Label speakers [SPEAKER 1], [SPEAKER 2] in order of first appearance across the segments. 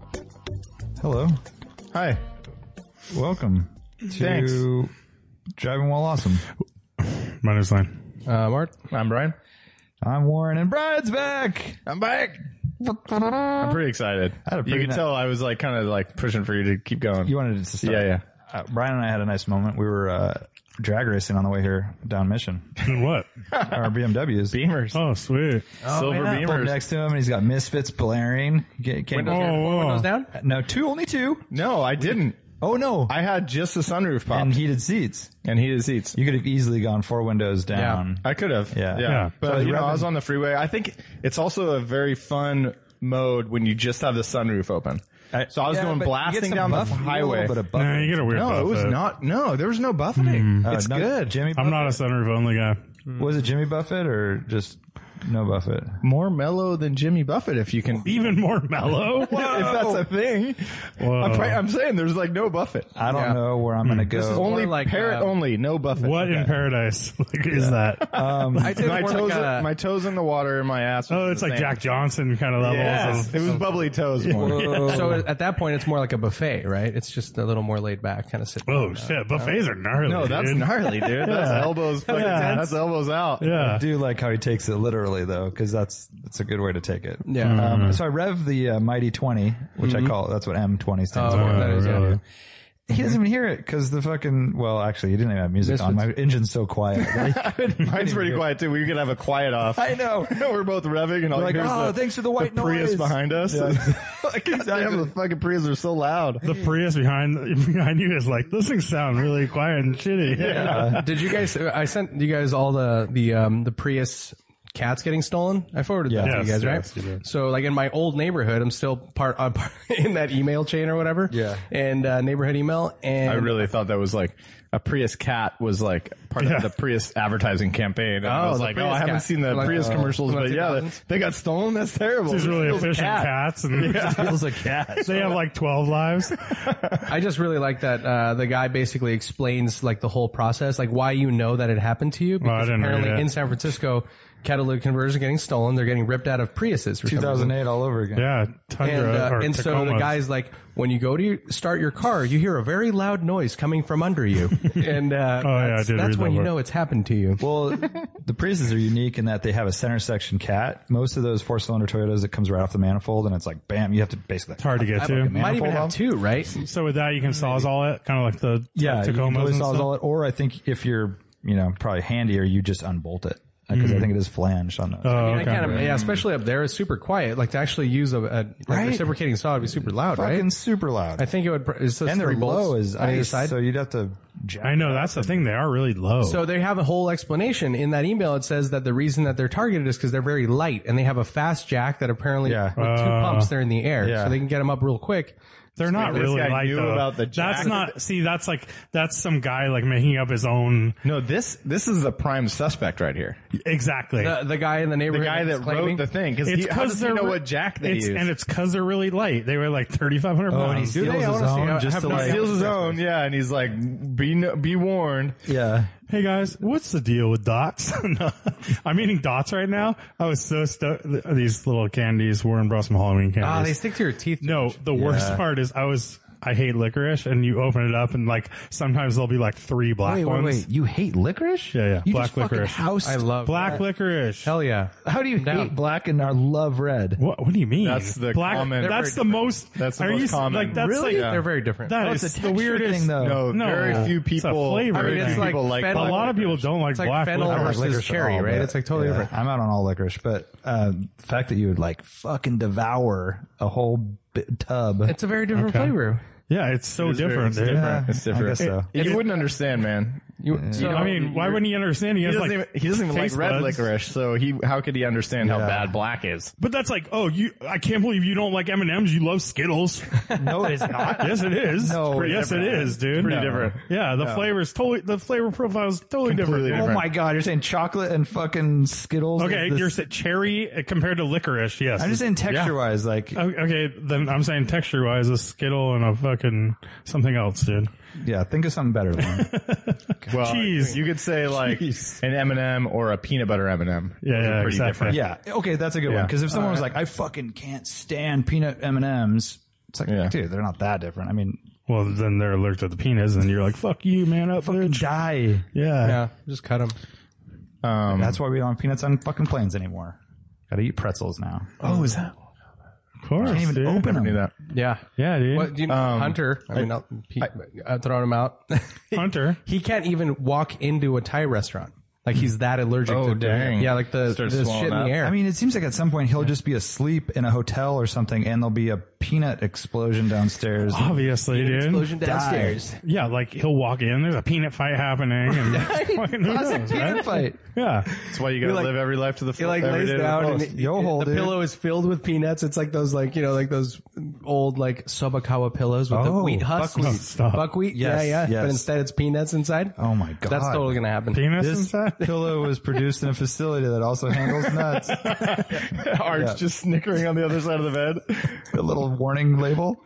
[SPEAKER 1] Hello. Hi. Welcome to
[SPEAKER 2] Thanks.
[SPEAKER 1] Driving While Awesome.
[SPEAKER 2] My name's Lane.
[SPEAKER 3] Uh, Mark, I'm Brian.
[SPEAKER 1] I'm Warren and Brian's back.
[SPEAKER 3] I'm back. I'm pretty excited.
[SPEAKER 1] had a pretty
[SPEAKER 3] you can
[SPEAKER 1] ni-
[SPEAKER 3] tell I was like kind of like pushing for you to keep going.
[SPEAKER 1] You wanted to start.
[SPEAKER 3] yeah, yeah.
[SPEAKER 1] Uh, Brian and I had a nice moment. We were uh, drag racing on the way here down Mission.
[SPEAKER 2] And what?
[SPEAKER 1] Our BMWs.
[SPEAKER 3] Beamers.
[SPEAKER 2] Oh, sweet.
[SPEAKER 3] Silver
[SPEAKER 1] man, I pulled
[SPEAKER 3] Beamers.
[SPEAKER 1] next to him, and he's got Misfits blaring. Ga- Came
[SPEAKER 2] Oh, wow.
[SPEAKER 3] down?
[SPEAKER 1] Uh, No, two, only two.
[SPEAKER 3] No, I didn't.
[SPEAKER 1] Oh no,
[SPEAKER 3] I had just the sunroof popped
[SPEAKER 1] and
[SPEAKER 3] and,
[SPEAKER 1] heated seats.
[SPEAKER 3] heated seats.
[SPEAKER 1] You could have easily gone four windows down.
[SPEAKER 3] I could have.
[SPEAKER 1] Yeah.
[SPEAKER 3] Yeah.
[SPEAKER 2] Yeah.
[SPEAKER 1] So
[SPEAKER 3] But
[SPEAKER 1] it's
[SPEAKER 3] you know, I
[SPEAKER 1] revving.
[SPEAKER 3] was on the freeway. I think it's also a very fun mode when you just have the sunroof open.
[SPEAKER 1] I-
[SPEAKER 3] so I was
[SPEAKER 1] Yeah,
[SPEAKER 3] going
[SPEAKER 1] but you get
[SPEAKER 3] blasting
[SPEAKER 1] some
[SPEAKER 3] down the
[SPEAKER 1] buff- you get a
[SPEAKER 3] highway.
[SPEAKER 1] little bit of buff.
[SPEAKER 2] Nah, you get a weird Hmm.
[SPEAKER 3] No, it
[SPEAKER 2] buff,
[SPEAKER 3] was
[SPEAKER 2] though.
[SPEAKER 3] not. No, there was no buffeting.
[SPEAKER 1] Uh,
[SPEAKER 3] It's
[SPEAKER 1] no-
[SPEAKER 3] good.
[SPEAKER 1] Jimmy.
[SPEAKER 2] I'm
[SPEAKER 1] Buffett?
[SPEAKER 2] not a sunroof only guy.
[SPEAKER 1] Was it Jimmy Buffett or just no Buffett?
[SPEAKER 3] More mellow than Jimmy Buffett, if you can.
[SPEAKER 2] Even more mellow.
[SPEAKER 3] if that's a thing.
[SPEAKER 2] Whoa.
[SPEAKER 3] I'm, pra- I'm saying there's like no Buffett.
[SPEAKER 1] I don't
[SPEAKER 3] Yeah.
[SPEAKER 1] know where I'm going to go.
[SPEAKER 3] Hmm. Only
[SPEAKER 4] like,
[SPEAKER 3] parrot
[SPEAKER 4] uh,
[SPEAKER 3] only, no Buffett.
[SPEAKER 2] what in
[SPEAKER 3] Okay. Uh,
[SPEAKER 2] paradise like, is that?
[SPEAKER 4] I did
[SPEAKER 3] My
[SPEAKER 4] more
[SPEAKER 3] toes,
[SPEAKER 4] like uh, a-
[SPEAKER 3] my toes in the water and my ass. was
[SPEAKER 2] oh, it's
[SPEAKER 3] the
[SPEAKER 2] like
[SPEAKER 3] same.
[SPEAKER 2] Jack Johnson kind of levels.
[SPEAKER 3] Yes,
[SPEAKER 2] of-
[SPEAKER 3] it was bubbly toes. One.
[SPEAKER 4] so at that point, it's more like a buffet, right? It's just a little more laid back, kind of sit.
[SPEAKER 2] oh shit, buffets are gnarly.
[SPEAKER 3] No, that's
[SPEAKER 2] dude.
[SPEAKER 3] gnarly, dude. That's elbows. fucking-
[SPEAKER 2] intense.
[SPEAKER 3] That's elbows out.
[SPEAKER 2] Yeah.
[SPEAKER 1] I do like how he takes it literally though, because that's that's a good way to take it.
[SPEAKER 4] Yeah.
[SPEAKER 2] Hmm.
[SPEAKER 1] Um, so I rev the uh, mighty twenty, which
[SPEAKER 3] Hmm.
[SPEAKER 1] I call that's what M twenty stands
[SPEAKER 4] Oh,
[SPEAKER 1] for.
[SPEAKER 4] that is-
[SPEAKER 2] really.
[SPEAKER 1] He doesn't even hear it because the fucking well, actually, he didn't even have music on. My engine's so quiet.
[SPEAKER 3] Mine's pretty quiet too. We could have a quiet off.
[SPEAKER 1] I know.
[SPEAKER 3] No, we're both revving and all.
[SPEAKER 1] like,
[SPEAKER 3] here's
[SPEAKER 1] oh,
[SPEAKER 3] the,
[SPEAKER 1] thanks for the white
[SPEAKER 3] the Prius
[SPEAKER 1] noise.
[SPEAKER 3] behind us. like, damn, the fucking Prius are so loud.
[SPEAKER 2] The Prius behind behind you is like those things sound really quiet and shitty.
[SPEAKER 4] Did you guys? I sent you guys all the the um, the Prius cats getting stolen. I forwarded that to
[SPEAKER 2] Yes,
[SPEAKER 4] you guys,
[SPEAKER 2] yes, you
[SPEAKER 4] right?
[SPEAKER 2] did.
[SPEAKER 4] so like in my old neighborhood, I'm still part uh, in that email chain or whatever.
[SPEAKER 1] Yeah.
[SPEAKER 4] and uh, neighborhood email and.
[SPEAKER 3] I really thought that was like a Prius cat was like part
[SPEAKER 2] Yeah.
[SPEAKER 3] of the Prius advertising campaign. And I
[SPEAKER 4] Oh,
[SPEAKER 3] was
[SPEAKER 4] the
[SPEAKER 3] like,
[SPEAKER 4] Prius
[SPEAKER 3] oh, I haven't
[SPEAKER 4] cat.
[SPEAKER 3] seen the
[SPEAKER 4] Like,
[SPEAKER 3] Prius
[SPEAKER 4] uh,
[SPEAKER 3] commercials,
[SPEAKER 4] from the
[SPEAKER 3] but yeah,
[SPEAKER 4] 2000s?
[SPEAKER 3] they got stolen. That's terrible.
[SPEAKER 2] These really efficient cats and
[SPEAKER 1] Feels like cat.
[SPEAKER 2] they have like twelve lives.
[SPEAKER 4] I just really like that uh, the guy basically explains like the whole process, like why you know that it happened to you. Because
[SPEAKER 2] I didn't read
[SPEAKER 4] apparently
[SPEAKER 2] it.
[SPEAKER 4] in San Francisco, catalog converters are getting stolen. They're getting ripped out of Priuses. for some reason.
[SPEAKER 1] 2008 all over again.
[SPEAKER 2] Yeah,
[SPEAKER 4] And,
[SPEAKER 2] Tundra
[SPEAKER 4] uh,
[SPEAKER 2] or
[SPEAKER 4] and so the
[SPEAKER 2] Tacomas.
[SPEAKER 4] guy's like, when you go to your, start your car, you hear a very loud noise coming from under you. and uh,
[SPEAKER 2] Oh, yeah, I
[SPEAKER 4] that's,
[SPEAKER 2] did
[SPEAKER 4] that's
[SPEAKER 2] read
[SPEAKER 4] when
[SPEAKER 2] that
[SPEAKER 4] you
[SPEAKER 2] book.
[SPEAKER 4] know it's happened to you.
[SPEAKER 1] Well, the Priuses are unique in that they have a center section cat. Most of those four cylinder Toyotas, it comes right off the manifold, and it's like bam, you have to basically.
[SPEAKER 2] hard to get to.
[SPEAKER 4] Might even have two, right?
[SPEAKER 2] So with that, you can sawzall it, kind of like the
[SPEAKER 1] Yeah, you can
[SPEAKER 2] Tacomas
[SPEAKER 1] totally
[SPEAKER 2] and
[SPEAKER 1] solve
[SPEAKER 2] stuff.
[SPEAKER 1] all it. Or I think if you're, you know, probably handier, you just unbolt it because
[SPEAKER 2] Mm-hmm.
[SPEAKER 1] I think it is flanged on those.
[SPEAKER 2] Oh,
[SPEAKER 4] I mean,
[SPEAKER 2] okay.
[SPEAKER 4] I can't, yeah, especially up there, it's super quiet. Like to actually use a, a like,
[SPEAKER 1] Mm. Right?
[SPEAKER 4] reciprocating saw would be super loud,
[SPEAKER 1] Fucking
[SPEAKER 4] right?
[SPEAKER 1] super loud.
[SPEAKER 4] I think it would. pr- It's just
[SPEAKER 1] and
[SPEAKER 4] three
[SPEAKER 1] they're
[SPEAKER 4] bolts
[SPEAKER 1] low as
[SPEAKER 4] on either
[SPEAKER 1] ice,
[SPEAKER 4] side.
[SPEAKER 1] so you'd have to. Jack.
[SPEAKER 2] I know that's the thing. They are really low.
[SPEAKER 4] So they have a whole explanation in that email. It says that the reason that they're targeted is because they're very light and they have a fast jack that apparently
[SPEAKER 1] Yeah.
[SPEAKER 4] with two
[SPEAKER 2] Uh,
[SPEAKER 4] pumps they're in the air,
[SPEAKER 1] yeah.
[SPEAKER 4] so they can get them up real quick.
[SPEAKER 2] They're not
[SPEAKER 3] This
[SPEAKER 2] really
[SPEAKER 3] guy
[SPEAKER 2] like
[SPEAKER 3] knew
[SPEAKER 2] though.
[SPEAKER 3] about the
[SPEAKER 2] that's
[SPEAKER 3] jacket.
[SPEAKER 2] not. See, that's like that's some guy like making up his own.
[SPEAKER 3] No, this this is the prime suspect right here.
[SPEAKER 2] Exactly.
[SPEAKER 4] The, the guy in the
[SPEAKER 3] The
[SPEAKER 4] neighborhood,
[SPEAKER 3] guy
[SPEAKER 4] that's
[SPEAKER 3] that
[SPEAKER 4] claiming-
[SPEAKER 3] wrote the thing because
[SPEAKER 2] it's
[SPEAKER 3] how does
[SPEAKER 2] because
[SPEAKER 3] he
[SPEAKER 2] they're
[SPEAKER 3] know
[SPEAKER 2] re-
[SPEAKER 3] what jack they Oh,
[SPEAKER 2] it's,
[SPEAKER 3] used?
[SPEAKER 2] and it's because they're really light. They weigh like thirty five hundred
[SPEAKER 1] and
[SPEAKER 2] pounds.
[SPEAKER 1] he
[SPEAKER 4] Do
[SPEAKER 1] steals
[SPEAKER 4] they
[SPEAKER 1] his
[SPEAKER 4] honestly
[SPEAKER 1] own
[SPEAKER 4] have-
[SPEAKER 1] just to
[SPEAKER 4] have no
[SPEAKER 3] he
[SPEAKER 1] like.
[SPEAKER 3] steals his own, yeah, and he's like, be no, be warned.
[SPEAKER 1] Yeah,
[SPEAKER 2] Hey guys, what's the deal with dots? No. I'm eating dots right now. I was so stoked. These little candies, Warren brought some Halloween
[SPEAKER 4] Ah,
[SPEAKER 2] candies.
[SPEAKER 4] they stick to your teeth.
[SPEAKER 2] no, the worst part is I was, I hate licorice and you open it up and like sometimes there'll be like three black
[SPEAKER 1] Wait, wait,
[SPEAKER 2] ones.
[SPEAKER 1] wait! You hate licorice?
[SPEAKER 2] Yeah, yeah,
[SPEAKER 1] You
[SPEAKER 2] black
[SPEAKER 1] just fucking
[SPEAKER 2] licorice.
[SPEAKER 1] House.
[SPEAKER 4] I love
[SPEAKER 2] Black
[SPEAKER 4] that.
[SPEAKER 2] licorice.
[SPEAKER 4] Hell yeah!
[SPEAKER 1] How do you
[SPEAKER 4] down.
[SPEAKER 1] hate black and I love red?
[SPEAKER 2] What, what do you mean?
[SPEAKER 3] That's the
[SPEAKER 2] black,
[SPEAKER 3] common- They're
[SPEAKER 2] That's
[SPEAKER 3] very
[SPEAKER 2] the
[SPEAKER 3] different.
[SPEAKER 2] most,
[SPEAKER 3] That's the
[SPEAKER 2] are
[SPEAKER 3] most
[SPEAKER 2] you, s-
[SPEAKER 3] common.
[SPEAKER 2] Like, that's
[SPEAKER 1] Really?
[SPEAKER 2] like,
[SPEAKER 4] They're very different.
[SPEAKER 2] that
[SPEAKER 1] Oh,
[SPEAKER 2] is
[SPEAKER 1] it's a
[SPEAKER 2] the
[SPEAKER 1] texture
[SPEAKER 2] weirdest.
[SPEAKER 1] thing, though.
[SPEAKER 3] No,
[SPEAKER 2] No,
[SPEAKER 3] very few
[SPEAKER 2] it's a
[SPEAKER 3] people.
[SPEAKER 2] flavor
[SPEAKER 3] very
[SPEAKER 4] I mean, it's
[SPEAKER 3] few
[SPEAKER 4] like
[SPEAKER 3] people like
[SPEAKER 4] fennel-
[SPEAKER 2] a
[SPEAKER 3] black
[SPEAKER 2] lot of people don't like
[SPEAKER 4] It's like
[SPEAKER 2] black
[SPEAKER 4] fennel
[SPEAKER 2] licorice.
[SPEAKER 4] versus cherry,
[SPEAKER 1] at all,
[SPEAKER 4] right?
[SPEAKER 1] but-
[SPEAKER 4] It's like totally
[SPEAKER 1] yeah,
[SPEAKER 4] different.
[SPEAKER 1] I'm out on all licorice, but uh, the fact that you would like fucking devour a whole bit, tub.
[SPEAKER 4] It's a very different flavor.
[SPEAKER 2] Yeah, it's so
[SPEAKER 3] It's very-
[SPEAKER 2] different.
[SPEAKER 3] it's
[SPEAKER 2] dude.
[SPEAKER 3] different. It's
[SPEAKER 1] I
[SPEAKER 3] different.
[SPEAKER 1] guess so.
[SPEAKER 3] You wouldn't understand, man.
[SPEAKER 4] You, so,
[SPEAKER 2] I mean, why wouldn't he understand? He,
[SPEAKER 3] He
[SPEAKER 2] has
[SPEAKER 3] doesn't
[SPEAKER 2] like
[SPEAKER 3] even, he doesn't even like
[SPEAKER 2] taste
[SPEAKER 3] red
[SPEAKER 2] buds.
[SPEAKER 3] licorice, so he how could he understand how
[SPEAKER 1] Yeah.
[SPEAKER 3] bad black is?
[SPEAKER 2] But that's like, oh, you! I can't believe you don't like M and M's. You love Skittles.
[SPEAKER 1] No, it is not.
[SPEAKER 2] yes, it is.
[SPEAKER 1] No, it's
[SPEAKER 2] yes, it is, dude.
[SPEAKER 3] Pretty
[SPEAKER 2] No.
[SPEAKER 3] different.
[SPEAKER 2] Yeah, the flavor is totally. The flavor profile is totally
[SPEAKER 3] Completely
[SPEAKER 2] different.
[SPEAKER 1] Oh my god, you're saying chocolate and fucking Skittles?
[SPEAKER 2] Okay,
[SPEAKER 1] is the-
[SPEAKER 2] you're saying cherry uh, compared to licorice. Yes,
[SPEAKER 1] I'm just saying texture
[SPEAKER 2] Yeah.
[SPEAKER 1] wise, like
[SPEAKER 2] O- Okay, then I'm saying texture wise, a Skittle and a fucking something else, dude.
[SPEAKER 1] yeah, think of something better. Lauren.
[SPEAKER 3] Well,
[SPEAKER 2] Cheese.
[SPEAKER 3] You could say like an M and m or a peanut butter M and m
[SPEAKER 2] Yeah, yeah, exactly.
[SPEAKER 1] yeah, okay, that's a good
[SPEAKER 3] Yeah.
[SPEAKER 1] one. Because if someone was like, I fucking can't stand peanut M and M's, it's like,
[SPEAKER 3] Yeah.
[SPEAKER 1] dude, they're not that different. I mean,
[SPEAKER 2] Well, then they're allergic to the penis, and you're like, "Fuck you, man, up
[SPEAKER 1] fucking
[SPEAKER 2] bitch."
[SPEAKER 1] die.
[SPEAKER 2] Yeah.
[SPEAKER 4] yeah, just cut him.
[SPEAKER 3] Um,
[SPEAKER 1] That's why we don't have peanuts on fucking planes anymore. Got to eat pretzels now.
[SPEAKER 3] oh, is that?
[SPEAKER 2] of course.
[SPEAKER 1] Can't even
[SPEAKER 2] dude.
[SPEAKER 1] open
[SPEAKER 3] I knew
[SPEAKER 1] them.
[SPEAKER 3] that.
[SPEAKER 4] Yeah.
[SPEAKER 2] Yeah, dude.
[SPEAKER 4] What do you
[SPEAKER 1] Um,
[SPEAKER 4] Hunter? I mean, I, I, uh, throwing him out.
[SPEAKER 2] Hunter.
[SPEAKER 4] he can't even walk into a Thai restaurant. Like he's that allergic.
[SPEAKER 3] Oh,
[SPEAKER 4] to
[SPEAKER 3] dang.
[SPEAKER 4] Yeah, like the,
[SPEAKER 3] Starts
[SPEAKER 4] the
[SPEAKER 3] swallowing
[SPEAKER 4] shit in
[SPEAKER 3] up.
[SPEAKER 4] the air.
[SPEAKER 1] I mean, it seems like at some point he'll just be asleep in a hotel or something, and there'll be a peanut explosion downstairs.
[SPEAKER 2] Obviously, dude.
[SPEAKER 4] explosion downstairs.
[SPEAKER 2] Yeah, like he'll walk in. There's a peanut fight happening, and fucking who knows, right?
[SPEAKER 1] fight.
[SPEAKER 2] Yeah,
[SPEAKER 3] That's why you gotta
[SPEAKER 4] like-
[SPEAKER 3] live every life to the
[SPEAKER 4] He
[SPEAKER 3] full.
[SPEAKER 4] like
[SPEAKER 3] every
[SPEAKER 4] lays
[SPEAKER 3] day to the
[SPEAKER 4] down and
[SPEAKER 3] fullest.
[SPEAKER 4] it-
[SPEAKER 1] Yo,
[SPEAKER 4] it-
[SPEAKER 1] hold
[SPEAKER 4] the
[SPEAKER 1] it.
[SPEAKER 4] pillow is filled with peanuts. It's like those like you know like those old like sobakawa pillows with the
[SPEAKER 1] Oh,
[SPEAKER 4] wheat husks.
[SPEAKER 2] buckwheat. Stop.
[SPEAKER 4] Buckwheat?
[SPEAKER 1] Yes,
[SPEAKER 4] yeah, yeah.
[SPEAKER 1] yes.
[SPEAKER 4] But instead it's peanuts inside.
[SPEAKER 1] Oh my god,
[SPEAKER 4] That's totally gonna happen.
[SPEAKER 2] penis
[SPEAKER 1] This
[SPEAKER 2] inside.
[SPEAKER 1] pillow was produced in a facility that also handles nuts.
[SPEAKER 3] Art's just snickering on the other side of the
[SPEAKER 1] a little warning label.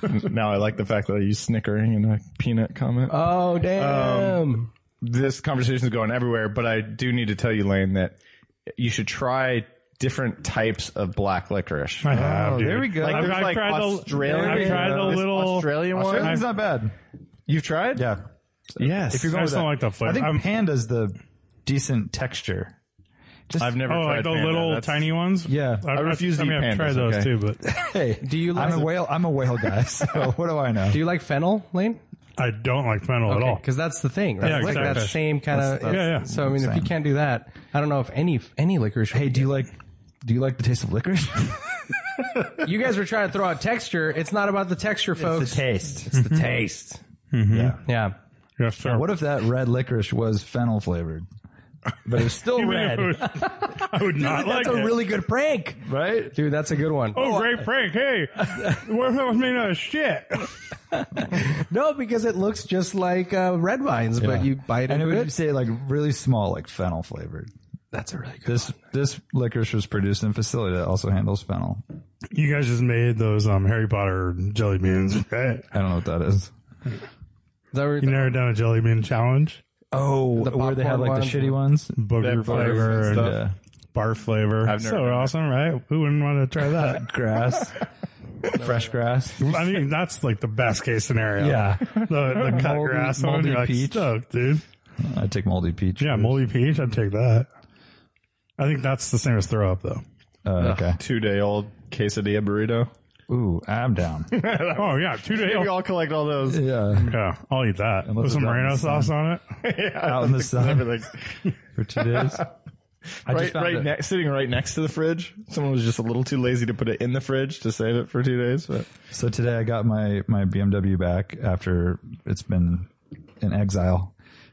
[SPEAKER 3] bed. now I like the fact that I use snickering in a peanut comment.
[SPEAKER 2] Uh,
[SPEAKER 4] Oh damn!
[SPEAKER 1] Um,
[SPEAKER 3] this conversation is going everywhere, but I do need to tell you, Lane, that you should try different types of black licorice.
[SPEAKER 2] I have,
[SPEAKER 1] Oh,
[SPEAKER 2] dude.
[SPEAKER 1] there we go.
[SPEAKER 3] Like,
[SPEAKER 2] I've,
[SPEAKER 3] there's
[SPEAKER 2] I've
[SPEAKER 3] like
[SPEAKER 2] tried
[SPEAKER 3] Australian.
[SPEAKER 2] the. I've tried the
[SPEAKER 3] this
[SPEAKER 2] little
[SPEAKER 3] Australian one.
[SPEAKER 1] It's not bad.
[SPEAKER 3] You've tried?
[SPEAKER 1] Yeah.
[SPEAKER 3] Yes. If you're
[SPEAKER 2] I
[SPEAKER 3] going,
[SPEAKER 2] just don't like the
[SPEAKER 1] I
[SPEAKER 2] flavor.
[SPEAKER 1] think
[SPEAKER 2] I'm-
[SPEAKER 1] panda's the decent texture. Just,
[SPEAKER 3] I've never
[SPEAKER 2] oh,
[SPEAKER 3] tried
[SPEAKER 2] like the
[SPEAKER 3] Panda.
[SPEAKER 2] little
[SPEAKER 3] That's-
[SPEAKER 2] tiny ones.
[SPEAKER 1] Yeah.
[SPEAKER 2] I,
[SPEAKER 3] I refuse to
[SPEAKER 2] I mean,
[SPEAKER 3] eat
[SPEAKER 2] I've tried
[SPEAKER 3] pandas,
[SPEAKER 2] those
[SPEAKER 3] okay?
[SPEAKER 2] too, but
[SPEAKER 1] Hey,
[SPEAKER 4] Do you like-
[SPEAKER 1] I'm a whale. I'm a whale guy. So what do I know?
[SPEAKER 4] Do you like fennel, Lane?
[SPEAKER 2] I don't like fennel at all.
[SPEAKER 4] Because that's the thing, right?
[SPEAKER 2] Yeah,
[SPEAKER 4] It's like
[SPEAKER 2] exactly.
[SPEAKER 4] that same kind of.
[SPEAKER 2] yeah, yeah.
[SPEAKER 4] So I mean, if you can't do that, I don't know if any any licorice.
[SPEAKER 1] hey, do you like? Do you like the taste of licorice?
[SPEAKER 4] you guys were trying to throw out texture. It's not about the texture, folks.
[SPEAKER 1] taste. It's the
[SPEAKER 4] taste.
[SPEAKER 1] Yeah.
[SPEAKER 4] Yeah.
[SPEAKER 2] Yes, sir.
[SPEAKER 1] What if that red licorice was fennel flavored, but it was still
[SPEAKER 2] Even if
[SPEAKER 1] red?
[SPEAKER 2] it was- I would not like it.
[SPEAKER 4] good prank,
[SPEAKER 1] right?
[SPEAKER 4] dude. That's a good one.
[SPEAKER 2] oh, great prank! Hey, what if that was made out of shit?
[SPEAKER 4] No, because it looks just like uh, red wines, but you bite
[SPEAKER 1] and it
[SPEAKER 4] into
[SPEAKER 1] would
[SPEAKER 4] it.
[SPEAKER 1] say like really small, like fennel flavored.
[SPEAKER 4] That's a really good.
[SPEAKER 1] This this licorice was produced in a facility that also handles fennel.
[SPEAKER 2] You guys just made those um Harry Potter jelly beans, right?
[SPEAKER 1] I don't know what that is.
[SPEAKER 4] Is that where-
[SPEAKER 2] You never done a jelly bean challenge?
[SPEAKER 1] Oh,
[SPEAKER 4] The
[SPEAKER 1] where they had like
[SPEAKER 4] popcorn
[SPEAKER 1] the
[SPEAKER 4] ones.
[SPEAKER 1] shitty ones.
[SPEAKER 2] Booger
[SPEAKER 3] That flavor
[SPEAKER 2] flavor
[SPEAKER 3] and
[SPEAKER 2] and
[SPEAKER 3] stuff.
[SPEAKER 1] Yeah,
[SPEAKER 2] bar flavor.
[SPEAKER 3] I've never
[SPEAKER 2] so
[SPEAKER 3] done that.
[SPEAKER 2] awesome, right? Who wouldn't want to try that?
[SPEAKER 1] grass, fresh grass.
[SPEAKER 2] I mean, that's like the best case scenario.
[SPEAKER 1] Yeah,
[SPEAKER 2] The, the cut
[SPEAKER 1] Moldy-
[SPEAKER 2] grass one,
[SPEAKER 1] moldy
[SPEAKER 2] you're like
[SPEAKER 1] peach.
[SPEAKER 2] stoked, dude.
[SPEAKER 1] I take moldy peach.
[SPEAKER 2] Yeah, moldy peach, I'd take that. I think that's the same as throw up though.
[SPEAKER 1] Uh, okay.
[SPEAKER 3] two day old quesadilla burrito.
[SPEAKER 1] Ooh, I'm down.
[SPEAKER 2] Oh yeah, two day
[SPEAKER 3] We all collect all those.
[SPEAKER 1] yeah,
[SPEAKER 2] Yeah, I'll eat that. With
[SPEAKER 1] it's
[SPEAKER 2] some
[SPEAKER 1] out in
[SPEAKER 2] Moreno
[SPEAKER 1] the
[SPEAKER 2] sauce on it.
[SPEAKER 1] out in the sun
[SPEAKER 3] Everything.
[SPEAKER 1] for two days. I
[SPEAKER 3] Right, right
[SPEAKER 1] it-
[SPEAKER 3] ne- sitting right next to the fridge. Someone was just a little too lazy to put it in the fridge to save it for two days. But
[SPEAKER 1] So today I got my my BMW back after it's been in exile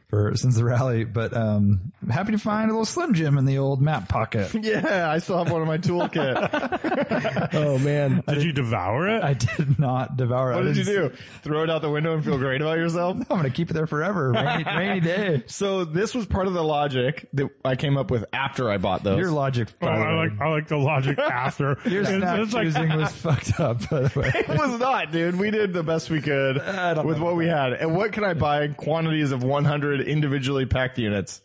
[SPEAKER 1] for since the rally. But um, I'm happy to find a little Slim Jim in the old map pocket.
[SPEAKER 3] yeah, I still have one in my toolkit.
[SPEAKER 4] oh man,
[SPEAKER 2] Did you devour it?
[SPEAKER 1] I did not devour. it.
[SPEAKER 3] what
[SPEAKER 1] I
[SPEAKER 3] did you
[SPEAKER 1] didn't-
[SPEAKER 3] do? Throw it out the window and feel great about yourself?
[SPEAKER 1] I'm gonna keep it there forever. Rainy, rainy day.
[SPEAKER 3] So this was part of the logic that I came up with after I bought those.
[SPEAKER 1] Your logic.
[SPEAKER 2] Oh,
[SPEAKER 1] by the
[SPEAKER 2] I
[SPEAKER 1] way.
[SPEAKER 2] like I like the logic after.
[SPEAKER 1] Your
[SPEAKER 2] It's-
[SPEAKER 1] snap
[SPEAKER 2] it's like-
[SPEAKER 1] choosing was fucked up. By the way.
[SPEAKER 3] it was not, dude. We did the best we could
[SPEAKER 1] I don't
[SPEAKER 3] with
[SPEAKER 1] know
[SPEAKER 3] what we had. And what can I buy? Quantities of 100 individually packed units.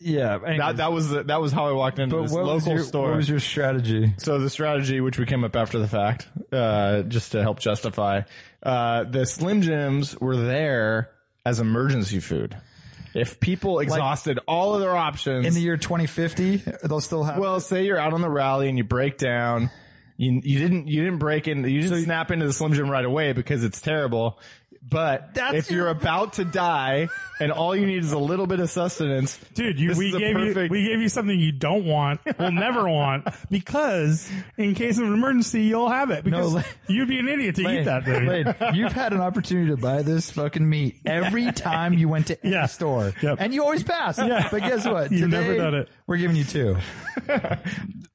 [SPEAKER 1] Yeah. anyways.
[SPEAKER 3] That, that was the, that was how I walked into
[SPEAKER 1] but
[SPEAKER 3] this
[SPEAKER 1] what
[SPEAKER 3] local
[SPEAKER 1] was your
[SPEAKER 3] store.
[SPEAKER 1] what was your strategy?
[SPEAKER 3] So the strategy, which we came up after the fact, uh, just to help justify, uh, the Slim Jims were there as emergency food. If people exhausted all of their options,
[SPEAKER 1] In the year 2050, they'll still have.
[SPEAKER 3] well, say you're out on the rally and you break down, you you didn't you didn't break in, you didn't snap into the Slim Jim right away because it's terrible. But if you're about to die and all you need is a little bit of sustenance,
[SPEAKER 2] Dude, you,
[SPEAKER 3] this
[SPEAKER 2] we
[SPEAKER 3] is a
[SPEAKER 2] gave you
[SPEAKER 3] perfect-
[SPEAKER 2] we gave you something you don't want, will never want, because in case of an emergency, you'll have it. Because
[SPEAKER 1] No, Le-
[SPEAKER 2] you'd be an idiot to eat that thing.
[SPEAKER 1] Lane, you've had an opportunity to buy this fucking meat every time you went to any
[SPEAKER 2] Yeah.
[SPEAKER 1] store,
[SPEAKER 2] Yep.
[SPEAKER 1] and you always pass.
[SPEAKER 2] Yeah.
[SPEAKER 1] But guess what?
[SPEAKER 2] You've never done it.
[SPEAKER 1] We're giving you two. I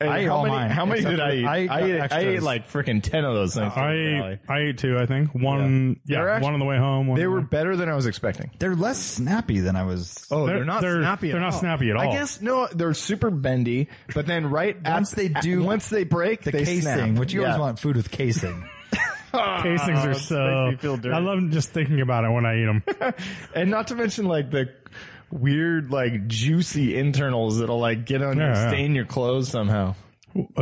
[SPEAKER 1] ate
[SPEAKER 3] how
[SPEAKER 1] all
[SPEAKER 3] many,
[SPEAKER 1] mine,
[SPEAKER 3] How many
[SPEAKER 1] except
[SPEAKER 3] did I
[SPEAKER 1] for-
[SPEAKER 3] eat? I,
[SPEAKER 1] I ate
[SPEAKER 3] ate, I ate
[SPEAKER 1] extras.
[SPEAKER 3] like freaking ten of those things.
[SPEAKER 2] I ate, I ate two, I think. One, yeah,
[SPEAKER 3] They're actually-
[SPEAKER 2] one on the way home. One
[SPEAKER 3] they
[SPEAKER 2] on
[SPEAKER 3] were
[SPEAKER 2] the-
[SPEAKER 3] better than I was expecting.
[SPEAKER 1] They're less snappy than I was.
[SPEAKER 3] Oh,
[SPEAKER 2] They're- they're- they're not snappy at all.
[SPEAKER 3] I guess no, they're super bendy. But then right
[SPEAKER 1] Once
[SPEAKER 3] at-
[SPEAKER 1] they
[SPEAKER 3] at-
[SPEAKER 1] do
[SPEAKER 3] once they break,
[SPEAKER 1] the
[SPEAKER 3] they
[SPEAKER 1] casing,
[SPEAKER 3] snap.
[SPEAKER 1] which you
[SPEAKER 3] Yeah.
[SPEAKER 1] always want food with casing.
[SPEAKER 2] casings are so.
[SPEAKER 3] makes me feel dirty.
[SPEAKER 2] I love just thinking about it when I eat them.
[SPEAKER 3] and not to mention like the weird like juicy internals that'll like get on
[SPEAKER 2] Yeah,
[SPEAKER 3] your
[SPEAKER 2] yeah.
[SPEAKER 3] stain your clothes somehow.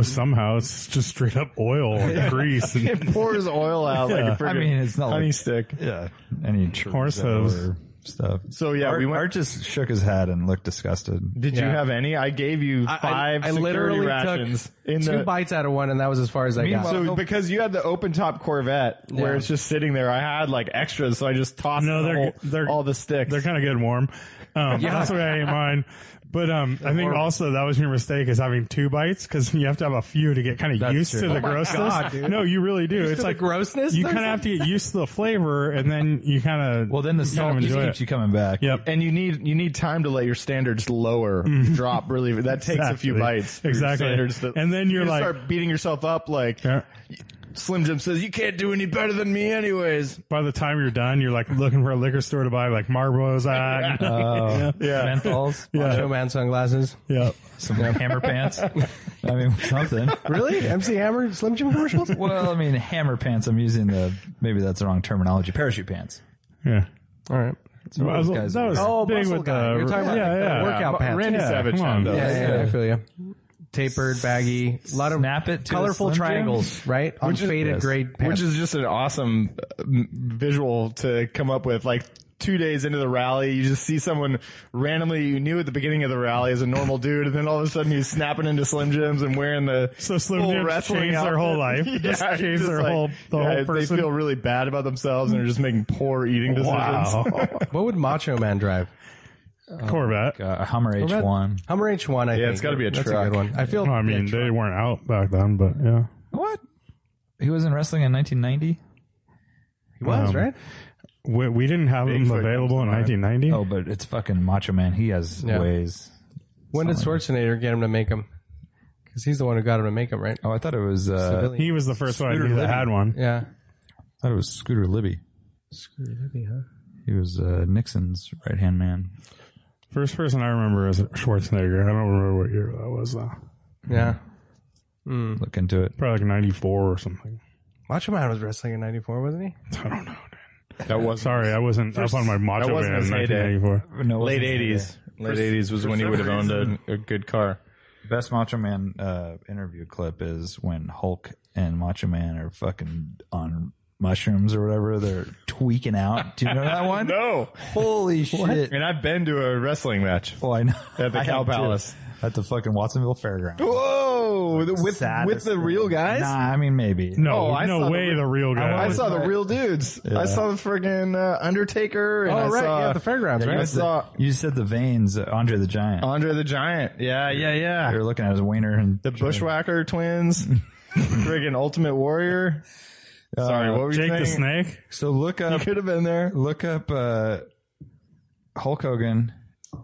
[SPEAKER 2] Somehow it's just straight up oil and grease. And,
[SPEAKER 3] It pours oil out
[SPEAKER 2] Yeah.
[SPEAKER 3] like a
[SPEAKER 1] I
[SPEAKER 3] friggin'
[SPEAKER 1] mean, it's not
[SPEAKER 3] honey
[SPEAKER 1] like-
[SPEAKER 3] stick.
[SPEAKER 1] yeah, any chorizo
[SPEAKER 2] Horse hooves.
[SPEAKER 1] or stuff.
[SPEAKER 3] So, yeah,
[SPEAKER 1] Art,
[SPEAKER 3] we went-
[SPEAKER 1] Art just shook his head and looked disgusted.
[SPEAKER 3] Did you
[SPEAKER 4] Yeah.
[SPEAKER 3] have any? I gave you
[SPEAKER 4] I- I-
[SPEAKER 3] five
[SPEAKER 4] I,
[SPEAKER 3] security
[SPEAKER 4] literally
[SPEAKER 3] rations
[SPEAKER 4] took
[SPEAKER 3] in
[SPEAKER 4] two
[SPEAKER 3] the.
[SPEAKER 4] bites out of one, and that was as far as I got.
[SPEAKER 3] so because you had the open top Corvette where
[SPEAKER 4] Yeah.
[SPEAKER 3] it's just sitting there, I had like extras, so I just tossed
[SPEAKER 2] No,
[SPEAKER 3] the
[SPEAKER 2] they're-
[SPEAKER 3] whole-
[SPEAKER 2] they're-
[SPEAKER 3] all the sticks.
[SPEAKER 2] They're kind of good and warm. Um, That's the way I ate mine. But um, I think also that was your mistake is having two bites because you have to have a few to get kind of used to the grossness. no, you really do. it's
[SPEAKER 4] to the
[SPEAKER 2] like
[SPEAKER 4] grossness,
[SPEAKER 2] You kind of
[SPEAKER 4] Thursday?
[SPEAKER 2] have to get used to the flavor, and then you kind of
[SPEAKER 1] Well, then the
[SPEAKER 2] kind
[SPEAKER 1] salt
[SPEAKER 2] of
[SPEAKER 1] just
[SPEAKER 2] enjoy
[SPEAKER 1] keeps
[SPEAKER 2] it.
[SPEAKER 1] you coming back.
[SPEAKER 2] Yep.
[SPEAKER 3] and you need you need time to let your standards lower, drop really. That takes a few
[SPEAKER 2] Mm-hmm. Exactly.
[SPEAKER 3] bites. for your
[SPEAKER 2] Exactly.
[SPEAKER 3] standards to-
[SPEAKER 2] And then you're
[SPEAKER 3] you
[SPEAKER 2] like-
[SPEAKER 3] start beating yourself up. Like
[SPEAKER 2] Yeah.
[SPEAKER 3] Slim Jim says, you can't do any better than me, anyways.
[SPEAKER 2] By the time you're done, you're like looking for a liquor store to buy like Marlboro's at. yeah.
[SPEAKER 3] Yeah.
[SPEAKER 1] Menthols,
[SPEAKER 4] Macho Man sunglasses.
[SPEAKER 2] yeah.
[SPEAKER 1] some hammer pants. I mean, something.
[SPEAKER 4] Really? MC Hammer Slim Jim commercials?
[SPEAKER 1] Well, I mean, hammer pants. I'm using the maybe that's the wrong terminology. Parachute pants.
[SPEAKER 2] Yeah.
[SPEAKER 4] All right.
[SPEAKER 2] Well,
[SPEAKER 1] those
[SPEAKER 2] that
[SPEAKER 1] guys
[SPEAKER 2] was
[SPEAKER 1] were-
[SPEAKER 4] Oh,
[SPEAKER 2] big
[SPEAKER 4] muscle
[SPEAKER 2] with
[SPEAKER 4] guy.
[SPEAKER 2] the
[SPEAKER 4] You're talking about
[SPEAKER 2] yeah,
[SPEAKER 4] the
[SPEAKER 2] yeah.
[SPEAKER 4] workout
[SPEAKER 3] But
[SPEAKER 4] pants.
[SPEAKER 3] Randy
[SPEAKER 2] Yeah,
[SPEAKER 3] Savage
[SPEAKER 2] come
[SPEAKER 3] had
[SPEAKER 2] on.
[SPEAKER 3] those.
[SPEAKER 4] Yeah, yeah, I feel you. Tapered, baggy, a lot of
[SPEAKER 1] Snap it to
[SPEAKER 4] colorful
[SPEAKER 1] a Slim Jim?
[SPEAKER 4] triangles, right? On
[SPEAKER 3] is-
[SPEAKER 4] faded
[SPEAKER 1] yes.
[SPEAKER 4] gray
[SPEAKER 3] Which
[SPEAKER 4] pants.
[SPEAKER 3] is just an awesome uh, m- visual to come up with. Like two days into the rally, you just see someone randomly you knew at the beginning of the rally as a normal dude, and then all of a sudden he's snapping into Slim Jims and wearing the
[SPEAKER 2] So Slim
[SPEAKER 3] full
[SPEAKER 2] Jims
[SPEAKER 3] wrestling
[SPEAKER 2] changed their
[SPEAKER 3] outfit.
[SPEAKER 2] whole life.
[SPEAKER 3] yeah,
[SPEAKER 2] Just changed
[SPEAKER 3] it's
[SPEAKER 2] their whole- the whole person.
[SPEAKER 3] They feel really bad about themselves and are just making poor eating decisions.
[SPEAKER 4] what would Macho Man drive?
[SPEAKER 3] oh,
[SPEAKER 2] Corvette.
[SPEAKER 1] Uh, a Hummer H1.
[SPEAKER 4] Hummer H1, I think.
[SPEAKER 3] it's gotta be a
[SPEAKER 4] That's
[SPEAKER 3] truck.
[SPEAKER 4] a good one. I feel.
[SPEAKER 2] Well, I mean, they weren't out back then, but yeah.
[SPEAKER 1] What? He was in wrestling in 1990.
[SPEAKER 4] He was,
[SPEAKER 2] Um,
[SPEAKER 4] right?
[SPEAKER 2] We, we didn't have them
[SPEAKER 3] Bigfoot
[SPEAKER 2] available in 1990.
[SPEAKER 1] Oh, but it's fucking Macho Man. He has
[SPEAKER 4] Yeah.
[SPEAKER 1] ways.
[SPEAKER 4] When did Schwarzenegger get him to make them? Because he's the one who got him to make them, right?
[SPEAKER 1] Oh, I thought it was. Uh,
[SPEAKER 4] Civilian.
[SPEAKER 2] He was the first one I knew that had one.
[SPEAKER 4] yeah.
[SPEAKER 1] I thought it was Scooter Libby. He was uh, Nixon's right hand man.
[SPEAKER 2] First person I remember is Schwarzenegger. I don't remember what year that was though.
[SPEAKER 4] Yeah.
[SPEAKER 1] Look into it.
[SPEAKER 2] Probably like 94 or something.
[SPEAKER 4] Macho Man was wrestling in '94, wasn't he?
[SPEAKER 2] I don't know.
[SPEAKER 3] That was
[SPEAKER 2] Sorry, I wasn't up on my
[SPEAKER 3] that
[SPEAKER 2] macho man
[SPEAKER 3] wasn't
[SPEAKER 2] in
[SPEAKER 3] his heyday.
[SPEAKER 2] 1994.
[SPEAKER 1] No, it
[SPEAKER 3] late
[SPEAKER 1] wasn't.
[SPEAKER 3] '80s. Late '80s was when he
[SPEAKER 2] some
[SPEAKER 3] would have owned
[SPEAKER 2] reason-
[SPEAKER 3] a, a good car.
[SPEAKER 1] Best Macho Man uh, interview clip is when Hulk and Macho Man are fucking on mushrooms or whatever. They're tweaking out. Do you know that one?
[SPEAKER 3] No,
[SPEAKER 1] Holy shit!
[SPEAKER 3] and I've been to a wrestling match.
[SPEAKER 1] Oh, I know.
[SPEAKER 3] At the
[SPEAKER 1] I
[SPEAKER 3] Cow
[SPEAKER 1] have, too.
[SPEAKER 3] Palace.
[SPEAKER 1] at the fucking Watsonville Fairground.
[SPEAKER 3] Whoa! the- With
[SPEAKER 1] Saddest
[SPEAKER 3] with the real
[SPEAKER 1] thing.
[SPEAKER 3] guys?
[SPEAKER 1] Nah, I mean maybe.
[SPEAKER 2] No,
[SPEAKER 3] Oh, I saw
[SPEAKER 2] no
[SPEAKER 3] the
[SPEAKER 2] way
[SPEAKER 3] re-
[SPEAKER 2] the real guy.
[SPEAKER 3] I saw the real dudes. I saw the friggin' uh, Undertaker. And I
[SPEAKER 4] Oh, right,
[SPEAKER 3] saw
[SPEAKER 4] yeah, the fairgrounds,
[SPEAKER 3] I
[SPEAKER 4] right?
[SPEAKER 3] saw
[SPEAKER 1] You said the veins, uh, Andre the Giant.
[SPEAKER 3] Andre the Giant. Yeah, yeah,
[SPEAKER 1] they
[SPEAKER 3] yeah.
[SPEAKER 1] were looking at his wiener and
[SPEAKER 3] The Bushwhacker twins. friggin' Ultimate Warrior. Sorry, what were
[SPEAKER 2] Jake
[SPEAKER 3] you
[SPEAKER 2] the
[SPEAKER 3] saying?
[SPEAKER 2] Snake.
[SPEAKER 1] So look up,
[SPEAKER 3] Could have been there.
[SPEAKER 1] look up uh, Hulk Hogan,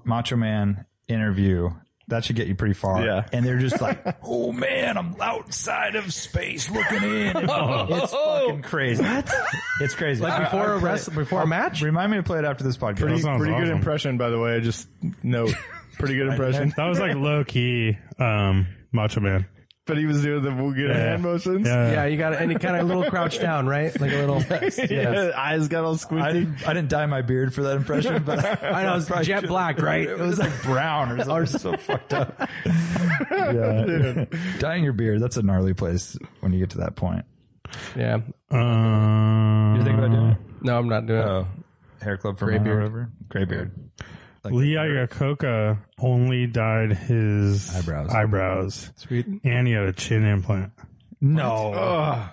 [SPEAKER 1] Macho Man interview. That should get you pretty far.
[SPEAKER 3] Yeah.
[SPEAKER 1] And they're just like, oh man, I'm outside of space looking in. It's fucking crazy. It's crazy.
[SPEAKER 4] Like before a wrest, before a match.
[SPEAKER 1] Remind me to play it after this podcast.
[SPEAKER 3] Pretty,
[SPEAKER 2] sounds
[SPEAKER 3] pretty good
[SPEAKER 2] awesome.
[SPEAKER 3] impression, by the way. Just note. Pretty good impression.
[SPEAKER 2] That was like low key um, macho man.
[SPEAKER 3] but he was doing the good hand motions.
[SPEAKER 2] Yeah.
[SPEAKER 4] Yeah, you got it. And he kind of a little crouched down, right? Like a little.
[SPEAKER 3] Yeah, Eyes got all squinty.
[SPEAKER 1] I didn't, I didn't dye my beard for that impression, but I,
[SPEAKER 4] I know it's jet black, right?
[SPEAKER 1] it was like brown or something. so fucked up. yeah. Dyeing your beard, that's a gnarly place when you get to that point.
[SPEAKER 4] Yeah.
[SPEAKER 2] Um,
[SPEAKER 1] You think about doing it?
[SPEAKER 4] No, I'm not doing it.
[SPEAKER 1] Oh, hair club for Greybeard. or whatever. Greybeard.
[SPEAKER 2] Lee Iacocca only dyed his
[SPEAKER 1] Eyebrows.
[SPEAKER 2] eyebrows. Sweet. And he had a chin implant.
[SPEAKER 1] No.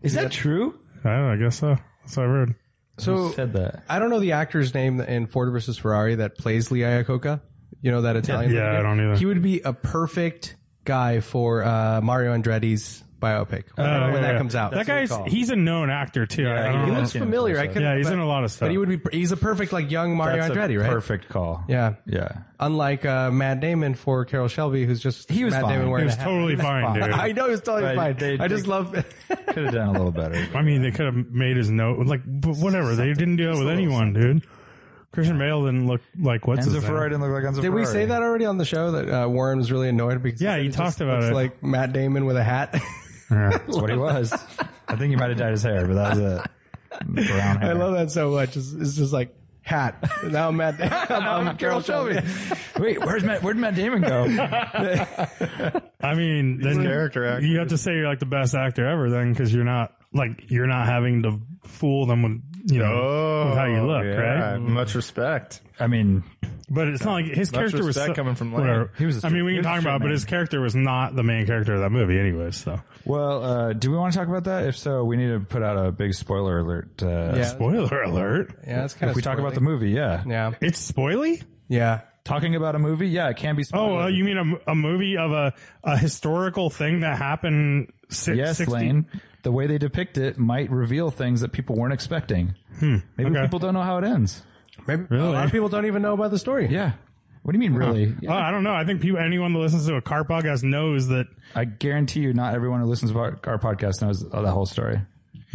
[SPEAKER 1] Is that true?
[SPEAKER 2] I, don't know, I guess so. That's what I read.
[SPEAKER 4] So
[SPEAKER 5] said that?
[SPEAKER 4] I don't know the actor's name in Ford versus Ferrari that plays Lee Iacocca. You know that Italian?
[SPEAKER 2] Yeah,
[SPEAKER 4] guy?
[SPEAKER 2] I don't either.
[SPEAKER 4] He would be a perfect guy for uh, Mario Andretti's biopic when,
[SPEAKER 2] Oh,
[SPEAKER 4] when
[SPEAKER 2] yeah,
[SPEAKER 4] that
[SPEAKER 2] yeah.
[SPEAKER 4] comes out.
[SPEAKER 2] That
[SPEAKER 4] That's what it's
[SPEAKER 2] guy's
[SPEAKER 4] called.
[SPEAKER 2] he's a known actor too. I don't
[SPEAKER 4] he
[SPEAKER 2] know.
[SPEAKER 4] looks familiar. I could,
[SPEAKER 2] yeah, he's in a lot of stuff.
[SPEAKER 4] But he would be. He's a perfect like young Mario
[SPEAKER 5] That's a
[SPEAKER 4] Andretti, right?
[SPEAKER 5] Perfect call.
[SPEAKER 4] Yeah.
[SPEAKER 1] Yeah.
[SPEAKER 4] Unlike uh, Matt Damon for Carol Shelby, who's just he
[SPEAKER 1] was
[SPEAKER 4] Matt
[SPEAKER 1] fine.
[SPEAKER 4] Damon
[SPEAKER 2] He
[SPEAKER 4] wearing
[SPEAKER 2] was
[SPEAKER 4] a hat.
[SPEAKER 2] totally fine, dude.
[SPEAKER 4] I
[SPEAKER 2] I,
[SPEAKER 4] know he was totally
[SPEAKER 5] Right,
[SPEAKER 4] fine.
[SPEAKER 5] they-
[SPEAKER 4] I just
[SPEAKER 5] they-
[SPEAKER 4] love.
[SPEAKER 1] Could have done a little better.
[SPEAKER 2] mean, they could have made his note like, but whatever. They didn't do that with anyone, dude. Christian Bale didn't look like what's
[SPEAKER 1] Enzo
[SPEAKER 2] his name?
[SPEAKER 1] Ferrari didn't look like Enzo
[SPEAKER 4] Did
[SPEAKER 1] Ferrari.
[SPEAKER 4] we say that already on the show that uh, Warren was really annoyed because
[SPEAKER 2] Yeah, he
[SPEAKER 4] just
[SPEAKER 2] talked about
[SPEAKER 4] looks
[SPEAKER 2] it.
[SPEAKER 4] like Matt Damon with a hat.
[SPEAKER 1] That's what he was. I think he might have dyed his hair, but that was it. Brown hair.
[SPEAKER 4] I love that so much. It's, it's just like hat. Now I'm Matt. I'm, I'm Carol Shelby.
[SPEAKER 1] Wait, where's Matt, where'd Matt Damon go?
[SPEAKER 2] I mean, then
[SPEAKER 3] character actor.
[SPEAKER 2] You have to say you're like the best actor ever, then, because you're not like you're not having to fool them with you know with how you
[SPEAKER 1] Oh,
[SPEAKER 2] look,
[SPEAKER 3] Oh, yeah.
[SPEAKER 2] right?
[SPEAKER 1] Mm-hmm.
[SPEAKER 3] Much respect.
[SPEAKER 1] I mean,
[SPEAKER 2] But it's not like his
[SPEAKER 3] Much
[SPEAKER 2] character was
[SPEAKER 3] respect
[SPEAKER 2] so-
[SPEAKER 3] coming from Lane.
[SPEAKER 2] whatever.
[SPEAKER 1] He was a
[SPEAKER 2] I mean, we
[SPEAKER 1] he
[SPEAKER 2] can
[SPEAKER 1] was a
[SPEAKER 2] talk
[SPEAKER 1] straight
[SPEAKER 2] about, it, but
[SPEAKER 1] man.
[SPEAKER 2] his character was not the main character of that movie, anyways. So
[SPEAKER 1] well, uh, do we want to talk about that? If so, we need to put out a big spoiler alert. Uh,
[SPEAKER 4] Yeah,
[SPEAKER 2] spoiler alert.
[SPEAKER 4] yeah, that's kind
[SPEAKER 1] If
[SPEAKER 4] of.
[SPEAKER 1] we talk about the movie, yeah.
[SPEAKER 4] Yeah,
[SPEAKER 2] It's spoily.
[SPEAKER 4] yeah.
[SPEAKER 1] Talking about a movie, yeah, it can be spoiled.
[SPEAKER 2] Oh, uh, you mean a, m- a movie of a, a historical thing that happened? Si-
[SPEAKER 1] yes,
[SPEAKER 2] 60
[SPEAKER 1] Lane. The way they depict it might reveal things that people weren't expecting.
[SPEAKER 3] Hmm,
[SPEAKER 1] Maybe
[SPEAKER 2] okay.
[SPEAKER 1] people don't know how it ends.
[SPEAKER 4] Maybe a lot of people don't even know about the story.
[SPEAKER 1] Yeah. What do you mean, really? Yeah.
[SPEAKER 2] Oh,
[SPEAKER 3] Uh,
[SPEAKER 2] I don't know. I think people, anyone that listens to a car podcast knows that.
[SPEAKER 1] I guarantee you, not everyone who listens to our our podcast knows the whole story.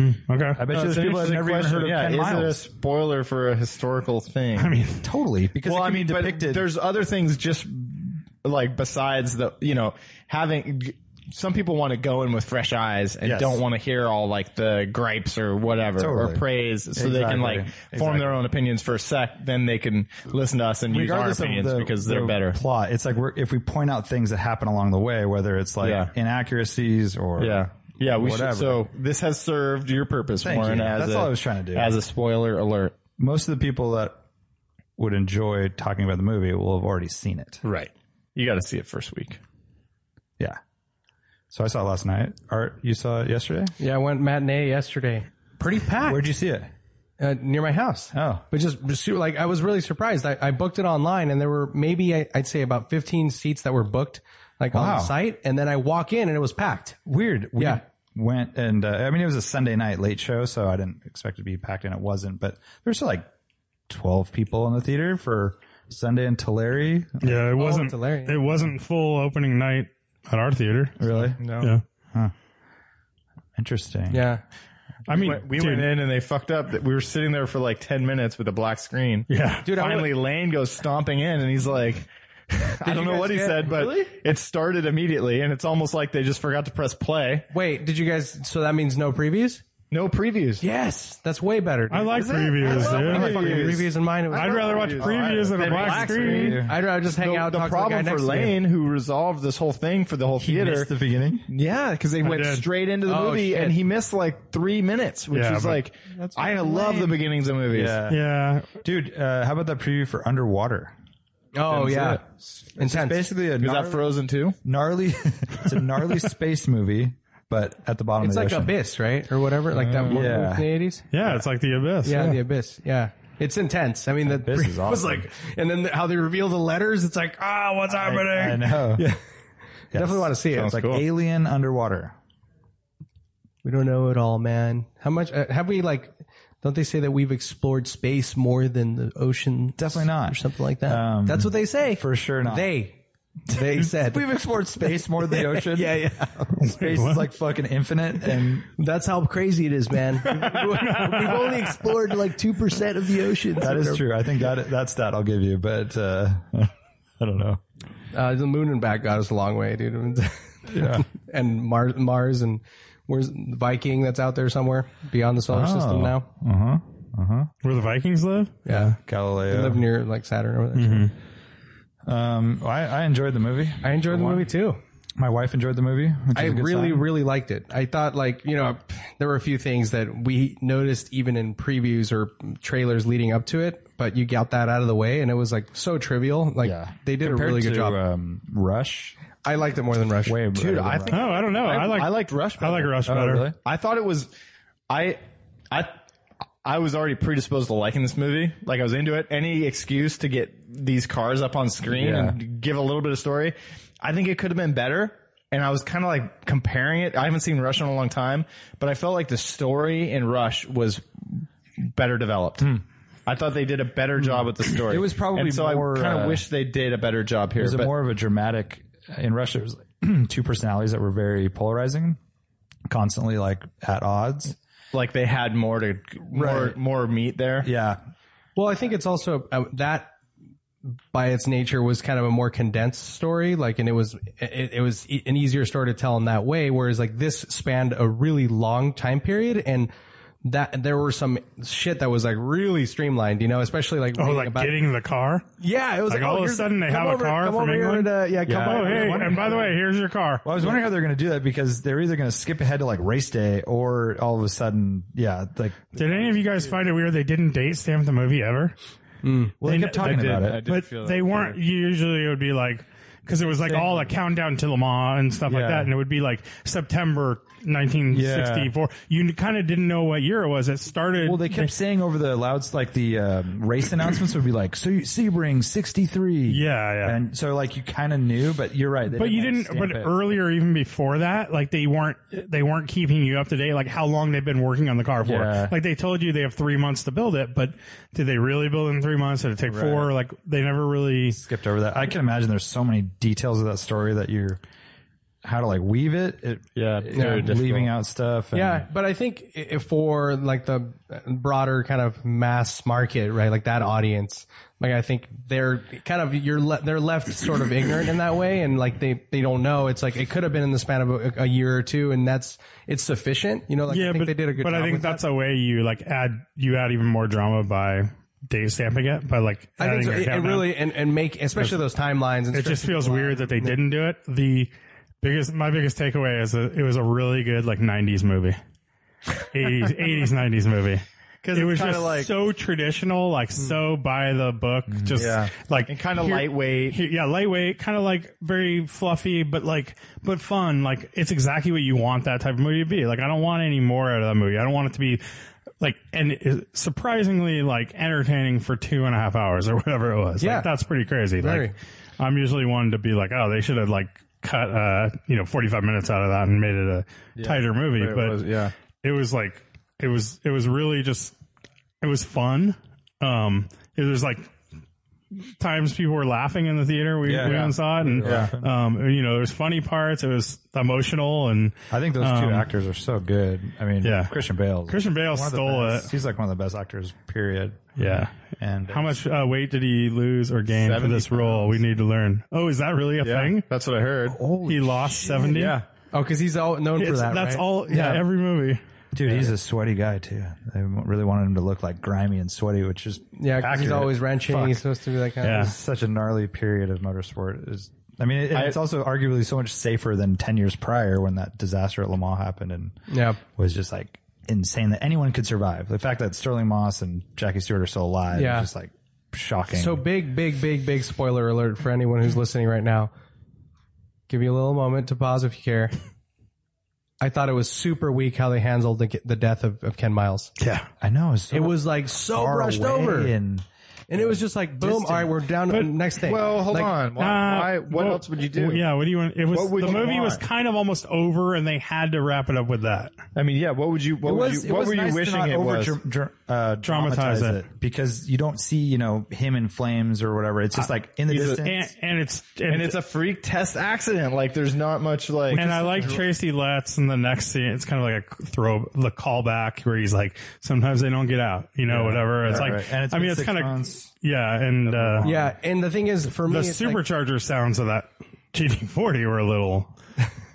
[SPEAKER 2] Okay,
[SPEAKER 1] I bet you there's people that have never even heard of
[SPEAKER 3] yeah,
[SPEAKER 1] Ken
[SPEAKER 3] is it a
[SPEAKER 1] Miles.
[SPEAKER 3] spoiler for a historical thing? I mean,
[SPEAKER 1] Totally, because
[SPEAKER 3] well,
[SPEAKER 1] it
[SPEAKER 3] I
[SPEAKER 1] can
[SPEAKER 3] mean,
[SPEAKER 1] be
[SPEAKER 3] but
[SPEAKER 1] depicted.
[SPEAKER 3] there's other things just like besides the you know having. Some people want to go in with fresh eyes and
[SPEAKER 1] Yes.
[SPEAKER 3] don't want to hear all like the gripes or whatever or
[SPEAKER 1] Totally.
[SPEAKER 3] praise, so they can
[SPEAKER 1] Exactly.
[SPEAKER 3] like form their own opinions for a sec. Then they can listen to us and use our
[SPEAKER 1] regardless of
[SPEAKER 3] opinions
[SPEAKER 1] the,
[SPEAKER 3] because they're
[SPEAKER 1] the
[SPEAKER 3] better.
[SPEAKER 1] plot. It's like we're, if we point out things that happen along the way, whether it's like
[SPEAKER 3] Yeah.
[SPEAKER 1] inaccuracies or
[SPEAKER 3] Yeah. Yeah, we
[SPEAKER 1] Whatever.
[SPEAKER 3] should. So this has served your purpose,
[SPEAKER 1] Thank
[SPEAKER 3] Warren.
[SPEAKER 1] you.
[SPEAKER 3] As
[SPEAKER 1] That's
[SPEAKER 3] a,
[SPEAKER 1] all I was trying to do.
[SPEAKER 3] As a spoiler alert,
[SPEAKER 1] most of the people that would enjoy talking about the movie will have already seen it.
[SPEAKER 3] right? You got to see it first week.
[SPEAKER 1] Yeah. So I saw it last night. Art, you saw it yesterday?
[SPEAKER 4] Yeah, I went matinee yesterday. Pretty packed
[SPEAKER 1] Where'd you see it?
[SPEAKER 4] uh, near my house.
[SPEAKER 1] Oh.
[SPEAKER 4] But just, just su- like I was really surprised. I, I booked it online, and there were maybe I, I'd say about 15 seats that were booked, like on
[SPEAKER 1] Wow.
[SPEAKER 4] the site. And then I walk in, and it was packed.
[SPEAKER 1] Weird. We
[SPEAKER 4] Yeah.
[SPEAKER 1] went and uh, I mean it was a Sunday night late show, so I didn't expect it to be packed, and it wasn't. But there's still like twelve people in the theater for Sunday in Tulare.
[SPEAKER 2] yeah, it wasn't.
[SPEAKER 4] hilarious.
[SPEAKER 2] it wasn't full opening night at our theater.
[SPEAKER 1] Really
[SPEAKER 2] Yeah.
[SPEAKER 1] interesting.
[SPEAKER 4] Yeah,
[SPEAKER 2] I mean,
[SPEAKER 3] went- we
[SPEAKER 2] dude,
[SPEAKER 3] went in and they fucked up. We were sitting there for like 10 minutes with a black screen.
[SPEAKER 2] Yeah.
[SPEAKER 4] dude. I
[SPEAKER 3] Finally,
[SPEAKER 4] went,
[SPEAKER 3] Lane goes stomping in and he's like, I don't know
[SPEAKER 4] guys
[SPEAKER 3] what he
[SPEAKER 4] get-
[SPEAKER 3] said, but it started immediately and it's almost like they just forgot to press play.
[SPEAKER 4] wait, did you guys? So that means no previews.
[SPEAKER 3] No previews.
[SPEAKER 4] Yes, that's way better. dude.
[SPEAKER 2] I like previews,
[SPEAKER 4] I like
[SPEAKER 2] dude.
[SPEAKER 4] fucking previews in mine. It was-
[SPEAKER 2] I'd rather watch previews than a black, screen.
[SPEAKER 4] I'd rather just hang
[SPEAKER 3] The,
[SPEAKER 4] out.
[SPEAKER 3] the
[SPEAKER 4] talk
[SPEAKER 3] problem
[SPEAKER 4] to the guy
[SPEAKER 3] for
[SPEAKER 4] next to me.
[SPEAKER 3] Lane, who resolved this whole thing for the whole theater,
[SPEAKER 1] Missed the beginning.
[SPEAKER 3] yeah, because they went
[SPEAKER 2] did.
[SPEAKER 3] straight into the
[SPEAKER 4] Oh,
[SPEAKER 3] movie
[SPEAKER 4] shit.
[SPEAKER 3] and he missed like three minutes, which
[SPEAKER 2] Yeah,
[SPEAKER 3] was
[SPEAKER 2] but-
[SPEAKER 3] like, I love the beginnings of movies.
[SPEAKER 1] Yeah.
[SPEAKER 2] Yeah,
[SPEAKER 1] dude. Uh, how about that preview for Underwater?
[SPEAKER 4] Oh yeah, intense.
[SPEAKER 1] Basically, a
[SPEAKER 3] Is that
[SPEAKER 1] gnarly,
[SPEAKER 3] Frozen too?
[SPEAKER 1] gnarly it's a gnarly space movie, but at the bottom
[SPEAKER 4] It's
[SPEAKER 1] of
[SPEAKER 4] like
[SPEAKER 1] the ocean.
[SPEAKER 4] Abyss, right, or whatever, like that one
[SPEAKER 1] yeah.
[SPEAKER 4] movie in the eighties.
[SPEAKER 2] yeah, it's like the abyss.
[SPEAKER 4] Yeah, the Abyss. Yeah, it's intense. I mean, the
[SPEAKER 1] Abyss is
[SPEAKER 4] it was
[SPEAKER 1] awesome.
[SPEAKER 4] like, and then how they reveal the letters. It's like, ah, what's happening?
[SPEAKER 1] I know. Yeah.
[SPEAKER 4] Definitely want to see it.
[SPEAKER 1] It's like alien underwater.
[SPEAKER 4] We don't know it all, man. How much uh, have we like? Don't they say that we've explored space more than the ocean?
[SPEAKER 1] Definitely not.
[SPEAKER 4] or something like that.
[SPEAKER 1] Um,
[SPEAKER 4] That's what they say.
[SPEAKER 1] For sure not.
[SPEAKER 4] They, they said.
[SPEAKER 1] We've explored space more than the ocean.
[SPEAKER 4] yeah, yeah.
[SPEAKER 1] Space is like fucking infinite and
[SPEAKER 4] That's how crazy it is, man. We've only explored like two percent of the ocean.
[SPEAKER 1] That is true. I think that that's that I'll give you, but uh, I don't know.
[SPEAKER 4] Uh, the moon and back got us a long way, dude. yeah. And Mars, Mars, and where's Viking that's out there somewhere beyond the solar
[SPEAKER 1] Oh.
[SPEAKER 4] system now?
[SPEAKER 2] Where the Vikings live?
[SPEAKER 4] Yeah.
[SPEAKER 1] Galileo.
[SPEAKER 4] Live near like Saturn over there.
[SPEAKER 1] Mm-hmm. Um, I, I enjoyed the movie.
[SPEAKER 4] I enjoyed the movie too.
[SPEAKER 1] My wife enjoyed the movie. Which is
[SPEAKER 4] I
[SPEAKER 1] a good
[SPEAKER 4] really,
[SPEAKER 1] sign.
[SPEAKER 4] really liked it. I thought like, you know, there were a few things that we noticed even in previews or trailers leading up to it, but you got that out of the way and it was like so trivial. Like
[SPEAKER 1] Yeah.
[SPEAKER 4] they did a
[SPEAKER 1] Compared
[SPEAKER 4] really good
[SPEAKER 1] to,
[SPEAKER 4] job.
[SPEAKER 1] Um, Rush.
[SPEAKER 4] I liked it more than Rush.
[SPEAKER 1] Way
[SPEAKER 3] Dude, I think
[SPEAKER 2] Oh, I don't know. I, like.
[SPEAKER 3] I liked Rush.
[SPEAKER 2] I like Rush
[SPEAKER 1] Oh,
[SPEAKER 2] better.
[SPEAKER 1] really?
[SPEAKER 3] I thought it was I I I was already predisposed to liking this movie. Like I was into it. Any excuse to get these cars up on screen and give a little bit of story, I think it could have been better. And I was kind of like comparing it. I haven't seen Rush in a long time, but I felt like the story in Rush was better developed. I thought they did a better job with the story.
[SPEAKER 1] Hmm. It was probably
[SPEAKER 3] and so
[SPEAKER 1] more,
[SPEAKER 3] I kind of
[SPEAKER 1] uh,
[SPEAKER 3] wish they did a better job here.
[SPEAKER 1] It was
[SPEAKER 3] but
[SPEAKER 1] more of a dramatic in Russia. There was like two personalities that were very polarizing, constantly like at odds.
[SPEAKER 3] like they had more to more
[SPEAKER 1] Right.
[SPEAKER 3] more meat there.
[SPEAKER 1] Yeah,
[SPEAKER 4] Well, I think it's also uh, that by its nature was kind of a more condensed story. Like, and it was, it, it was e- an easier story to tell in that way. Whereas like this spanned a really long time period and that there were some shit that was like really streamlined, you know, especially like,
[SPEAKER 2] Oh,
[SPEAKER 4] reading
[SPEAKER 2] like
[SPEAKER 4] about,
[SPEAKER 2] getting the car.
[SPEAKER 4] yeah, it was
[SPEAKER 2] Like,
[SPEAKER 4] like,
[SPEAKER 2] all of
[SPEAKER 4] oh,
[SPEAKER 2] a
[SPEAKER 4] here's-
[SPEAKER 2] sudden they
[SPEAKER 4] come
[SPEAKER 2] have a
[SPEAKER 4] over-
[SPEAKER 2] car
[SPEAKER 4] come
[SPEAKER 2] from
[SPEAKER 4] over here
[SPEAKER 2] England?
[SPEAKER 4] and, uh, yeah, come
[SPEAKER 1] Yeah.
[SPEAKER 2] Oh,
[SPEAKER 4] over.
[SPEAKER 2] hey, and by the way, here's your car.
[SPEAKER 1] Well, I was wondering how they're going to do that because they're either going to skip ahead to like race day or all of a sudden, yeah, like
[SPEAKER 2] Did any of you guys find it weird they didn't date stamp the movie ever?
[SPEAKER 1] well, they,
[SPEAKER 2] They-
[SPEAKER 1] kept talking
[SPEAKER 2] they
[SPEAKER 1] about
[SPEAKER 2] did.
[SPEAKER 1] it.
[SPEAKER 2] but they weren't. Usually, it would be like because it was like all a countdown to Le Mans and stuff like
[SPEAKER 1] Yeah.
[SPEAKER 2] that, and it would be like September 1964. You kind of didn't know what year it was. It started.
[SPEAKER 1] Well, they kept saying over the louds, like the um, race announcements would be like, "So Sebring sixty three,
[SPEAKER 2] Yeah, yeah.
[SPEAKER 1] and so like you kind of knew, but you're right. they
[SPEAKER 2] but you
[SPEAKER 1] like,
[SPEAKER 2] didn't.
[SPEAKER 1] stamp
[SPEAKER 2] But
[SPEAKER 1] it.
[SPEAKER 2] earlier, even before that, like they weren't. They weren't keeping you up to date. Like how long they've been working on the car for.
[SPEAKER 1] Yeah.
[SPEAKER 2] Like they told you they have three months to build it, but did they really build it in three months? Did it take four? Like they never really.
[SPEAKER 1] skipped over that. I can imagine there's so many details of that story that you're how to like weave it. it
[SPEAKER 3] Yeah, very
[SPEAKER 1] and leaving out stuff. and-
[SPEAKER 4] Yeah, but I think i- for like the broader kind of mass market, right? Like that audience, like I think they're kind of you're le- they're left sort of ignorant in that way, and like they they don't know. It's like it could have been in the span of a, a year or two, and that's it's sufficient. You know, like I think
[SPEAKER 2] but,
[SPEAKER 4] they did a good.
[SPEAKER 2] but
[SPEAKER 4] job
[SPEAKER 2] I think
[SPEAKER 4] with
[SPEAKER 2] that's a way you like add you add even more drama by date stamping it by like
[SPEAKER 4] that. I
[SPEAKER 2] adding
[SPEAKER 4] think so.
[SPEAKER 2] your
[SPEAKER 4] it, it
[SPEAKER 2] countdown.
[SPEAKER 4] really and, and make especially those timelines. And
[SPEAKER 2] it just feels weird that they didn't do it. The biggest my biggest takeaway is that it was a really good like '90s movie, '80s '80s '90s movie. Because it was
[SPEAKER 3] kinda
[SPEAKER 2] just
[SPEAKER 3] like-
[SPEAKER 2] so traditional, like
[SPEAKER 4] Mm.
[SPEAKER 2] so by the book, just like
[SPEAKER 3] and kind of
[SPEAKER 2] here-
[SPEAKER 3] lightweight.
[SPEAKER 2] here- yeah, lightweight, kind of like very fluffy, but like, but fun. Like, it's exactly what you want that type of movie to be. Like, I don't want any more out of that movie. I don't want it to be like, and it- surprisingly, like entertaining for two and a half hours or whatever it was.
[SPEAKER 4] Yeah.
[SPEAKER 2] Like, that's pretty crazy.
[SPEAKER 4] Very.
[SPEAKER 2] Like, I'm usually one to be like, oh, they should have like cut, uh, you know, 45 minutes out of that and made it a tighter movie. But
[SPEAKER 3] was- yeah.
[SPEAKER 2] it was like, it was, it was really just, it was fun. Um, it was like times people were laughing in the theater. We, we went and saw it, and um, you know, there's funny parts. It was emotional, and
[SPEAKER 1] I think those two actors are so good. I mean,
[SPEAKER 2] Um, yeah.
[SPEAKER 1] Christian Bale.
[SPEAKER 2] Christian Bale stole it.
[SPEAKER 1] He's like one of the best actors. Period.
[SPEAKER 2] Yeah.
[SPEAKER 1] And
[SPEAKER 2] How much uh, weight did he lose or gain for
[SPEAKER 3] 70
[SPEAKER 2] this role? We need to learn. Oh, is that really a thing?
[SPEAKER 3] That's what I heard.
[SPEAKER 2] he lost seventy. Yeah,
[SPEAKER 4] oh, because he's all known for that.
[SPEAKER 2] that's
[SPEAKER 4] right?
[SPEAKER 2] all. Yeah, every movie.
[SPEAKER 1] Dude, he's a sweaty guy too. They really wanted him to look like grimy and sweaty, which is
[SPEAKER 4] Yeah, because he's
[SPEAKER 1] accurate.
[SPEAKER 4] always wrenching.
[SPEAKER 1] Fuck.
[SPEAKER 4] He's supposed to be like, kind of-
[SPEAKER 2] Yeah.
[SPEAKER 1] such a gnarly period of motorsport. Is I mean, it, it's also arguably so much safer than ten years prior when that disaster at Le Mans happened and
[SPEAKER 4] Yeah.
[SPEAKER 1] was just like insane that anyone could survive. The fact that Sterling Moss and Jackie Stewart are still alive
[SPEAKER 4] Yeah.
[SPEAKER 1] is just like shocking.
[SPEAKER 4] So big, big, big, big spoiler alert for anyone who's listening right now. Give me a little moment to pause if you care. I thought it was super weak how they handled the, the death of, of Ken Miles.
[SPEAKER 2] Yeah,
[SPEAKER 1] I know it's so
[SPEAKER 4] It was like so
[SPEAKER 1] far
[SPEAKER 4] brushed
[SPEAKER 1] away
[SPEAKER 4] over, and,
[SPEAKER 1] and
[SPEAKER 4] it was just like boom. All right, we're down to the next thing.
[SPEAKER 3] Well, hold
[SPEAKER 4] Like,
[SPEAKER 3] on. Why?
[SPEAKER 2] Uh,
[SPEAKER 3] why what
[SPEAKER 2] well,
[SPEAKER 3] else would you do?
[SPEAKER 2] Yeah, what do you want? It was
[SPEAKER 3] What would
[SPEAKER 2] the
[SPEAKER 3] you
[SPEAKER 2] movie was
[SPEAKER 3] want?
[SPEAKER 2] kind of almost over, and they had to wrap it up with that.
[SPEAKER 3] I mean, yeah. What would you? What
[SPEAKER 1] It
[SPEAKER 3] would
[SPEAKER 1] was-
[SPEAKER 3] you?
[SPEAKER 1] it
[SPEAKER 3] What
[SPEAKER 1] was
[SPEAKER 3] were
[SPEAKER 1] nice
[SPEAKER 3] you
[SPEAKER 1] to
[SPEAKER 3] wishing
[SPEAKER 1] not
[SPEAKER 3] it
[SPEAKER 1] over
[SPEAKER 3] was?
[SPEAKER 1] dra- dra- uh, dramatize,
[SPEAKER 2] Dramatize it.
[SPEAKER 1] it. because you don't see you know him in flames or whatever. It's just like in the
[SPEAKER 3] he's a-
[SPEAKER 1] distance.
[SPEAKER 2] And, and it's
[SPEAKER 3] and it's a freak test accident. Like, there's not much like.
[SPEAKER 2] And I like Tracy Letts in the next scene. It's kind of like a throw, the callback where he's like, sometimes they don't get out, you know, whatever. It's like,
[SPEAKER 1] right. And it's
[SPEAKER 2] I mean,
[SPEAKER 1] been
[SPEAKER 2] it's
[SPEAKER 1] six
[SPEAKER 2] kind of,
[SPEAKER 1] months.
[SPEAKER 2] yeah. And, uh,
[SPEAKER 4] yeah. And the thing is, for me,
[SPEAKER 2] the
[SPEAKER 4] it's like-
[SPEAKER 2] supercharger sounds of that GT40 were a little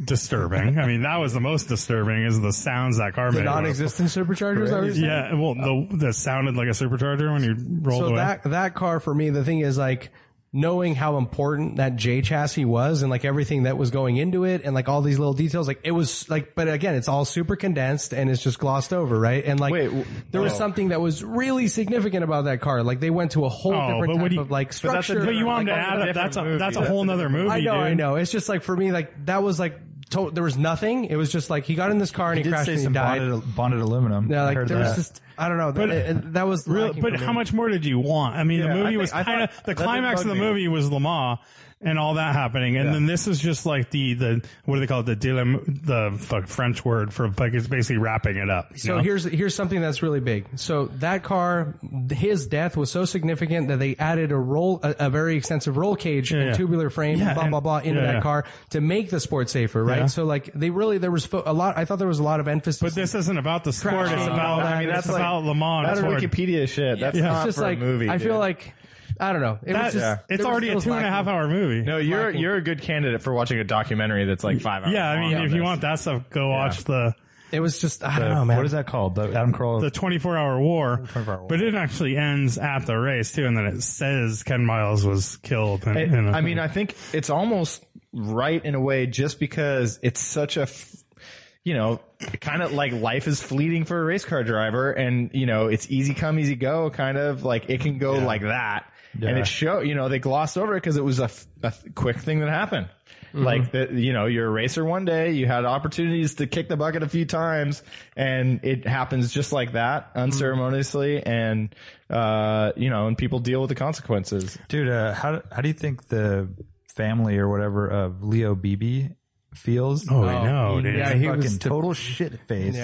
[SPEAKER 2] disturbing. I mean, that was the most disturbing is the sounds that car made.
[SPEAKER 4] non-existent superchargers. I was
[SPEAKER 2] Yeah. Well, the, that sounded like a supercharger when you rolled
[SPEAKER 4] uh, so
[SPEAKER 2] away.
[SPEAKER 4] that that car for me, the thing is like knowing how important that J chassis was and like everything that was going into it and like all these little details, like it was like, but again, it's all super condensed and it's just glossed over, right? And like
[SPEAKER 3] Wait, w-
[SPEAKER 4] there was something that was really significant about that car. Like they went to a whole
[SPEAKER 2] Oh,
[SPEAKER 4] different
[SPEAKER 2] but what
[SPEAKER 4] type
[SPEAKER 2] do you-
[SPEAKER 4] of like
[SPEAKER 2] but, that's
[SPEAKER 4] structure.
[SPEAKER 2] a, but you want
[SPEAKER 4] like,
[SPEAKER 2] him to
[SPEAKER 4] all
[SPEAKER 2] add
[SPEAKER 4] that-
[SPEAKER 2] up. That's a, that's a whole nother movie.
[SPEAKER 4] I know,
[SPEAKER 2] dude.
[SPEAKER 4] I know. It's just like for me, like that was like to- there was nothing. It was just like he got in this car and he,
[SPEAKER 1] Did
[SPEAKER 4] crashed
[SPEAKER 1] say
[SPEAKER 4] and he
[SPEAKER 1] some
[SPEAKER 4] died.
[SPEAKER 1] bonded, bonded aluminum.
[SPEAKER 4] Yeah,
[SPEAKER 1] I
[SPEAKER 4] like
[SPEAKER 1] heard
[SPEAKER 4] there was
[SPEAKER 1] that.
[SPEAKER 4] just I don't know.
[SPEAKER 2] But-
[SPEAKER 4] that, and that was
[SPEAKER 2] Real,
[SPEAKER 4] lacking
[SPEAKER 2] but
[SPEAKER 4] for
[SPEAKER 2] how
[SPEAKER 4] me.
[SPEAKER 2] much more did you want? I mean, the movie
[SPEAKER 3] think-
[SPEAKER 2] was
[SPEAKER 3] I
[SPEAKER 2] kind of
[SPEAKER 3] thought-
[SPEAKER 2] the
[SPEAKER 3] that did
[SPEAKER 2] climax of
[SPEAKER 3] bug
[SPEAKER 2] the
[SPEAKER 3] me.
[SPEAKER 2] movie was Lamar and all that happening, and then this is just like the the what do they call it? The dilem, the fuck French word for like it's basically wrapping it up. you
[SPEAKER 4] So
[SPEAKER 2] know?
[SPEAKER 4] here's here's something that's really big. So that car, his death was so significant that they added a roll, a, a very extensive roll cage
[SPEAKER 2] yeah.
[SPEAKER 4] and tubular frame,
[SPEAKER 2] Yeah,
[SPEAKER 4] blah
[SPEAKER 2] and-
[SPEAKER 4] blah blah, into
[SPEAKER 2] yeah,
[SPEAKER 4] that
[SPEAKER 2] yeah.
[SPEAKER 4] car to make the sport safer, right?
[SPEAKER 2] Yeah.
[SPEAKER 4] So like they really there was fo- a lot. I thought there was a lot of emphasis.
[SPEAKER 2] but this isn't about the sport. It's
[SPEAKER 4] Crashing.
[SPEAKER 2] about
[SPEAKER 4] I
[SPEAKER 2] I
[SPEAKER 4] mean,
[SPEAKER 2] mean,
[SPEAKER 4] that's
[SPEAKER 2] that's
[SPEAKER 4] like-
[SPEAKER 2] about Lamar.
[SPEAKER 3] That's Wikipedia shit. That's
[SPEAKER 4] it's
[SPEAKER 3] not
[SPEAKER 4] just
[SPEAKER 3] for
[SPEAKER 4] like
[SPEAKER 3] a movie.
[SPEAKER 4] I feel
[SPEAKER 3] dude.
[SPEAKER 4] like I don't know. It was just,
[SPEAKER 2] it's
[SPEAKER 4] there was-
[SPEAKER 2] already
[SPEAKER 4] it
[SPEAKER 2] a
[SPEAKER 4] was
[SPEAKER 2] two and a
[SPEAKER 4] lacking.
[SPEAKER 2] half hour movie.
[SPEAKER 3] No, you're
[SPEAKER 4] lacking.
[SPEAKER 3] you're a good candidate for watching a documentary that's like five hours.
[SPEAKER 2] yeah, I mean,
[SPEAKER 3] long.
[SPEAKER 2] if you want that stuff, go watch the
[SPEAKER 4] It was just I don't
[SPEAKER 1] Uh,
[SPEAKER 3] Oh,
[SPEAKER 4] know, man.
[SPEAKER 1] What is that called? The Adam Carolla.
[SPEAKER 2] the 24 hour war,
[SPEAKER 4] 24-hour war.
[SPEAKER 2] but it actually ends at the race too. And then it says Ken Miles was killed. And,
[SPEAKER 3] It-
[SPEAKER 2] and-
[SPEAKER 3] I mean, I think it's almost right in a way, just because it's such a, f- you know, kind of like life is fleeting for a race car driver, and you know, it's easy come, easy go, kind of like it can go like that, and
[SPEAKER 1] Yeah.
[SPEAKER 3] it show, you know, they glossed over it because it was a, f- a th- quick thing that happened. Like that, you know, you're a racer one day, you had opportunities to kick the bucket a few times, and it happens just like that, unceremoniously, and uh, you know, and people deal with the consequences.
[SPEAKER 1] Dude, uh, how how do you think the family or whatever of Leo Beebe feels?
[SPEAKER 2] oh, I know, dude.
[SPEAKER 1] yeah,
[SPEAKER 2] Yeah.
[SPEAKER 4] he
[SPEAKER 1] he fucking
[SPEAKER 4] was the-
[SPEAKER 1] total shit face.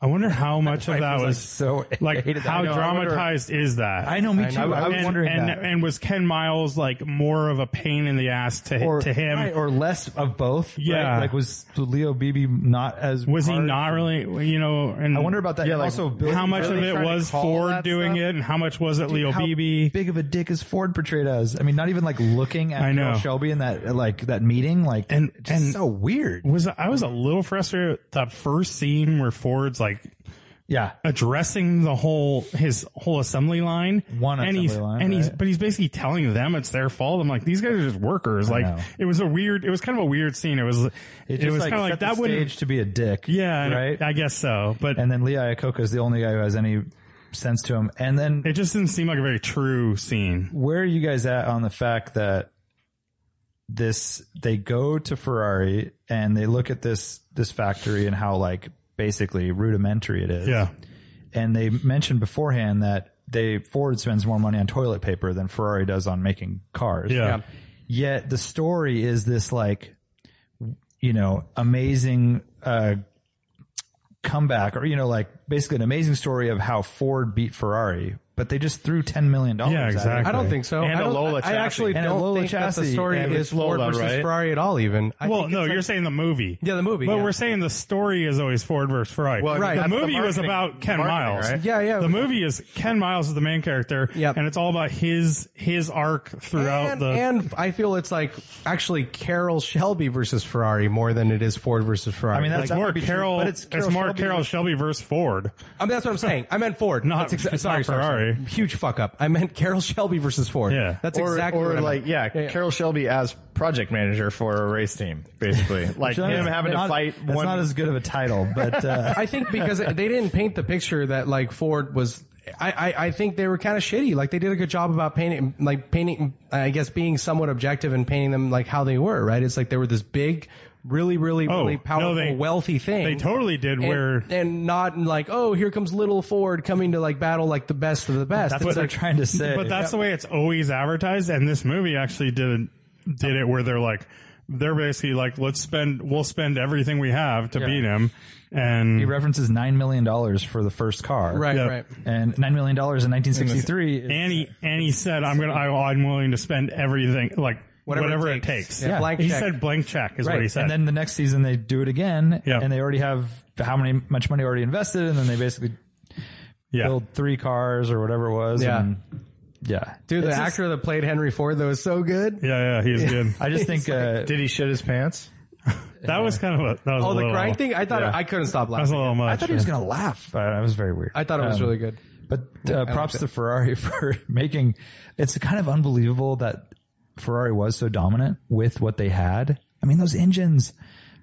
[SPEAKER 2] I wonder how much of that was
[SPEAKER 1] so
[SPEAKER 2] like
[SPEAKER 1] hated that.
[SPEAKER 2] how
[SPEAKER 1] I know, I wonder-
[SPEAKER 2] dramatized is that?
[SPEAKER 1] I know, me too. I, was
[SPEAKER 2] and,
[SPEAKER 1] wondering
[SPEAKER 2] and,
[SPEAKER 1] that.
[SPEAKER 2] and was Ken Miles like more of a pain in the ass to to him?
[SPEAKER 1] right, or less of both. right?
[SPEAKER 2] Yeah.
[SPEAKER 1] like was Leo Beebe not as
[SPEAKER 2] was he
[SPEAKER 1] hard?
[SPEAKER 2] not really, you know? And
[SPEAKER 1] I wonder about that.
[SPEAKER 3] Yeah,
[SPEAKER 1] And
[SPEAKER 3] like,
[SPEAKER 1] also Bill-
[SPEAKER 2] how much
[SPEAKER 3] Are
[SPEAKER 2] of
[SPEAKER 3] they
[SPEAKER 2] it
[SPEAKER 3] trying to
[SPEAKER 2] was
[SPEAKER 3] call
[SPEAKER 2] Ford
[SPEAKER 3] that
[SPEAKER 2] doing
[SPEAKER 3] stuff?
[SPEAKER 2] it, and how much was it Leo
[SPEAKER 1] how
[SPEAKER 2] Beebe?
[SPEAKER 1] Big of a dick is Ford portrayed as. I mean, not even like looking at
[SPEAKER 2] I know.
[SPEAKER 1] Carroll Shelby in that like that meeting. Like,
[SPEAKER 2] And-
[SPEAKER 1] just
[SPEAKER 2] and-
[SPEAKER 1] so weird.
[SPEAKER 2] was I was a little frustrated with that first scene where Ford's like
[SPEAKER 1] Yeah,
[SPEAKER 2] addressing the whole his whole assembly line.
[SPEAKER 1] One
[SPEAKER 2] and
[SPEAKER 1] assembly
[SPEAKER 2] he's,
[SPEAKER 1] line,
[SPEAKER 2] and he's
[SPEAKER 1] right.
[SPEAKER 2] but he's basically telling them it's their fault. I'm like, these guys are just workers. like
[SPEAKER 1] know.
[SPEAKER 2] it was a weird, it was kind of a weird scene. It was it,
[SPEAKER 1] just,
[SPEAKER 2] was kind
[SPEAKER 1] set
[SPEAKER 2] of like
[SPEAKER 1] the
[SPEAKER 2] that wouldn't.
[SPEAKER 1] stage to be a dick.
[SPEAKER 2] Yeah, and
[SPEAKER 1] right.
[SPEAKER 2] I guess so, but
[SPEAKER 1] and then Lee Iacocca is the only guy who has any sense to him. And then
[SPEAKER 2] it just didn't seem like a very true scene.
[SPEAKER 1] where are you guys at on the fact that this they go to Ferrari and they look at this this factory and how like basically rudimentary it is.
[SPEAKER 2] Yeah,
[SPEAKER 1] And they mentioned beforehand that they Ford spends more money on toilet paper than Ferrari does on making cars.
[SPEAKER 2] yeah,
[SPEAKER 1] Yet the story is this like you know, amazing uh comeback or you know like basically an amazing story of how Ford beat Ferrari, but they just threw 10 million dollars
[SPEAKER 2] Yeah,
[SPEAKER 1] at it.
[SPEAKER 2] exactly.
[SPEAKER 4] I don't think so.
[SPEAKER 3] And
[SPEAKER 4] I
[SPEAKER 3] a
[SPEAKER 4] don't-
[SPEAKER 3] Lola
[SPEAKER 4] I
[SPEAKER 3] chassis.
[SPEAKER 4] actually
[SPEAKER 1] And a
[SPEAKER 4] don't
[SPEAKER 1] Lola
[SPEAKER 4] think that the
[SPEAKER 1] chassis.
[SPEAKER 4] story
[SPEAKER 3] And
[SPEAKER 4] is
[SPEAKER 3] it's
[SPEAKER 4] Ford
[SPEAKER 3] Lola,
[SPEAKER 4] versus
[SPEAKER 3] right?
[SPEAKER 4] Ferrari at all. Even I
[SPEAKER 2] Well,
[SPEAKER 4] think
[SPEAKER 2] no,
[SPEAKER 4] it's
[SPEAKER 2] you're
[SPEAKER 4] like-
[SPEAKER 2] saying the movie.
[SPEAKER 4] Yeah, the movie,
[SPEAKER 2] But
[SPEAKER 4] yeah.
[SPEAKER 2] we're saying the story is always Ford versus Ferrari.
[SPEAKER 3] Well,
[SPEAKER 4] Right.
[SPEAKER 2] The
[SPEAKER 4] that's the
[SPEAKER 2] movie was
[SPEAKER 3] marketing-
[SPEAKER 2] about Ken
[SPEAKER 3] marketing,
[SPEAKER 2] Miles.
[SPEAKER 3] right?
[SPEAKER 4] Yeah, yeah.
[SPEAKER 2] The movie is Ken Miles is the main character.
[SPEAKER 4] Yep.
[SPEAKER 2] And it's all about his his arc throughout
[SPEAKER 4] and,
[SPEAKER 2] the
[SPEAKER 4] and I feel it's like actually Carol Shelby versus Ferrari more than it is Ford versus Ferrari.
[SPEAKER 1] I mean, that's
[SPEAKER 2] It's
[SPEAKER 1] that
[SPEAKER 2] more
[SPEAKER 1] would be true,
[SPEAKER 2] Carol.
[SPEAKER 1] but
[SPEAKER 2] it's, more
[SPEAKER 1] Shelby.
[SPEAKER 2] Carol Shelby versus Ford.
[SPEAKER 4] I mean, Um, that's what I'm saying. I meant Ford.
[SPEAKER 2] Not-
[SPEAKER 4] That's
[SPEAKER 2] it's
[SPEAKER 4] sorry,
[SPEAKER 2] not
[SPEAKER 4] sorry, sorry.
[SPEAKER 2] Ferrari.
[SPEAKER 4] Huge fuck up. I meant Carol Shelby versus Ford.
[SPEAKER 2] Yeah.
[SPEAKER 4] that's
[SPEAKER 3] or,
[SPEAKER 4] exactly.
[SPEAKER 3] or
[SPEAKER 4] what I meant.
[SPEAKER 3] like yeah, Carol Shelby as project manager for a race team, basically. like
[SPEAKER 1] Not
[SPEAKER 3] him
[SPEAKER 1] as-
[SPEAKER 3] having
[SPEAKER 1] not-
[SPEAKER 3] to fight
[SPEAKER 1] That's
[SPEAKER 3] one.
[SPEAKER 1] not as good of a title, but uh,
[SPEAKER 4] I think because they didn't paint the picture that like Ford was. I, I, I think they were kind of shitty. Like they did a good job about painting, like painting. I guess being somewhat objective and painting them like how they were. Right? It's like they were this big, really, really,
[SPEAKER 2] Oh,
[SPEAKER 4] really
[SPEAKER 2] no,
[SPEAKER 4] powerful,
[SPEAKER 2] they-
[SPEAKER 4] wealthy thing.
[SPEAKER 2] They totally did.
[SPEAKER 4] And,
[SPEAKER 2] where
[SPEAKER 4] and not like oh here comes little Ford coming to like battle like the best of the best.
[SPEAKER 1] that's
[SPEAKER 4] It's
[SPEAKER 1] what they're
[SPEAKER 4] like-
[SPEAKER 1] trying to say.
[SPEAKER 2] but that's the way it's always advertised. And this movie actually did did it where they're like they're basically like let's spend we'll spend everything we have to beat him. And
[SPEAKER 1] he references nine million dollars for the first car,
[SPEAKER 4] right,
[SPEAKER 2] Yeah.
[SPEAKER 4] right.
[SPEAKER 1] And nine million dollars in 1963. is-
[SPEAKER 2] and he and he said I'm gonna I, I'm willing to spend everything like
[SPEAKER 4] Whatever
[SPEAKER 2] whatever,
[SPEAKER 4] it
[SPEAKER 2] it
[SPEAKER 4] takes.
[SPEAKER 2] takes.
[SPEAKER 4] Yeah. Blank
[SPEAKER 2] he
[SPEAKER 4] check.
[SPEAKER 2] said blank check is what he
[SPEAKER 1] Right,
[SPEAKER 2] said.
[SPEAKER 1] and then the next season they do it again,
[SPEAKER 2] Yeah.
[SPEAKER 1] and they already have how many much money already invested, and then they basically
[SPEAKER 2] yeah.
[SPEAKER 1] build three cars or whatever it was.
[SPEAKER 4] Yeah.
[SPEAKER 1] and, yeah.
[SPEAKER 4] Dude, the
[SPEAKER 1] It's just-
[SPEAKER 4] actor that played Henry Ford though is so good.
[SPEAKER 2] yeah, yeah, he's good.
[SPEAKER 1] I just think uh,
[SPEAKER 3] did he shit his pants?
[SPEAKER 2] That was kind of a that was a
[SPEAKER 4] Oh, the
[SPEAKER 2] little-
[SPEAKER 4] grind thing. I thought I couldn't stop
[SPEAKER 2] That was a
[SPEAKER 4] laughing.
[SPEAKER 2] little much.
[SPEAKER 1] I thought he was gonna laugh. Uh, that was very weird.
[SPEAKER 4] I thought it was
[SPEAKER 1] Um,
[SPEAKER 4] really good.
[SPEAKER 1] But uh, props to Ferrari for making. It's kind of unbelievable that Ferrari was so dominant with what they had. I mean, those engines,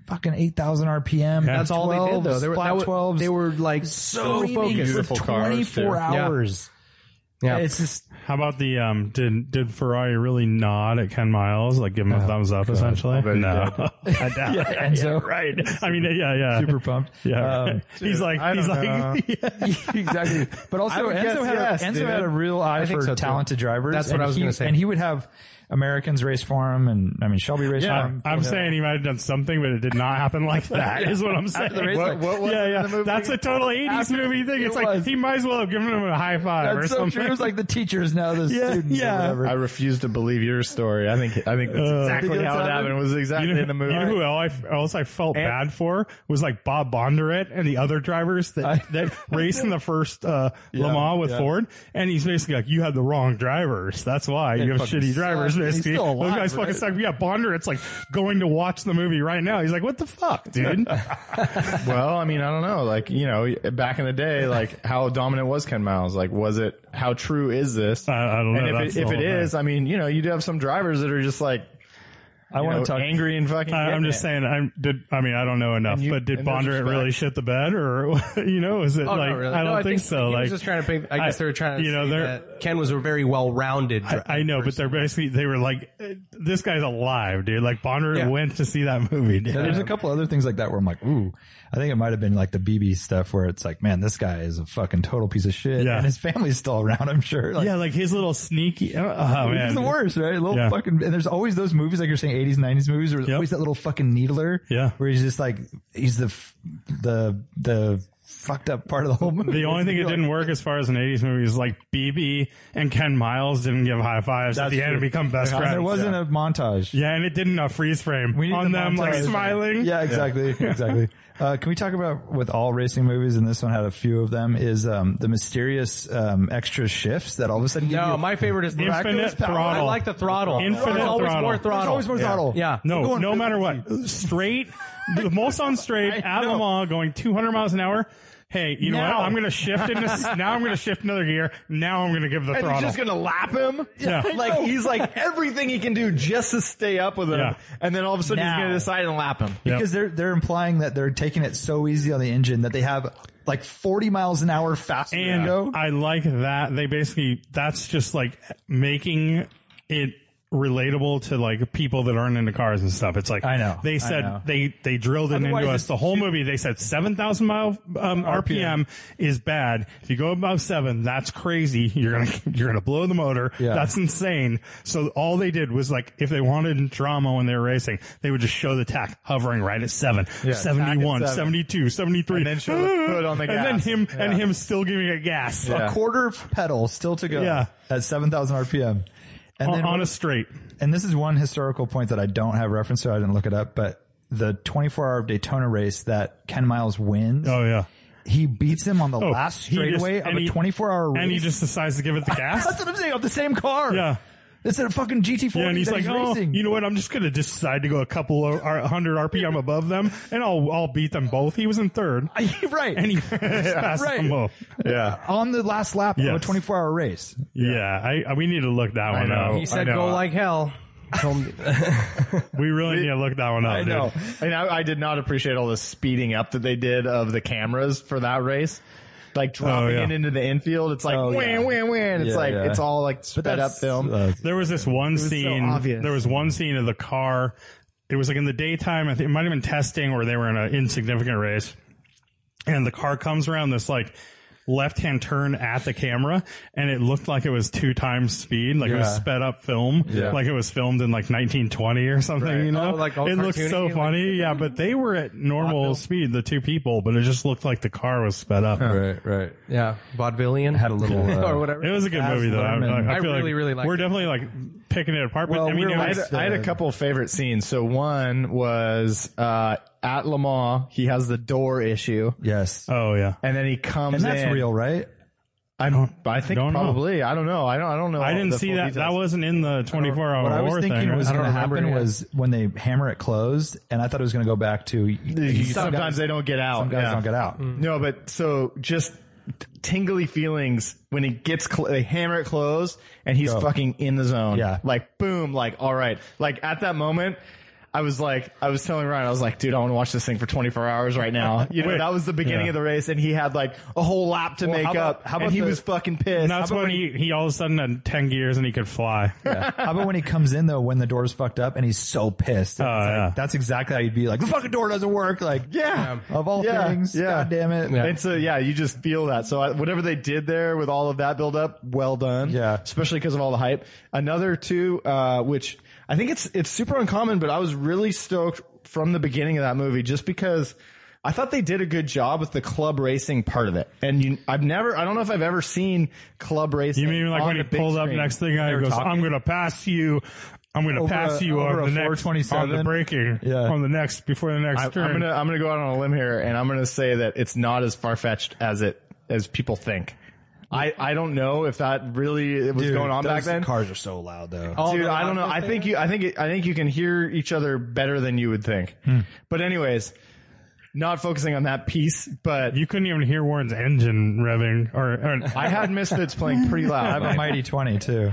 [SPEAKER 1] fucking eight thousand RPM.
[SPEAKER 4] That's all they did though. They were
[SPEAKER 1] flat
[SPEAKER 4] that was-
[SPEAKER 1] twelves.
[SPEAKER 4] They were like so focused.
[SPEAKER 3] beautiful cars,
[SPEAKER 1] twenty four
[SPEAKER 3] too.
[SPEAKER 4] Yeah.
[SPEAKER 1] hours.
[SPEAKER 4] Yeah.
[SPEAKER 1] it's just
[SPEAKER 2] How about the
[SPEAKER 1] Oh,
[SPEAKER 2] um? Did did Ferrari really nod at Ken Miles? Like give him a thumbs up essentially? No, I doubt. yeah,
[SPEAKER 1] Enzo.
[SPEAKER 2] yeah, right. I mean, yeah, yeah.
[SPEAKER 1] Super pumped.
[SPEAKER 2] Yeah.
[SPEAKER 1] Um,
[SPEAKER 2] he's like,
[SPEAKER 3] I
[SPEAKER 2] he's
[SPEAKER 3] don't
[SPEAKER 2] like,
[SPEAKER 1] exactly. But also,
[SPEAKER 3] I would
[SPEAKER 1] Enzo,
[SPEAKER 3] guess
[SPEAKER 1] had,
[SPEAKER 3] yes,
[SPEAKER 1] a, Enzo
[SPEAKER 3] dude.
[SPEAKER 1] had a real eye
[SPEAKER 4] think
[SPEAKER 1] for
[SPEAKER 4] so, too.
[SPEAKER 1] talented drivers.
[SPEAKER 4] That's what
[SPEAKER 1] and
[SPEAKER 4] I was
[SPEAKER 1] he-
[SPEAKER 4] gonna say.
[SPEAKER 1] And he would have Americans race for him, and I mean Shelby race
[SPEAKER 3] Yeah,
[SPEAKER 1] for him.
[SPEAKER 2] I'm saying he might have done something, but it did not happen like that. Is what I'm saying.
[SPEAKER 1] the race, What- like-
[SPEAKER 3] what was
[SPEAKER 2] yeah,
[SPEAKER 3] it in
[SPEAKER 2] yeah.
[SPEAKER 3] the movie?
[SPEAKER 2] That's a total 80s movie thing. It's
[SPEAKER 1] it
[SPEAKER 2] like
[SPEAKER 1] was.
[SPEAKER 2] he might as well have given him a high five or
[SPEAKER 1] That's so
[SPEAKER 2] something.
[SPEAKER 1] true. It was like the teachers now the
[SPEAKER 2] Yeah,
[SPEAKER 1] students
[SPEAKER 2] yeah.
[SPEAKER 1] or whatever.
[SPEAKER 3] I refuse to believe your story. I think I think that's exactly
[SPEAKER 1] Think that's
[SPEAKER 3] how it
[SPEAKER 1] happened?
[SPEAKER 3] happened. It was exactly
[SPEAKER 2] Uh, you know,
[SPEAKER 3] in the movie.
[SPEAKER 2] you know who else I, else I felt bad for was like Bob Bondurant and the other drivers that, that raced in the first uh, Le Mans with
[SPEAKER 1] yeah.
[SPEAKER 2] Ford. And he's basically like, you had the wrong drivers. That's why you have
[SPEAKER 1] fucking
[SPEAKER 2] shitty drivers.
[SPEAKER 1] suck. He's
[SPEAKER 2] Basically,
[SPEAKER 1] still
[SPEAKER 2] those
[SPEAKER 1] alive,
[SPEAKER 2] guys fucking
[SPEAKER 1] right?
[SPEAKER 2] suck. Yeah, Bondurant's like going to watch the movie right now. He's like, what the fuck, dude?
[SPEAKER 3] well, I mean, I don't know. Like, you know, back in the day, like how dominant was Ken Miles? Like, was it, how true is this?
[SPEAKER 2] I- I don't know.
[SPEAKER 3] And if
[SPEAKER 2] That's the
[SPEAKER 3] it, if
[SPEAKER 2] whole
[SPEAKER 3] it
[SPEAKER 2] thing.
[SPEAKER 3] is, I mean, you know, you do have some drivers that are just like,
[SPEAKER 1] I
[SPEAKER 3] you
[SPEAKER 1] want
[SPEAKER 3] know,
[SPEAKER 1] to talk.
[SPEAKER 3] angry and fucking.
[SPEAKER 2] I, I'm
[SPEAKER 3] getting
[SPEAKER 2] just
[SPEAKER 3] it.
[SPEAKER 2] saying. I'm did. I mean, I don't know enough,
[SPEAKER 3] you-
[SPEAKER 2] but did
[SPEAKER 3] and there's
[SPEAKER 2] Bondurant really
[SPEAKER 3] respect.
[SPEAKER 2] shit the bed, or you know, is it
[SPEAKER 4] Oh,
[SPEAKER 2] like
[SPEAKER 4] not really.
[SPEAKER 2] I don't
[SPEAKER 4] No,
[SPEAKER 2] think, so.
[SPEAKER 4] he was
[SPEAKER 2] like
[SPEAKER 4] just trying to. Pick, I guess they were trying to.
[SPEAKER 2] you know,
[SPEAKER 4] say
[SPEAKER 2] they're-
[SPEAKER 4] that Ken was a very well-rounded. dri-
[SPEAKER 2] I know, but they're basically they were like, eh, this guy's alive, dude. Like Bondurant
[SPEAKER 4] Yeah.
[SPEAKER 2] went to see that movie. Dude.
[SPEAKER 1] Yeah, there's a couple other things like that where I'm like, ooh, I think it might have been like the BB stuff where it's like, man, this guy is a fucking total piece of shit,
[SPEAKER 2] Yeah.
[SPEAKER 1] and his family's still around. I'm sure. Like,
[SPEAKER 2] yeah, like his little sneaky. Oh, oh, man.
[SPEAKER 1] It's the worst, right? A little
[SPEAKER 2] Yeah.
[SPEAKER 1] fucking. And there's always those movies, like you're saying, 80s, 90s movies, where there's
[SPEAKER 2] Yep.
[SPEAKER 1] always that little fucking needler.
[SPEAKER 2] Yeah.
[SPEAKER 1] Where he's just like, he's the f- the the fucked up part of the whole movie.
[SPEAKER 2] The only thing that didn't work as far as an '80s movie is like BB and Ken Miles didn't give high fives at
[SPEAKER 3] That's
[SPEAKER 2] the end
[SPEAKER 3] true.
[SPEAKER 2] and become best
[SPEAKER 1] And
[SPEAKER 2] friends.
[SPEAKER 1] there wasn't a montage.
[SPEAKER 2] yeah, and it didn't a freeze frame
[SPEAKER 1] We need
[SPEAKER 2] on
[SPEAKER 1] the
[SPEAKER 2] them like
[SPEAKER 1] montage.
[SPEAKER 2] smiling.
[SPEAKER 1] Yeah, exactly, exactly. Uh, can we talk about with all racing movies, and this one had a few of them, is um, the mysterious um, extra shifts that all of a sudden give
[SPEAKER 4] no,
[SPEAKER 1] you
[SPEAKER 4] my favorite is
[SPEAKER 2] Infinite
[SPEAKER 4] I
[SPEAKER 2] throttle.
[SPEAKER 4] like the throttle.
[SPEAKER 2] Infinite
[SPEAKER 4] There's always
[SPEAKER 2] throttle.
[SPEAKER 4] more
[SPEAKER 2] There's
[SPEAKER 4] throttle.
[SPEAKER 1] There's always more throttle.
[SPEAKER 4] Yeah.
[SPEAKER 1] We're
[SPEAKER 2] No,
[SPEAKER 1] going
[SPEAKER 2] no
[SPEAKER 1] for-
[SPEAKER 2] matter what. Straight, the most on straight, at Le Mans, going 200 miles an hour. Hey, you know
[SPEAKER 1] Now.
[SPEAKER 2] what? I'm going to shift into, now I'm going to shift another gear. Now I'm going to give the
[SPEAKER 3] And he's
[SPEAKER 2] throttle.
[SPEAKER 3] just gonna lap him.
[SPEAKER 2] Yeah. I
[SPEAKER 3] like he's like everything he can do just to stay up with him,
[SPEAKER 2] Yeah.
[SPEAKER 3] and then all of a sudden
[SPEAKER 1] Now.
[SPEAKER 3] he's gonna decide and lap him.
[SPEAKER 2] Yep.
[SPEAKER 1] Because they're they're implying that they're taking it so easy on the engine that they have like 40 miles an hour faster
[SPEAKER 2] and
[SPEAKER 1] to go.
[SPEAKER 2] I like that. They basically, that's just like making it relatable to like people that aren't into cars and stuff. It's like,
[SPEAKER 1] I know. I
[SPEAKER 2] They said,
[SPEAKER 1] know.
[SPEAKER 2] they, they drilled it
[SPEAKER 1] Otherwise,
[SPEAKER 2] into us
[SPEAKER 1] it's
[SPEAKER 2] the whole movie. They said 7,000 mile, um, RPM is bad. If you go above seven, that's crazy. You're going to, you're going to blow the motor.
[SPEAKER 1] Yeah.
[SPEAKER 2] That's insane. So all they did was like, if they wanted drama when they were racing, they would just show the tack hovering right at seven,
[SPEAKER 3] tack
[SPEAKER 2] 71,
[SPEAKER 3] at seven.
[SPEAKER 2] 72, 73.
[SPEAKER 3] And then show the foot on the
[SPEAKER 2] And then
[SPEAKER 3] gas.
[SPEAKER 2] him, and him still giving it gas.
[SPEAKER 3] Yeah.
[SPEAKER 1] a quarter pedal still to go
[SPEAKER 2] Yeah.
[SPEAKER 1] at 7,000 RPM. And
[SPEAKER 2] on,
[SPEAKER 1] then,
[SPEAKER 2] on a straight.
[SPEAKER 1] and this is one historical point that I don't have reference to. I didn't look it up, but the 24 hour Daytona race that Ken Miles wins,
[SPEAKER 2] Oh yeah.
[SPEAKER 1] he beats him on the
[SPEAKER 2] Oh,
[SPEAKER 1] last
[SPEAKER 2] he just-
[SPEAKER 1] straightaway of
[SPEAKER 2] and
[SPEAKER 1] a
[SPEAKER 2] he-
[SPEAKER 1] 24 hour race.
[SPEAKER 2] And he just decides to give it the
[SPEAKER 1] That's
[SPEAKER 2] gas.
[SPEAKER 1] what I'm saying. Of the same car.
[SPEAKER 2] Yeah.
[SPEAKER 1] It's a fucking GT40
[SPEAKER 2] Yeah, and he's
[SPEAKER 1] that
[SPEAKER 2] like, oh,
[SPEAKER 1] racing.
[SPEAKER 2] you know what? I'm just gonna decide to go a couple of a hundred RPM above them, and I'll I'll beat them both. He was in third,
[SPEAKER 1] right.
[SPEAKER 2] and he passed
[SPEAKER 1] Right.
[SPEAKER 2] them both.
[SPEAKER 3] Yeah,
[SPEAKER 1] on the last lap of a
[SPEAKER 2] Yes.
[SPEAKER 1] 24 hour race.
[SPEAKER 2] Yeah, I, I we need to look that one up.
[SPEAKER 4] He said,
[SPEAKER 2] I know.
[SPEAKER 4] "Go like hell." Told me-
[SPEAKER 2] we really need to look that one up.
[SPEAKER 3] I
[SPEAKER 2] dude.
[SPEAKER 3] know. And Oh, I, I did not appreciate all the speeding up that they did of the cameras for that race. Like dropping
[SPEAKER 2] Oh, yeah.
[SPEAKER 3] it into the infield, it's like
[SPEAKER 1] Oh,
[SPEAKER 3] wham,
[SPEAKER 1] yeah.
[SPEAKER 3] wham, wham. It's
[SPEAKER 1] Yeah,
[SPEAKER 3] like
[SPEAKER 1] yeah.
[SPEAKER 3] it's all like sped up film.
[SPEAKER 1] Uh,
[SPEAKER 2] There was this one scene.
[SPEAKER 3] obvious.
[SPEAKER 2] There was one scene of the car. It was like in the daytime. I think it might have been testing, or they were in an insignificant race, and the car comes around this like left-hand turn at the camera, and it looked like it was two times speed, like it
[SPEAKER 1] Yeah.
[SPEAKER 2] was sped up film,
[SPEAKER 1] Yeah.
[SPEAKER 2] like it was filmed in like 1920 or something. You know,
[SPEAKER 4] Oh, like all
[SPEAKER 2] it looked
[SPEAKER 4] cartoony,
[SPEAKER 2] so
[SPEAKER 4] like-
[SPEAKER 2] funny. yeah, but they were at normal speed, the two people, but it just looked like the car was sped up.
[SPEAKER 1] right, right.
[SPEAKER 4] yeah, vaudevillian had a
[SPEAKER 1] little, uh,
[SPEAKER 4] or whatever.
[SPEAKER 2] It was a good
[SPEAKER 1] Baz
[SPEAKER 2] movie though. I,
[SPEAKER 1] Luhrmann.
[SPEAKER 2] I,
[SPEAKER 4] I
[SPEAKER 2] feel
[SPEAKER 4] really,
[SPEAKER 2] like
[SPEAKER 4] really liked
[SPEAKER 2] we're
[SPEAKER 4] it.
[SPEAKER 2] definitely like picking it apart.
[SPEAKER 1] Well,
[SPEAKER 2] but I mean,
[SPEAKER 1] we're
[SPEAKER 3] I
[SPEAKER 2] it
[SPEAKER 1] like-
[SPEAKER 3] had,
[SPEAKER 2] was-
[SPEAKER 3] I had a
[SPEAKER 1] Uh,
[SPEAKER 3] couple favorite scenes. So one was uh, at Le Mans, he has the door issue,
[SPEAKER 1] Yes.
[SPEAKER 2] oh yeah.
[SPEAKER 3] and then he comes.
[SPEAKER 1] and that's
[SPEAKER 3] in.
[SPEAKER 1] real, right?
[SPEAKER 3] I don't. I think
[SPEAKER 2] Don't know.
[SPEAKER 3] probably. I don't know. I don't. I don't
[SPEAKER 1] Oh,
[SPEAKER 3] know.
[SPEAKER 2] I didn't
[SPEAKER 3] the
[SPEAKER 2] see
[SPEAKER 3] full
[SPEAKER 2] that. That
[SPEAKER 3] details.
[SPEAKER 2] wasn't in the 24 hour
[SPEAKER 1] What I
[SPEAKER 2] war
[SPEAKER 1] was thinking
[SPEAKER 2] Oh, thing.
[SPEAKER 1] was
[SPEAKER 2] right?
[SPEAKER 1] going to happen was when they hammer it closed, and I thought it was going to go back to
[SPEAKER 3] You-
[SPEAKER 1] some
[SPEAKER 3] Sometimes
[SPEAKER 1] guys,
[SPEAKER 3] they don't get out.
[SPEAKER 1] some guys
[SPEAKER 3] yeah.
[SPEAKER 1] don't get out.
[SPEAKER 3] No, but so just tingly feelings when he gets cl- they hammer it close and he's
[SPEAKER 1] Go.
[SPEAKER 3] fucking in the zone.
[SPEAKER 1] Yeah.
[SPEAKER 3] like boom, like all right, like at that moment. I was like, I was telling Ryan, I was like, dude, I want to watch this thing for 24 hours right now. You know, that was the beginning of the race, and he had like a whole lap to make
[SPEAKER 1] how about-
[SPEAKER 3] up.
[SPEAKER 1] how
[SPEAKER 3] and
[SPEAKER 1] about
[SPEAKER 3] he
[SPEAKER 1] the-
[SPEAKER 3] was fucking pissed.
[SPEAKER 2] And that's
[SPEAKER 3] How about
[SPEAKER 2] when he, he all of a sudden had 10 gears and he could fly.
[SPEAKER 1] How about when he comes in though when the door's fucked up and he's so pissed? It's like,
[SPEAKER 2] Oh, yeah.
[SPEAKER 1] That's exactly how you'd be like, the fucking door doesn't work. Like,
[SPEAKER 3] Yeah.
[SPEAKER 1] of all
[SPEAKER 3] Yeah.
[SPEAKER 1] things,
[SPEAKER 3] Yeah.
[SPEAKER 1] god damn it.
[SPEAKER 3] And so, yeah, you just feel that. So, I, whatever they did there with all of that build up, well done.
[SPEAKER 1] Yeah.
[SPEAKER 3] Especially because of all the hype. Another two, uh, which I think it's, it's super uncommon, but I was really stoked from the beginning of that movie just because I thought they did a good job with the club racing part of it. And you, I've never, I don't know if I've ever seen club racing.
[SPEAKER 2] You mean like
[SPEAKER 3] on
[SPEAKER 2] when he
[SPEAKER 3] the big
[SPEAKER 2] pulled up
[SPEAKER 3] screen.
[SPEAKER 2] next thing guy goes, I'm going to pass you. I'm going to
[SPEAKER 1] Over
[SPEAKER 2] pass
[SPEAKER 1] a-
[SPEAKER 2] you
[SPEAKER 1] over
[SPEAKER 2] on
[SPEAKER 1] a
[SPEAKER 2] the next, on
[SPEAKER 1] 427.
[SPEAKER 2] the braking,
[SPEAKER 1] Yeah.
[SPEAKER 2] on the next, before the next
[SPEAKER 3] I, I'm
[SPEAKER 2] turn.
[SPEAKER 3] gonna, I'm gonna go out on a limb here and I'm gonna say that it's not as far fetched as it, as people think. I, I don't know if that really was going on back then.
[SPEAKER 1] Cars are so loud though.
[SPEAKER 3] Dude, I don't know. I think you. I think. it- I think you can hear each other better than you would think.
[SPEAKER 2] Hmm.
[SPEAKER 3] But anyways, not focusing on that piece. But
[SPEAKER 2] you couldn't even hear Warren's engine revving or, or
[SPEAKER 3] I had Misfits playing pretty loud.
[SPEAKER 1] a mighty twenty too.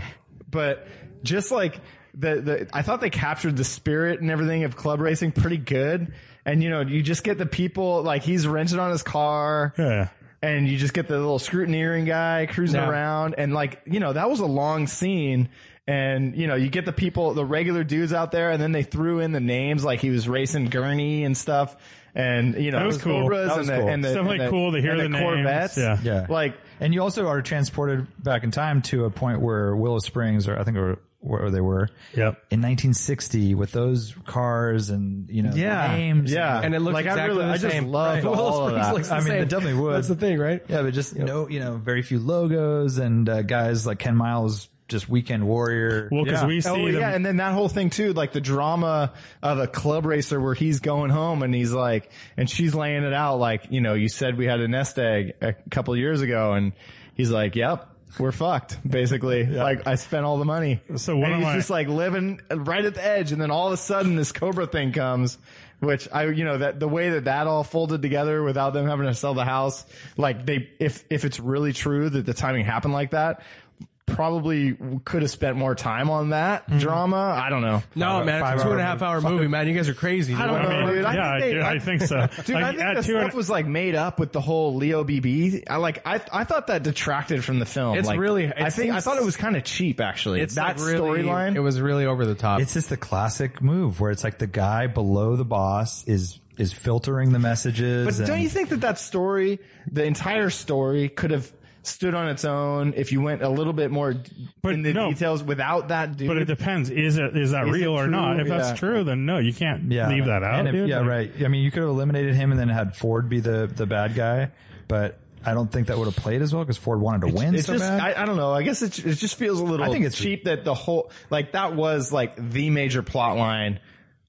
[SPEAKER 3] but just like the, the I thought they captured the spirit and everything of club racing pretty good. And you know, you just get the people like he's rented on his car.
[SPEAKER 2] Yeah.
[SPEAKER 3] And you just get the little scrutineering guy cruising
[SPEAKER 4] Yeah.
[SPEAKER 3] around and like, you know, that was a long scene. And you know, you get the people, the regular dudes out there and then they threw in the names like he was racing Gurney and stuff. And you know,
[SPEAKER 2] That was
[SPEAKER 3] those
[SPEAKER 2] cool.
[SPEAKER 3] Cobras
[SPEAKER 2] That
[SPEAKER 3] and
[SPEAKER 2] was
[SPEAKER 3] the,
[SPEAKER 2] cool.
[SPEAKER 3] and the,
[SPEAKER 2] It's definitely
[SPEAKER 3] and the-
[SPEAKER 2] cool to hear
[SPEAKER 3] and
[SPEAKER 2] the names.
[SPEAKER 3] Corvettes.
[SPEAKER 2] Yeah.
[SPEAKER 1] Yeah.
[SPEAKER 3] Like,
[SPEAKER 1] And you also are transported back in time to a point where Willow Springs or I think or where they were.
[SPEAKER 2] Yep.
[SPEAKER 1] In 1960 with those cars and, you know,
[SPEAKER 3] yeah,
[SPEAKER 1] names.
[SPEAKER 3] yeah.
[SPEAKER 4] And it looks
[SPEAKER 3] like I,
[SPEAKER 4] exactly
[SPEAKER 3] really,
[SPEAKER 4] the
[SPEAKER 3] I just
[SPEAKER 4] same.
[SPEAKER 3] loved
[SPEAKER 4] Right.
[SPEAKER 3] all of
[SPEAKER 4] Willow Springs
[SPEAKER 3] that.
[SPEAKER 4] looks
[SPEAKER 1] I mean, it definitely would.
[SPEAKER 4] That's the thing, right?
[SPEAKER 1] Yeah, but just no, you know, very few logos and uh, guys like Ken Miles, just weekend warrior.
[SPEAKER 2] Well, because
[SPEAKER 3] Yeah.
[SPEAKER 2] we see
[SPEAKER 3] oh,
[SPEAKER 2] them.
[SPEAKER 3] yeah, and then that whole thing too, like the drama of a club racer where he's going home and he's like, and she's laying it out, like, you know, you said we had a nest egg a couple years ago, and he's like, yep. We're fucked, basically. Like I spent all the money,
[SPEAKER 2] So
[SPEAKER 3] and
[SPEAKER 2] one of
[SPEAKER 3] he's
[SPEAKER 2] my-
[SPEAKER 3] just like living right at the edge, and then all of a sudden this Cobra thing comes, which I, you know, that the way that that all folded together without them having to sell the house, like they, if if it's really true that the timing happened like that, probably could have spent more time on that
[SPEAKER 2] Mm-hmm.
[SPEAKER 3] drama. I don't know.
[SPEAKER 4] No, man, it's a two and a half hour movie, man. You guys are crazy.
[SPEAKER 3] I don't
[SPEAKER 2] I mean,
[SPEAKER 3] know, dude. I
[SPEAKER 2] yeah, I,
[SPEAKER 3] think they-
[SPEAKER 2] do, I think so.
[SPEAKER 3] Dude,
[SPEAKER 2] Like,
[SPEAKER 3] I think
[SPEAKER 2] at
[SPEAKER 3] the
[SPEAKER 2] two and-
[SPEAKER 3] stuff was like made up with the whole Leo BB. I like, I, I thought that detracted from the film.
[SPEAKER 4] It's
[SPEAKER 3] Like,
[SPEAKER 4] really-
[SPEAKER 3] I
[SPEAKER 4] it
[SPEAKER 3] think, I
[SPEAKER 4] seems-
[SPEAKER 3] thought it was kind of cheap actually.
[SPEAKER 4] It's
[SPEAKER 3] that
[SPEAKER 4] like really,
[SPEAKER 3] storyline.
[SPEAKER 4] It was really over the top.
[SPEAKER 1] It's just the classic move where it's like the guy below the boss is is filtering the messages.
[SPEAKER 3] But don't
[SPEAKER 1] and-
[SPEAKER 3] you think that that story, the entire story could have stood on its own if you went a little bit more d-
[SPEAKER 2] But
[SPEAKER 3] in the
[SPEAKER 2] no.
[SPEAKER 3] details without that dude?
[SPEAKER 2] but it depends. Is it is that
[SPEAKER 3] Is it
[SPEAKER 2] real or
[SPEAKER 3] true?
[SPEAKER 2] not? If
[SPEAKER 3] Yeah.
[SPEAKER 2] that's true, then no, you can't
[SPEAKER 1] yeah,
[SPEAKER 2] leave that out.
[SPEAKER 1] And if-
[SPEAKER 2] dude.
[SPEAKER 1] yeah,
[SPEAKER 2] Like,
[SPEAKER 1] right. I mean, you could have eliminated him and then had Ford be the the bad guy, but I don't think that would have played as well because Ford wanted to win
[SPEAKER 3] It's
[SPEAKER 1] so
[SPEAKER 3] just
[SPEAKER 1] bad.
[SPEAKER 3] I, I don't know. I guess it it just feels a little.
[SPEAKER 1] I think it's-
[SPEAKER 3] cheap that the whole like that was like the major plot line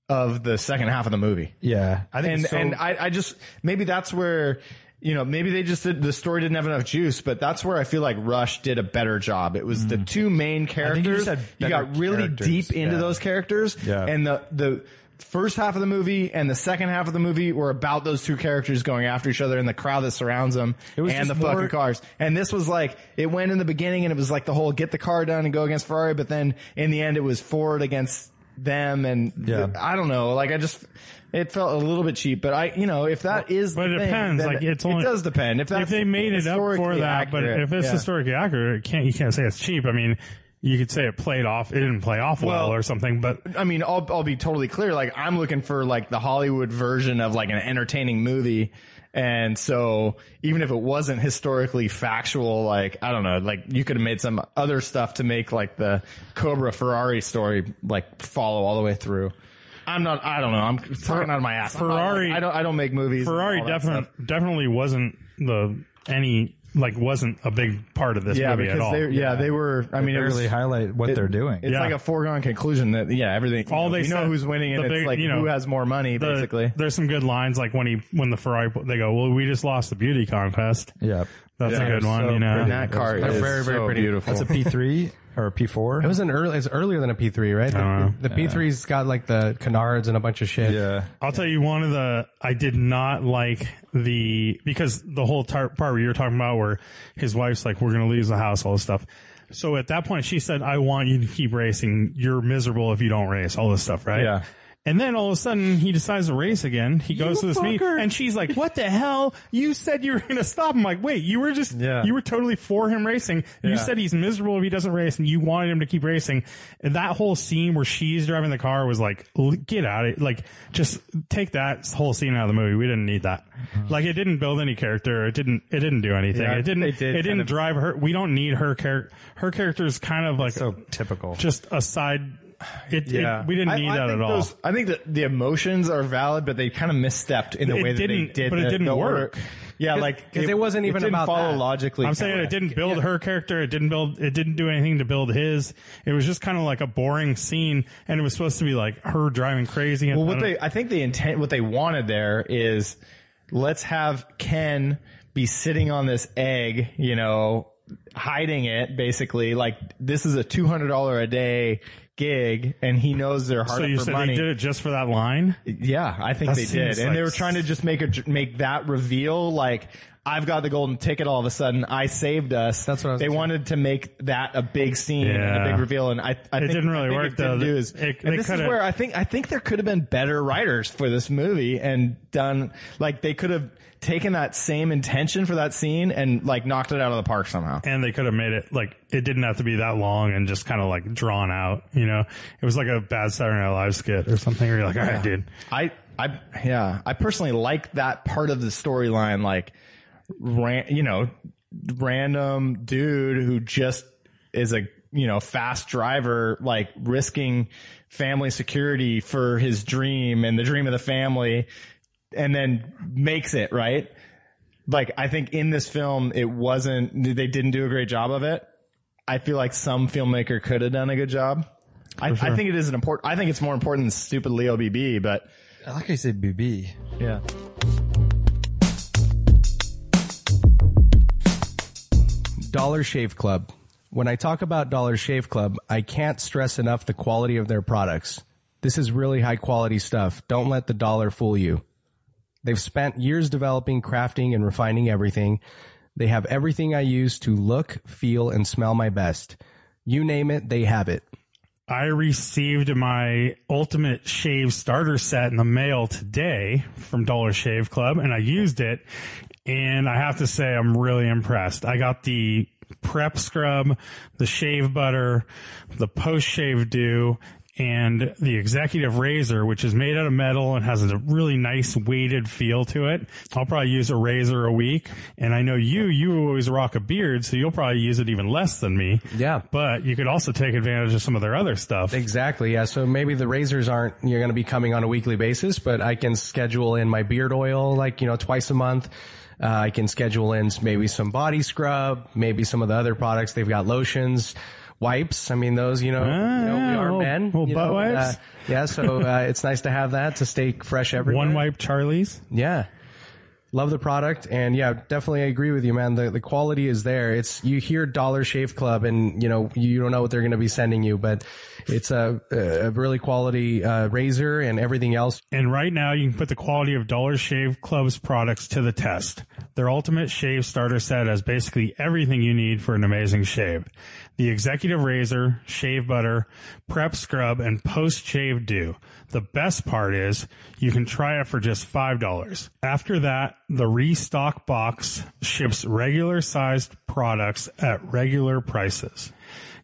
[SPEAKER 3] of the second half of the movie.
[SPEAKER 1] yeah, I think
[SPEAKER 3] And
[SPEAKER 1] it's so-
[SPEAKER 3] and I I just maybe that's where you know maybe they just did, the story didn't have enough juice, but that's where I feel like Rush did a better job. It was the two main
[SPEAKER 1] Mm. think you
[SPEAKER 3] characters.
[SPEAKER 1] just had
[SPEAKER 3] You
[SPEAKER 1] better
[SPEAKER 3] got really
[SPEAKER 1] characters,
[SPEAKER 3] deep into
[SPEAKER 1] yeah.
[SPEAKER 3] those characters,
[SPEAKER 1] Yeah.
[SPEAKER 3] and the the. First half of the movie and the second half of the movie were about those two characters going after each other and the crowd that surrounds them
[SPEAKER 1] was
[SPEAKER 3] and the
[SPEAKER 1] just
[SPEAKER 3] fucking
[SPEAKER 1] more-
[SPEAKER 3] cars. And this was like, it went in the beginning and it was like the whole get the car done and go against Ferrari, but then in the end it was Ford against them and
[SPEAKER 1] Yeah.
[SPEAKER 3] I don't know. Like I just, it felt a little bit cheap, but I, you know, if that is,
[SPEAKER 2] But
[SPEAKER 3] the
[SPEAKER 2] it
[SPEAKER 3] thing,
[SPEAKER 2] depends.
[SPEAKER 3] then
[SPEAKER 2] Like it's only
[SPEAKER 3] it does depend. If, that's
[SPEAKER 2] if they made it up for
[SPEAKER 3] historically
[SPEAKER 2] that, but
[SPEAKER 3] accurate,
[SPEAKER 2] if it's
[SPEAKER 3] yeah.
[SPEAKER 2] historically accurate, it can't you can't say it's cheap. I mean, you could say it played off. It didn't play off well,
[SPEAKER 3] Well-
[SPEAKER 2] or something. But
[SPEAKER 3] I mean, I'll, I'll be totally clear. Like, I'm looking for like the Hollywood version of like an entertaining movie. And so even if it wasn't historically factual, like, I don't know, like you could have made some other stuff to make like the Cobra Ferrari story, like follow all the way through. I'm not, I don't know. I'm talking out of my ass. I'm not, like,
[SPEAKER 2] Ferrari-
[SPEAKER 3] I don't, I don't make movies. and
[SPEAKER 2] Ferrari
[SPEAKER 3] all that
[SPEAKER 2] definitely
[SPEAKER 3] stuff.
[SPEAKER 2] definitely wasn't the any like wasn't a big part of this
[SPEAKER 3] Yeah,
[SPEAKER 2] movie at
[SPEAKER 3] because
[SPEAKER 2] all.
[SPEAKER 3] they, yeah, they were, I mean, it
[SPEAKER 1] barely
[SPEAKER 3] was,
[SPEAKER 1] highlight what they're doing.
[SPEAKER 3] it's
[SPEAKER 2] Yeah.
[SPEAKER 3] like a foregone conclusion that, yeah, everything,
[SPEAKER 2] All
[SPEAKER 3] you know,
[SPEAKER 2] they
[SPEAKER 3] you know
[SPEAKER 2] said-
[SPEAKER 3] who's winning and
[SPEAKER 2] the
[SPEAKER 3] it's
[SPEAKER 2] big-
[SPEAKER 3] like
[SPEAKER 2] you know,
[SPEAKER 3] who has more money,
[SPEAKER 2] The-
[SPEAKER 3] basically.
[SPEAKER 2] there's some good lines like when he when the Ferrari they go, well, we just lost the beauty contest.
[SPEAKER 1] yeah,
[SPEAKER 2] That's a good one,
[SPEAKER 3] So
[SPEAKER 2] you know.
[SPEAKER 3] pretty. that car
[SPEAKER 4] They're
[SPEAKER 3] is
[SPEAKER 4] very, very
[SPEAKER 3] so
[SPEAKER 4] pretty.
[SPEAKER 3] beautiful.
[SPEAKER 1] that's a P three or P four.
[SPEAKER 4] it was an early. It's earlier than a P three, right?
[SPEAKER 2] don't
[SPEAKER 4] The, the P 3s got like the canards and a bunch of shit.
[SPEAKER 1] yeah,
[SPEAKER 2] I'll tell you one of the I did not like the because the whole tar- part where you're talking about where his wife's like we're gonna lose the house all this stuff. So at that point she said I want you to keep racing. You're miserable if you don't race all this stuff, right?
[SPEAKER 3] Yeah.
[SPEAKER 2] And then all of a sudden he decides to race again. He goes to this meet and she's like, what the hell? You said you were going to stop. I'm like, wait, you were just,
[SPEAKER 1] Yeah.
[SPEAKER 2] you were totally for him racing. You said he's miserable if he doesn't race and you wanted him to keep racing. And that whole scene where she's driving the car was like, l- get out of Like just take that whole scene out of the movie. We didn't need that. Like it didn't build any character. It didn't, it didn't do anything.
[SPEAKER 1] Uh-huh. Yeah,
[SPEAKER 2] it didn't,
[SPEAKER 1] they
[SPEAKER 2] it,
[SPEAKER 1] did
[SPEAKER 2] didn't
[SPEAKER 1] kind of-
[SPEAKER 2] drive her. We don't need her character. Her character is kind of like
[SPEAKER 1] so typical.
[SPEAKER 2] just a side. It,
[SPEAKER 3] Yeah.
[SPEAKER 2] it, we didn't
[SPEAKER 3] I-
[SPEAKER 2] need
[SPEAKER 3] I
[SPEAKER 2] that
[SPEAKER 3] think
[SPEAKER 2] at all.
[SPEAKER 3] those- I think that the emotions are valid, but they kind of misstepped in the
[SPEAKER 2] It
[SPEAKER 3] way that
[SPEAKER 2] didn't-
[SPEAKER 3] they did.
[SPEAKER 2] but it
[SPEAKER 3] the-
[SPEAKER 2] didn't
[SPEAKER 3] the order.
[SPEAKER 2] work.
[SPEAKER 3] Yeah,
[SPEAKER 4] 'Cause-
[SPEAKER 3] like
[SPEAKER 4] 'cause it wasn't even
[SPEAKER 3] didn't
[SPEAKER 4] about
[SPEAKER 3] follow
[SPEAKER 4] that.
[SPEAKER 3] logically.
[SPEAKER 2] I'm saying it didn't build her character. It didn't build. It didn't do anything to build his. It was just kind of like a boring scene, and it was supposed to be like her driving crazy. And
[SPEAKER 3] Well,
[SPEAKER 2] I
[SPEAKER 3] what
[SPEAKER 2] don't-
[SPEAKER 3] they, I think the intent, what they wanted there is let's have Ken be sitting on this egg, you know, hiding it basically. Like this is a $200 a day gig and he knows they're hard
[SPEAKER 2] so
[SPEAKER 3] up
[SPEAKER 2] you
[SPEAKER 3] for
[SPEAKER 2] said
[SPEAKER 3] money.
[SPEAKER 2] they did it just for that line?
[SPEAKER 3] Yeah, I think
[SPEAKER 2] That
[SPEAKER 3] they did,
[SPEAKER 2] seems
[SPEAKER 3] and
[SPEAKER 2] like-
[SPEAKER 3] they were trying to just make a make that reveal like I've got the golden ticket. All of a sudden, I saved us.
[SPEAKER 4] That's what I was
[SPEAKER 3] they
[SPEAKER 4] trying-
[SPEAKER 3] wanted to make that a big scene, and
[SPEAKER 2] Yeah.
[SPEAKER 3] a big reveal, and I, I think,
[SPEAKER 2] didn't really
[SPEAKER 3] I think
[SPEAKER 2] work,
[SPEAKER 3] It didn't
[SPEAKER 2] though.
[SPEAKER 3] do is,
[SPEAKER 2] It-
[SPEAKER 3] and
[SPEAKER 2] they
[SPEAKER 3] this is
[SPEAKER 2] coulda-
[SPEAKER 3] where I think I think there could have been better writers for this movie, and done like they could have taken that same intention for that scene and like knocked it out of the park somehow.
[SPEAKER 2] And they could have made it like it didn't have to be that long and just kind of like drawn out. You know, it was like a bad Saturday Night Live skit or something. Where you're like, all right, dude.
[SPEAKER 3] I, I, yeah, I personally like that part of the storyline, like, ran, you know, random dude who just is a, you know, fast driver, like risking family security for his dream and the dream of the family and then makes it, right? Like, I think in this film, it wasn't, they didn't do a great job of it. I feel like some filmmaker could have done a good job. I, I think it is an important, I think it's more important than stupid Leo BB, but
[SPEAKER 1] I like how you said BB.
[SPEAKER 3] yeah.
[SPEAKER 4] Dollar Shave Club. When I talk about Dollar Shave Club, I can't stress enough the quality of their products. This is really high quality stuff. Don't let the dollar fool you. They've spent years developing, crafting, and refining everything. They have everything I use to look, feel, and smell my best. You name it, they have it.
[SPEAKER 2] I received my ultimate shave starter set in the mail today from Dollar Shave Club and I used it and I have to say I'm really impressed. I got the prep scrub, the shave butter, the post shave dew and the executive razor, which is made out of metal and has a really nice weighted feel to it. I'll probably use a razor a week. And I know you, you always rock a beard, so you'll probably use it even less than me.
[SPEAKER 4] Yeah.
[SPEAKER 2] But you could also take advantage of some of their other stuff.
[SPEAKER 4] Exactly. Yeah. So maybe the razors aren't you're going to be coming on a weekly basis, but I can schedule in my beard oil like you know twice a month. Uh, I can schedule in maybe some body scrub, maybe some of the other products they've got lotions, wipes. I mean those you know, you know,
[SPEAKER 2] yeah,
[SPEAKER 4] we
[SPEAKER 2] Ah,
[SPEAKER 4] are
[SPEAKER 2] little-
[SPEAKER 4] men.
[SPEAKER 2] little
[SPEAKER 4] you
[SPEAKER 2] butt
[SPEAKER 4] know,
[SPEAKER 2] wipes.
[SPEAKER 4] uh, yeah. So uh, it's nice to have that to stay fresh everywhere.
[SPEAKER 2] One wipe Charlie's.
[SPEAKER 4] Yeah. Love the product and yeah, definitely I agree with you, man. The the quality is there. It's you hear Dollar Shave Club and you know you don't know what they're going to be sending you, but it's a a really quality uh, razor and everything else.
[SPEAKER 2] And right now you can put the quality of Dollar Shave Club's products to the test. Their ultimate shave starter set has basically everything you need for an amazing shave. The executive razor, shave butter, prep scrub, and post shave dew. The best part is you can try it for just $5. After that, the restock box ships regular sized products at regular prices.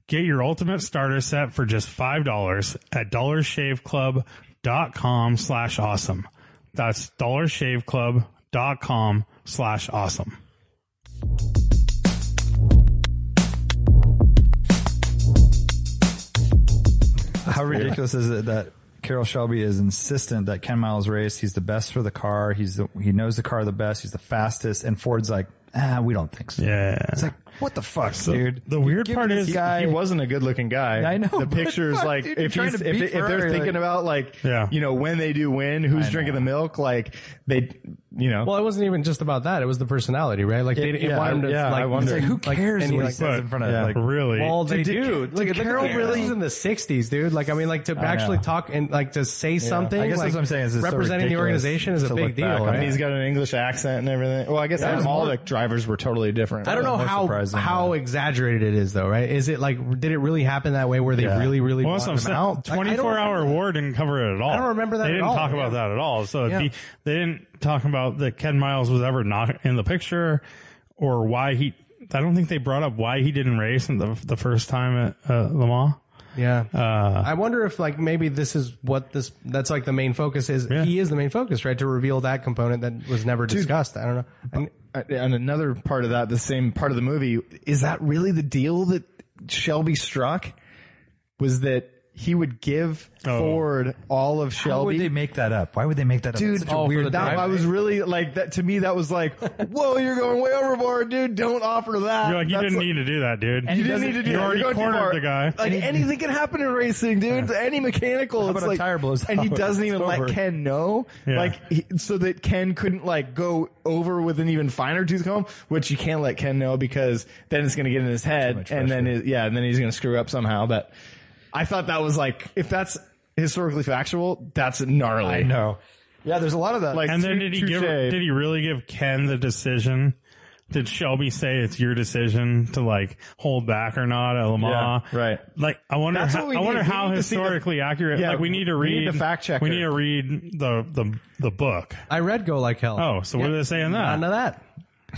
[SPEAKER 2] Get your ultimate starter set for just $5 at dollarshaveclub.com slash awesome. That's dollarshaveclub.com slash awesome.
[SPEAKER 1] How ridiculous is it that Carol Shelby is insistent that Ken Miles race? He's the best for the car. He's the, he knows the car the best. He's the fastest. And Ford's like, ah, we don't think so.
[SPEAKER 2] Yeah.
[SPEAKER 1] It's like, what the fuck, dude?
[SPEAKER 2] the weird
[SPEAKER 1] Give
[SPEAKER 2] part
[SPEAKER 1] this
[SPEAKER 2] is-
[SPEAKER 1] guy,
[SPEAKER 3] he wasn't a good looking guy.
[SPEAKER 1] I know,
[SPEAKER 3] The
[SPEAKER 1] but
[SPEAKER 3] pictures,
[SPEAKER 1] fuck,
[SPEAKER 3] like,
[SPEAKER 1] dude,
[SPEAKER 3] if,
[SPEAKER 1] you're
[SPEAKER 3] he's,
[SPEAKER 1] trying to
[SPEAKER 3] if,
[SPEAKER 1] beat
[SPEAKER 3] if they're
[SPEAKER 1] Ferrari,
[SPEAKER 3] thinking
[SPEAKER 1] like-
[SPEAKER 3] about, like,
[SPEAKER 2] Yeah.
[SPEAKER 3] you know, when they do win, who's drinking the milk, like, they, you know.
[SPEAKER 4] Well, it wasn't even just about that. It was the personality, right? Like they didn't
[SPEAKER 3] yeah,
[SPEAKER 4] want him to
[SPEAKER 3] yeah, I
[SPEAKER 4] like,
[SPEAKER 3] wonder.
[SPEAKER 1] it's like, who
[SPEAKER 4] like,
[SPEAKER 1] cares
[SPEAKER 4] any,
[SPEAKER 1] what he
[SPEAKER 4] like,
[SPEAKER 1] says in front of,
[SPEAKER 3] Yeah.
[SPEAKER 1] like,
[SPEAKER 2] really?
[SPEAKER 4] Well, they
[SPEAKER 3] Did-
[SPEAKER 4] do.
[SPEAKER 3] did
[SPEAKER 4] Like, look
[SPEAKER 3] Carol
[SPEAKER 4] at Carol
[SPEAKER 3] really-
[SPEAKER 4] This is in the '60s, dude. Like, I mean, like to actually
[SPEAKER 1] know.
[SPEAKER 4] talk and like to say something.
[SPEAKER 1] I guess
[SPEAKER 4] like,
[SPEAKER 1] that's what I'm saying, is it's so
[SPEAKER 4] representing the
[SPEAKER 1] ridiculous
[SPEAKER 4] organization is a
[SPEAKER 1] to
[SPEAKER 4] big
[SPEAKER 1] look
[SPEAKER 4] deal,
[SPEAKER 1] back on
[SPEAKER 4] right?
[SPEAKER 3] And he's got an English accent and everything. Well, I guess all the drivers were totally different.
[SPEAKER 4] I don't know
[SPEAKER 1] most
[SPEAKER 4] how
[SPEAKER 1] surprising.
[SPEAKER 4] how exaggerated it is, though, right? Is it like did it really happen that way? Where they really, really
[SPEAKER 2] Well,
[SPEAKER 4] want
[SPEAKER 2] that's
[SPEAKER 4] them
[SPEAKER 2] what I'm
[SPEAKER 4] out? I- I
[SPEAKER 2] saying. Twenty-four
[SPEAKER 4] don't-
[SPEAKER 2] hour war didn't cover it at all.
[SPEAKER 4] I don't remember that
[SPEAKER 2] They
[SPEAKER 4] at
[SPEAKER 2] didn't
[SPEAKER 4] all,
[SPEAKER 2] talk about
[SPEAKER 4] yeah.
[SPEAKER 2] that at all. So it'd
[SPEAKER 4] Yeah.
[SPEAKER 2] be, they didn't talk about that Ken Miles was ever not in the picture, or why he. I don't think they brought up why he didn't race in the the first time at uh, Le Mans.
[SPEAKER 4] Yeah.
[SPEAKER 2] Uh.
[SPEAKER 4] I wonder if like maybe this is what this that's like the main focus is. He is the main focus, right? To reveal that component that was never discussed. I don't know. And
[SPEAKER 3] Uh, and another part of that, the same part of the movie, is that really the deal that Shelby struck? Was that he would give Ford all of
[SPEAKER 1] How would they
[SPEAKER 3] Shelby?
[SPEAKER 1] make that up? Why would they make that up?
[SPEAKER 3] Dude, Oh,
[SPEAKER 1] It's such a weird
[SPEAKER 3] that, I was really like that. To me, that was like, "Whoa, you're going way overboard, dude! Don't offer that."
[SPEAKER 2] You're like, you
[SPEAKER 3] That's
[SPEAKER 2] didn't need to do that, dude.
[SPEAKER 3] you didn't need to do
[SPEAKER 2] You
[SPEAKER 3] that.
[SPEAKER 2] already
[SPEAKER 3] You're going too
[SPEAKER 2] cornered
[SPEAKER 3] far.
[SPEAKER 2] the guy.
[SPEAKER 3] Like anything can happen in racing, dude. Any mechanical.
[SPEAKER 1] about
[SPEAKER 3] it's
[SPEAKER 1] a
[SPEAKER 3] like,
[SPEAKER 1] tire blows
[SPEAKER 3] and he
[SPEAKER 1] out?
[SPEAKER 3] doesn't even
[SPEAKER 1] It's
[SPEAKER 3] let
[SPEAKER 1] over.
[SPEAKER 3] Ken know,
[SPEAKER 2] Yeah.
[SPEAKER 3] like he, so that Ken couldn't like go over with an even finer tooth comb, which you can't let Ken know because then it's going to get in his head, and then it, yeah, and then he's going to screw up somehow. But I thought that was like, if that's historically factual, that's gnarly.
[SPEAKER 1] I know.
[SPEAKER 3] Yeah, there's a lot of that. Like,
[SPEAKER 2] And then
[SPEAKER 3] tou-
[SPEAKER 2] did he
[SPEAKER 3] touche.
[SPEAKER 2] give? Did he really give Ken the decision? Did Shelby say it's your decision to like hold back or not at Le Mans?
[SPEAKER 3] Yeah, right.
[SPEAKER 2] Like I wonder.
[SPEAKER 3] That's
[SPEAKER 2] How,
[SPEAKER 3] what we
[SPEAKER 2] I
[SPEAKER 3] need.
[SPEAKER 2] wonder
[SPEAKER 3] We
[SPEAKER 2] how
[SPEAKER 3] need to see the-
[SPEAKER 2] historically accurate.
[SPEAKER 3] Yeah,
[SPEAKER 2] like we need to
[SPEAKER 3] we
[SPEAKER 2] read
[SPEAKER 3] need the fact checker.
[SPEAKER 2] We need to read the the the book.
[SPEAKER 4] I read Go Like Hell.
[SPEAKER 2] Oh, so what did they say in that?
[SPEAKER 4] None of that.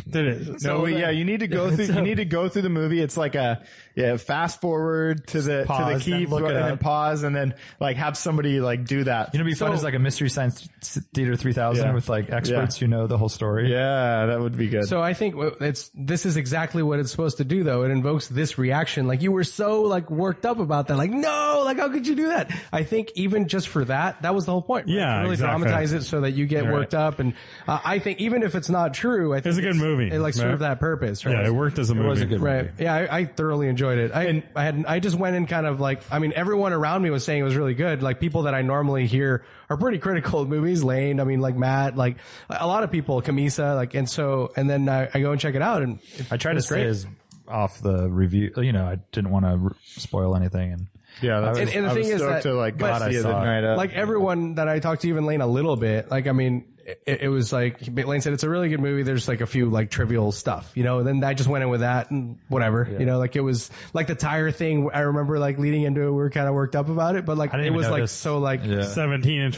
[SPEAKER 2] Did it?
[SPEAKER 3] No, we- yeah, you need to go through. You need to go through the movie. It's like a yeah, fast forward to the to the
[SPEAKER 1] Pause,
[SPEAKER 3] key,
[SPEAKER 1] then look
[SPEAKER 3] thro-
[SPEAKER 1] it
[SPEAKER 3] and then
[SPEAKER 1] up.
[SPEAKER 3] pause, and then like have somebody like do that.
[SPEAKER 1] You know, it'd be fun is like a mystery science theater 3000
[SPEAKER 3] Yeah.
[SPEAKER 1] with like experts who know the whole story.
[SPEAKER 3] yeah, that would be good.
[SPEAKER 4] So I think w- it's this is exactly what it's supposed to do, though. It invokes this reaction. Like you were so like worked up about that. Like no, like how could you do that? I think even just for that, that was the whole point. right?
[SPEAKER 2] Yeah,
[SPEAKER 4] to really
[SPEAKER 2] exactly.
[SPEAKER 4] dramatize it so that you get worked up. And uh, I think even if it's not true, I think
[SPEAKER 2] It's a good movie,
[SPEAKER 4] It like served
[SPEAKER 2] right?
[SPEAKER 4] that purpose. Right?
[SPEAKER 2] Yeah, it worked as a movie.
[SPEAKER 1] was a good one.
[SPEAKER 4] Right. Yeah, I, I thoroughly enjoyed it. I I had I just went in kind of like I mean everyone around me was saying it was really good. Like people that I normally hear are pretty critical of movies. Lane, I mean like Matt, like a lot of people, Camisa, like and so and then I, I go and check it out and it-
[SPEAKER 1] I tried to
[SPEAKER 4] it's
[SPEAKER 1] stay as off the review. You know, I didn't want to r- spoil anything. And
[SPEAKER 3] yeah, that was,
[SPEAKER 4] and- and the
[SPEAKER 3] I was
[SPEAKER 4] thing is
[SPEAKER 3] stoked
[SPEAKER 4] that-
[SPEAKER 3] to like
[SPEAKER 4] but-
[SPEAKER 3] go see it the
[SPEAKER 1] I saw it.
[SPEAKER 3] night of.
[SPEAKER 4] like everyone that I talked to, even Lane a little bit, like, I mean, it, it was like, Lane said, it's a really good movie. There's like a few like trivial stuff, you know, then I just went in with that and whatever, you know, like it was like the tire thing. I remember like leading into it, we were kind of worked up about it, but like
[SPEAKER 1] I didn't
[SPEAKER 4] it
[SPEAKER 1] even
[SPEAKER 4] was like
[SPEAKER 1] notice.
[SPEAKER 4] so like,
[SPEAKER 2] Seventeen inch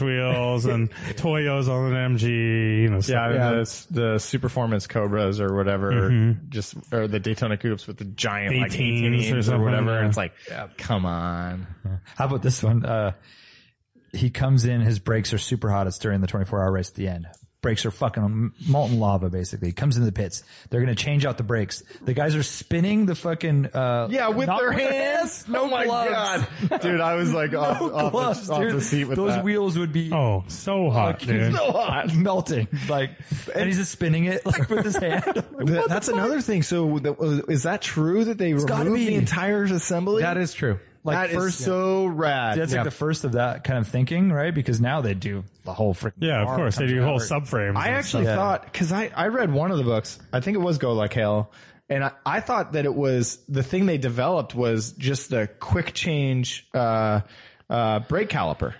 [SPEAKER 2] wheels and Toyos on an MG. You know, stuff.
[SPEAKER 3] yeah,
[SPEAKER 4] yeah.
[SPEAKER 3] the the super performance cobras or whatever, just or the Daytona coupes with the giant like
[SPEAKER 2] 18s
[SPEAKER 3] 18s
[SPEAKER 2] or
[SPEAKER 3] or,
[SPEAKER 2] something,
[SPEAKER 3] whatever.
[SPEAKER 2] yeah.
[SPEAKER 3] And it's like, come on,
[SPEAKER 1] how about this one? Uh, he comes in, his brakes are super hot. It's during the 24 hour race at the end. Brakes are fucking molten lava, basically. He comes into the pits. They're going to change out the brakes. The guys are spinning the fucking, uh,
[SPEAKER 3] yeah, with
[SPEAKER 1] not
[SPEAKER 3] their hands. No,
[SPEAKER 1] Oh
[SPEAKER 3] my
[SPEAKER 1] gloves.
[SPEAKER 3] god, dude, I was like off, off
[SPEAKER 1] gloves,
[SPEAKER 3] the, off the
[SPEAKER 1] dude.
[SPEAKER 3] seat with
[SPEAKER 1] Those
[SPEAKER 3] that.
[SPEAKER 1] wheels would be
[SPEAKER 2] Oh, so hot, dude.
[SPEAKER 3] So hot.
[SPEAKER 1] melting. Like, and he's just spinning it like with his hand.
[SPEAKER 3] Th- that's another thing. So the, uh, is that true that they
[SPEAKER 1] gotta
[SPEAKER 3] removed
[SPEAKER 1] be.
[SPEAKER 3] the entire assembly?
[SPEAKER 4] that is true. Like,
[SPEAKER 3] That is so rad.
[SPEAKER 1] That's like the first of that kind of thinking, right? Because now they do the whole freaking.
[SPEAKER 2] Yeah, of course they do whole subframes.
[SPEAKER 3] I
[SPEAKER 2] and
[SPEAKER 3] actually
[SPEAKER 2] stuff.
[SPEAKER 3] thought because I I read one of the books. I think it was Go Like Hell, and I, I thought that it was the thing they developed was just the quick change uh, uh, brake caliper.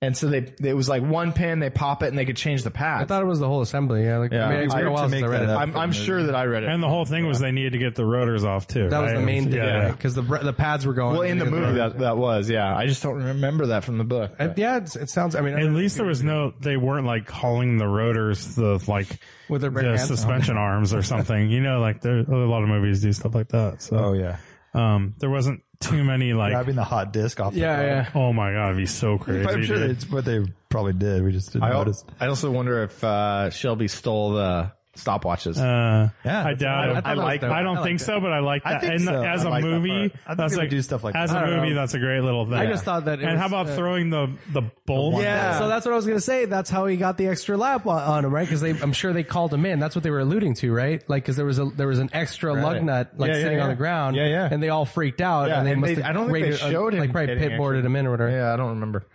[SPEAKER 3] And so they, it was like one pin, they pop it, and they could change the path.
[SPEAKER 4] I thought it was the whole assembly. Yeah. Like, I mean, it's been a while since I read it.
[SPEAKER 3] I'm, I'm sure that I read it.
[SPEAKER 2] and the whole thing was they needed to get the rotors off too.
[SPEAKER 4] That was
[SPEAKER 2] right?
[SPEAKER 4] the main thing,
[SPEAKER 2] Yeah.
[SPEAKER 4] right? Cause the, br- the pads were going.
[SPEAKER 3] well, in the movie that that was, yeah. I just don't remember that from the book.
[SPEAKER 4] Uh, Yeah, it's, it sounds, I mean,
[SPEAKER 2] At least there was no. They weren't like calling the rotors the like
[SPEAKER 4] With their bare
[SPEAKER 2] the
[SPEAKER 4] hands?
[SPEAKER 2] suspension arms or something. You know, like there a lot of movies do stuff like that.
[SPEAKER 1] Oh
[SPEAKER 2] So
[SPEAKER 1] yeah,
[SPEAKER 2] um, there wasn't too many like.
[SPEAKER 1] grabbing the hot disc off.
[SPEAKER 4] yeah,
[SPEAKER 1] the
[SPEAKER 4] yeah.
[SPEAKER 2] Oh my god, it'd be so crazy.
[SPEAKER 1] I'm sure
[SPEAKER 2] dude.
[SPEAKER 1] it's what they probably did. We just didn't
[SPEAKER 3] I, al-
[SPEAKER 1] notice.
[SPEAKER 3] I also wonder if uh, Shelby stole the stopwatches.
[SPEAKER 2] Uh,
[SPEAKER 1] Yeah,
[SPEAKER 2] I
[SPEAKER 1] that's-
[SPEAKER 2] doubt. it.
[SPEAKER 4] I- I like that.
[SPEAKER 2] I don't
[SPEAKER 4] I like
[SPEAKER 2] think
[SPEAKER 4] that.
[SPEAKER 2] so, but I like that.
[SPEAKER 1] think
[SPEAKER 2] and
[SPEAKER 1] so.
[SPEAKER 2] as
[SPEAKER 1] I
[SPEAKER 2] a
[SPEAKER 1] like that part.
[SPEAKER 2] movie,
[SPEAKER 1] I think
[SPEAKER 2] that's
[SPEAKER 1] they would
[SPEAKER 2] like
[SPEAKER 1] do stuff like
[SPEAKER 2] as
[SPEAKER 1] that.
[SPEAKER 2] a
[SPEAKER 1] I don't
[SPEAKER 2] movie.
[SPEAKER 1] know.
[SPEAKER 2] That's a great little thing.
[SPEAKER 4] I just thought that it
[SPEAKER 2] And how
[SPEAKER 4] was,
[SPEAKER 2] about
[SPEAKER 4] uh,
[SPEAKER 2] throwing the the bolt?
[SPEAKER 3] yeah.
[SPEAKER 4] So that's what I was gonna say. That's how he got the extra lap on, on him, right? Because I'm sure they called him in. That's what they were alluding to, right? Like, because there was a there was an extra lug nut like
[SPEAKER 3] Yeah, yeah,
[SPEAKER 4] sitting on
[SPEAKER 3] yeah.
[SPEAKER 4] the ground,
[SPEAKER 3] Yeah, yeah.
[SPEAKER 4] and they all freaked out.
[SPEAKER 3] Yeah,
[SPEAKER 4] and they
[SPEAKER 3] and
[SPEAKER 4] must
[SPEAKER 3] they-
[SPEAKER 4] have
[SPEAKER 3] I don't think they
[SPEAKER 4] rated- uh,
[SPEAKER 3] showed him
[SPEAKER 4] like probably
[SPEAKER 3] hitting,
[SPEAKER 4] pit boarded him in or whatever. Yeah.
[SPEAKER 3] yeah, I don't remember.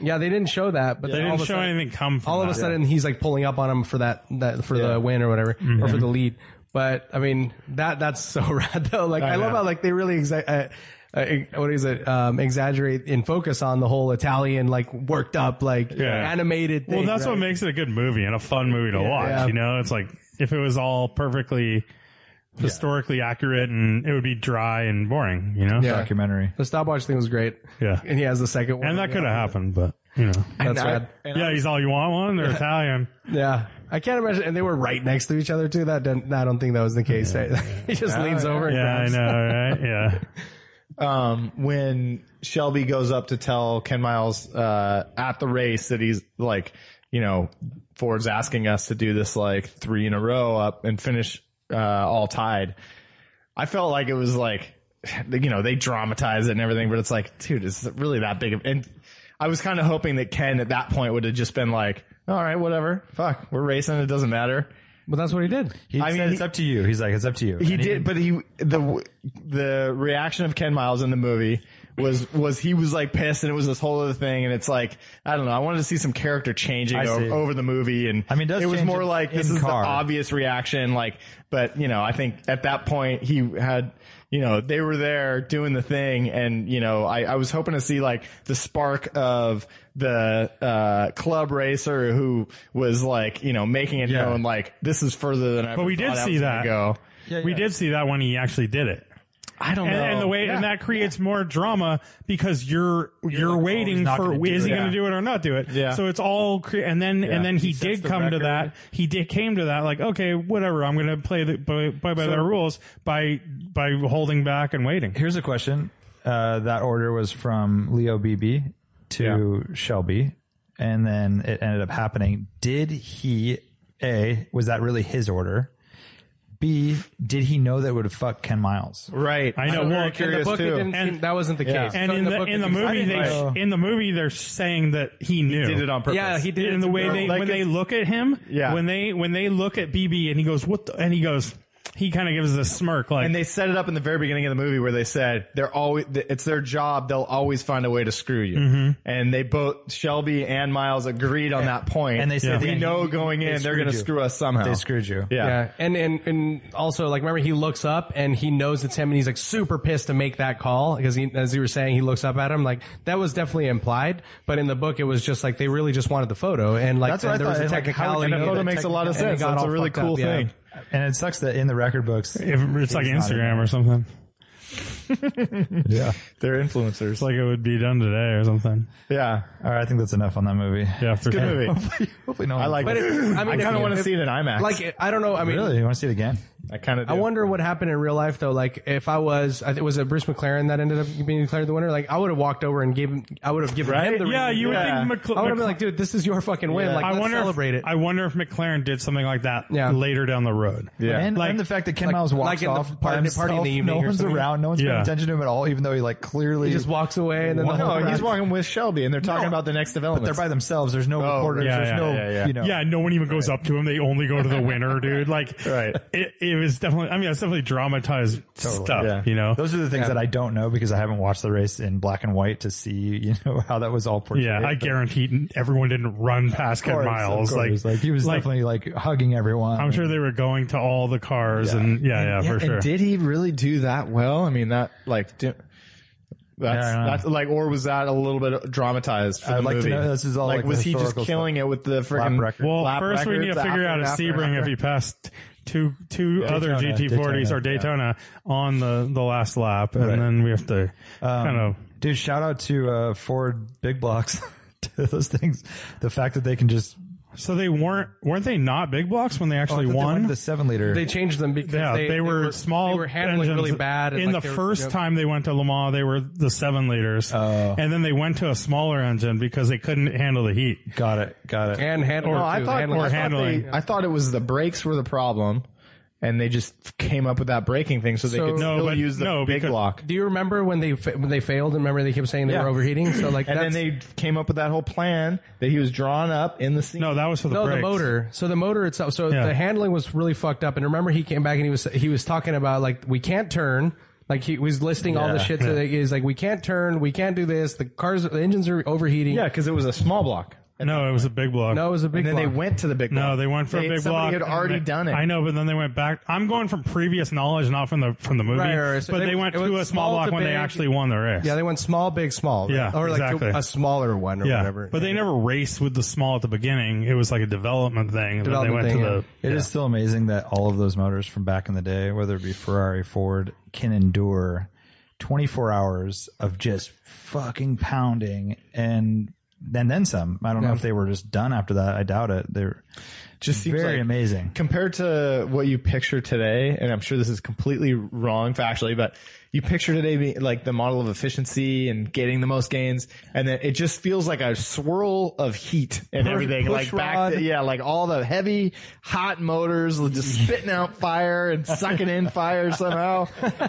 [SPEAKER 4] they didn't show that, but
[SPEAKER 2] They
[SPEAKER 4] then all
[SPEAKER 2] didn't
[SPEAKER 4] of a
[SPEAKER 2] show
[SPEAKER 4] sudden,
[SPEAKER 2] anything come from
[SPEAKER 4] all of a
[SPEAKER 2] that.
[SPEAKER 4] sudden he's like pulling up on him for that that for the win or whatever or for the lead. But I mean that that's so rad though. Like I, love
[SPEAKER 2] know.
[SPEAKER 4] how like they really exa- uh, uh, what is it um, exaggerate and focus on the whole Italian like worked up like
[SPEAKER 2] Yeah.
[SPEAKER 4] animated. Thing,
[SPEAKER 2] Well, that's
[SPEAKER 4] right?
[SPEAKER 2] what makes it a good movie and a fun movie to watch.
[SPEAKER 4] yeah.
[SPEAKER 2] You know, it's like if it was all perfectly historically accurate, and it would be dry and boring. You know,
[SPEAKER 4] Yeah.
[SPEAKER 1] documentary.
[SPEAKER 4] The stopwatch thing was great.
[SPEAKER 2] Yeah.
[SPEAKER 4] And he has the second one.
[SPEAKER 2] and that could have happened, but you know,
[SPEAKER 4] That's rad.
[SPEAKER 2] yeah, he's all you want one. They're Italian.
[SPEAKER 4] Yeah. I can't imagine. And they were right next to each other too. That didn't, I don't think that was the case. he just leans over and
[SPEAKER 2] Yeah, I
[SPEAKER 4] grabs.
[SPEAKER 2] know, right? Yeah,
[SPEAKER 3] um, when Shelby goes up to tell Ken Miles uh, at the race that he's like, you know, Ford's asking us to do this like three in a row up and finish uh, all tied. I felt like it was like, you know, they dramatize it and everything, but it's like, dude, is it really that big of? And I was kind of hoping that Ken at that point would have just been like, all right, whatever, fuck, we're racing, it doesn't matter.
[SPEAKER 4] But that's what he did.
[SPEAKER 1] He
[SPEAKER 3] I
[SPEAKER 1] said
[SPEAKER 3] mean,
[SPEAKER 1] it's up to you. He's like, it's up to you.
[SPEAKER 3] He did, but he the the reaction of Ken Miles in the movie was was he was like pissed, and it was this whole other thing, and it's like I don't know. I wanted to see some character changing
[SPEAKER 1] I
[SPEAKER 3] o-
[SPEAKER 1] see.
[SPEAKER 3] over, the movie, and
[SPEAKER 1] I mean, it does
[SPEAKER 3] was
[SPEAKER 1] change
[SPEAKER 3] more
[SPEAKER 1] in-
[SPEAKER 3] like this
[SPEAKER 1] in
[SPEAKER 3] is
[SPEAKER 1] car.
[SPEAKER 3] the obvious reaction, like. But you know, I think at that point he had you know they were there doing the thing, and you know I I was hoping to see like the spark of the uh club racer who was like you know making it
[SPEAKER 1] Yeah.
[SPEAKER 3] known like this is further than I
[SPEAKER 2] But
[SPEAKER 3] ever
[SPEAKER 2] we did
[SPEAKER 3] thought I
[SPEAKER 2] see
[SPEAKER 3] was gonna
[SPEAKER 2] that.
[SPEAKER 3] go.
[SPEAKER 2] we did see that when he actually did it.
[SPEAKER 3] I don't
[SPEAKER 2] and,
[SPEAKER 3] know.
[SPEAKER 2] and the way and that creates more drama because you're you're,
[SPEAKER 1] he's
[SPEAKER 2] waiting
[SPEAKER 1] not
[SPEAKER 2] for
[SPEAKER 1] gonna do
[SPEAKER 2] is he
[SPEAKER 1] it.
[SPEAKER 2] going to do it or not do it?
[SPEAKER 3] Yeah.
[SPEAKER 2] So it's all cre- and then and then he,
[SPEAKER 3] sets
[SPEAKER 2] did
[SPEAKER 3] the
[SPEAKER 2] come to
[SPEAKER 3] record.
[SPEAKER 2] that. He did came to that like okay whatever I'm going to play the by, by, by their rules by by holding back and waiting.
[SPEAKER 1] Here's a question. Uh, that order was from Leo BB to Shelby, and then it ended up happening. Did he a was that really his order? B did he know that would fuck Ken Miles?
[SPEAKER 3] Right.
[SPEAKER 2] I know.
[SPEAKER 3] I'm very
[SPEAKER 2] Well, in the
[SPEAKER 4] In the
[SPEAKER 3] curious
[SPEAKER 4] book, it
[SPEAKER 3] too.
[SPEAKER 4] didn't
[SPEAKER 2] And-
[SPEAKER 4] seem, that wasn't the case.
[SPEAKER 3] Yeah.
[SPEAKER 2] And
[SPEAKER 4] So
[SPEAKER 2] in the
[SPEAKER 4] book,
[SPEAKER 2] in
[SPEAKER 4] it
[SPEAKER 2] the
[SPEAKER 4] didn't-
[SPEAKER 2] movie they
[SPEAKER 1] know.
[SPEAKER 2] in the movie they're saying that he knew
[SPEAKER 3] did it on purpose.
[SPEAKER 4] Yeah, he did.
[SPEAKER 2] in the way they
[SPEAKER 3] Like
[SPEAKER 2] when
[SPEAKER 3] it-
[SPEAKER 2] they look at him.
[SPEAKER 3] Yeah.
[SPEAKER 2] When they when they look at BB and he goes what the, and he goes he kind of gives this smirk like
[SPEAKER 3] And they set it up in the very beginning of the movie where they said they're always it's their job. They'll always find a way to screw you. And they both Shelby and Miles agreed on that point.
[SPEAKER 1] and they said
[SPEAKER 3] we
[SPEAKER 1] they-
[SPEAKER 3] know going in they are
[SPEAKER 1] screwed
[SPEAKER 3] going to
[SPEAKER 1] you.
[SPEAKER 3] screw us somehow.
[SPEAKER 1] They screwed you.
[SPEAKER 3] Yeah.
[SPEAKER 4] Yeah. And, and, and also, like, remember he looks up and he knows it's him and he's like super pissed to make that call because he, as you were saying, he looks up at him. Like, that was definitely implied, but in the book, it was just like they really just wanted the photo and like
[SPEAKER 3] That's what I
[SPEAKER 4] and there
[SPEAKER 3] thought. It's
[SPEAKER 4] was a
[SPEAKER 3] like, how
[SPEAKER 4] technicality.
[SPEAKER 3] and the photo makes a lot of
[SPEAKER 4] and it
[SPEAKER 3] sense.
[SPEAKER 4] got
[SPEAKER 3] That's
[SPEAKER 4] all
[SPEAKER 3] a really
[SPEAKER 4] fucked
[SPEAKER 3] cool
[SPEAKER 4] up, yeah.
[SPEAKER 3] thing.
[SPEAKER 1] And it sucks that in the record books,
[SPEAKER 2] if it's like Instagram or something.
[SPEAKER 3] They're influencers.
[SPEAKER 2] It's like it would be done today or something.
[SPEAKER 3] yeah.
[SPEAKER 1] All right, I think that's enough on that movie.
[SPEAKER 2] Yeah, for
[SPEAKER 3] Good
[SPEAKER 2] sure.
[SPEAKER 3] movie.
[SPEAKER 1] Hopefully, no.
[SPEAKER 3] I like
[SPEAKER 4] But
[SPEAKER 3] it.
[SPEAKER 4] it- I
[SPEAKER 3] I,
[SPEAKER 4] mean, if
[SPEAKER 3] kind
[SPEAKER 4] you-
[SPEAKER 3] of want to see it in IMAX.
[SPEAKER 4] Like, I don't know. I mean,
[SPEAKER 1] Really, you want to see it again?
[SPEAKER 3] I kind of
[SPEAKER 4] I wonder what happened in real life though. Like if I was, I think was it Bruce McLaren that ended up being declared the winner. Like I would have walked over and gave him, I would have given him the.
[SPEAKER 2] Yeah,
[SPEAKER 4] ring.
[SPEAKER 2] you would
[SPEAKER 3] Yeah.
[SPEAKER 2] think McCl-
[SPEAKER 4] I would have been like, dude, this is your fucking win. Like
[SPEAKER 2] I
[SPEAKER 4] let's
[SPEAKER 2] wonder
[SPEAKER 4] celebrate
[SPEAKER 2] if,
[SPEAKER 4] it.
[SPEAKER 2] I wonder if McLaren did something like that
[SPEAKER 4] Yeah.
[SPEAKER 2] later down the road.
[SPEAKER 3] Yeah.
[SPEAKER 1] And,
[SPEAKER 2] Like-
[SPEAKER 1] and the fact that Ken
[SPEAKER 4] like-
[SPEAKER 1] Miles
[SPEAKER 4] like
[SPEAKER 1] walks
[SPEAKER 4] in the
[SPEAKER 1] off
[SPEAKER 4] party-
[SPEAKER 1] by himself,
[SPEAKER 4] party in the evening
[SPEAKER 1] no
[SPEAKER 4] or
[SPEAKER 1] one's
[SPEAKER 4] something.
[SPEAKER 1] around, no one's paying
[SPEAKER 2] Yeah.
[SPEAKER 1] attention to him at all, even though he like clearly
[SPEAKER 4] he just walks away and then the whole
[SPEAKER 3] No, he's
[SPEAKER 4] crowd-
[SPEAKER 3] walking with Shelby, and they're talking
[SPEAKER 1] No.
[SPEAKER 3] about the next
[SPEAKER 1] But
[SPEAKER 3] development.
[SPEAKER 1] they're by themselves. There's no reporters.
[SPEAKER 2] yeah,
[SPEAKER 1] There's
[SPEAKER 2] yeah,
[SPEAKER 1] no,
[SPEAKER 3] yeah, yeah.
[SPEAKER 1] you know.
[SPEAKER 2] Yeah, no one even goes up to him. They only go to the winner, dude. Like,
[SPEAKER 3] Right.
[SPEAKER 2] It, it was definitely. I mean, it's definitely dramatized stuff.
[SPEAKER 3] yeah.
[SPEAKER 2] You know.
[SPEAKER 1] Those are the things that I don't know because I haven't watched the race in black and white to see, you know, how that was all portrayed.
[SPEAKER 2] yeah, I
[SPEAKER 1] But
[SPEAKER 2] guarantee everyone didn't run past
[SPEAKER 1] of
[SPEAKER 2] Ken
[SPEAKER 1] course,
[SPEAKER 2] Miles.
[SPEAKER 1] of course.
[SPEAKER 2] Like,
[SPEAKER 1] he was definitely like hugging everyone.
[SPEAKER 2] I'm sure they were going to all the cars, and yeah, yeah, for sure.
[SPEAKER 3] And did he really do that well? I mean, that like, do, that's
[SPEAKER 1] I don't know.
[SPEAKER 3] that's like, or was that a little bit dramatized? For
[SPEAKER 1] I'd
[SPEAKER 3] the
[SPEAKER 1] like to
[SPEAKER 3] movie?
[SPEAKER 1] know. This is all, like, the
[SPEAKER 3] was he just
[SPEAKER 1] historical
[SPEAKER 3] killing it with the freaking
[SPEAKER 1] Lap record.
[SPEAKER 2] Well,
[SPEAKER 3] lap
[SPEAKER 2] first we need to
[SPEAKER 3] records
[SPEAKER 2] figure out
[SPEAKER 3] after-
[SPEAKER 2] if
[SPEAKER 3] after-
[SPEAKER 2] Sebring if
[SPEAKER 3] after?
[SPEAKER 2] he passed two two other
[SPEAKER 1] Daytona,
[SPEAKER 2] GT40s
[SPEAKER 1] Daytona,
[SPEAKER 2] or Daytona on the the last lap, and then we have to kind of
[SPEAKER 1] Dude, shout out to uh, Ford Big Blocks. to those things. The fact that they can just
[SPEAKER 2] So they weren't weren't they not big blocks when they
[SPEAKER 1] I
[SPEAKER 2] actually
[SPEAKER 1] thought they went
[SPEAKER 2] won?
[SPEAKER 1] to the seven liter.
[SPEAKER 4] They changed them because
[SPEAKER 2] yeah, they, were, small.
[SPEAKER 4] They were handling
[SPEAKER 2] engines.
[SPEAKER 4] really bad and,
[SPEAKER 2] In
[SPEAKER 4] like,
[SPEAKER 2] the
[SPEAKER 4] they were-
[SPEAKER 2] first
[SPEAKER 4] yep.
[SPEAKER 2] time they went to Le Mans, they were the seven liters, and then they went to a smaller engine because they couldn't handle the heat.
[SPEAKER 1] got it. Got it.
[SPEAKER 4] and handling.
[SPEAKER 3] No, I thought, I, thought
[SPEAKER 2] handling.
[SPEAKER 3] they- I thought it was the brakes were the problem, and they just came up with that braking thing so they
[SPEAKER 4] So-
[SPEAKER 3] could
[SPEAKER 4] No,
[SPEAKER 3] still
[SPEAKER 2] but-
[SPEAKER 3] use the
[SPEAKER 2] no,
[SPEAKER 3] big
[SPEAKER 2] because-
[SPEAKER 3] block.
[SPEAKER 4] Do you remember when they fa- when they failed and remember they kept saying they
[SPEAKER 3] Yeah.
[SPEAKER 4] were overheating? So like
[SPEAKER 3] And
[SPEAKER 4] that's,
[SPEAKER 3] then they came up with that whole plan that he was drawing up in the scene.
[SPEAKER 2] No, that was for the
[SPEAKER 4] No,
[SPEAKER 2] brakes.
[SPEAKER 4] the motor. So the motor itself. So
[SPEAKER 2] Yeah.
[SPEAKER 4] the handling was really fucked up. And remember, he came back and he was he was talking about like we can't turn. Like he was listing all the
[SPEAKER 1] Yeah.
[SPEAKER 4] shit. So that is like we can't turn. We can't do this. The cars, the engines are overheating.
[SPEAKER 3] yeah, because it was a small block.
[SPEAKER 2] No, it was a big block.
[SPEAKER 4] No, it was a big.
[SPEAKER 3] And then
[SPEAKER 4] block.
[SPEAKER 3] they went to the big block.
[SPEAKER 2] No, they went for
[SPEAKER 3] They-
[SPEAKER 2] a big
[SPEAKER 3] somebody
[SPEAKER 2] block.
[SPEAKER 3] had
[SPEAKER 2] and
[SPEAKER 3] already
[SPEAKER 2] they-
[SPEAKER 3] done it.
[SPEAKER 2] I know, but then they went back. I'm going from previous knowledge, not from the from the movie.
[SPEAKER 4] Right, right, right. So
[SPEAKER 2] But
[SPEAKER 4] it
[SPEAKER 2] they
[SPEAKER 4] was-
[SPEAKER 2] went
[SPEAKER 4] it
[SPEAKER 2] to
[SPEAKER 4] was
[SPEAKER 2] a small
[SPEAKER 4] small
[SPEAKER 2] block
[SPEAKER 4] to
[SPEAKER 2] when they
[SPEAKER 4] big.
[SPEAKER 2] actually won the race.
[SPEAKER 4] Yeah, they went small, big, small. right?
[SPEAKER 2] Yeah,
[SPEAKER 4] or like
[SPEAKER 2] exactly.
[SPEAKER 4] a, a smaller one or
[SPEAKER 2] Yeah.
[SPEAKER 4] whatever.
[SPEAKER 2] But they never raced with the small at the beginning. It was like a development thing. and then they
[SPEAKER 4] Development
[SPEAKER 2] went
[SPEAKER 4] thing,
[SPEAKER 2] to
[SPEAKER 1] It is still amazing that all of those motors from back in the day, whether it be Ferrari, Ford, can endure 24 hours of just fucking pounding and and then some. I don't know if they were just done after that. I doubt it. They're
[SPEAKER 3] just seems
[SPEAKER 1] very
[SPEAKER 3] like-
[SPEAKER 1] amazing.
[SPEAKER 3] Compared to what you picture today, and I'm sure this is completely wrong factually, but you picture today being like the model of efficiency and getting the most gains, and then it just feels like a swirl of heat and everything, like back, to, yeah, like all the heavy, hot motors just spitting out fire and sucking in fire somehow.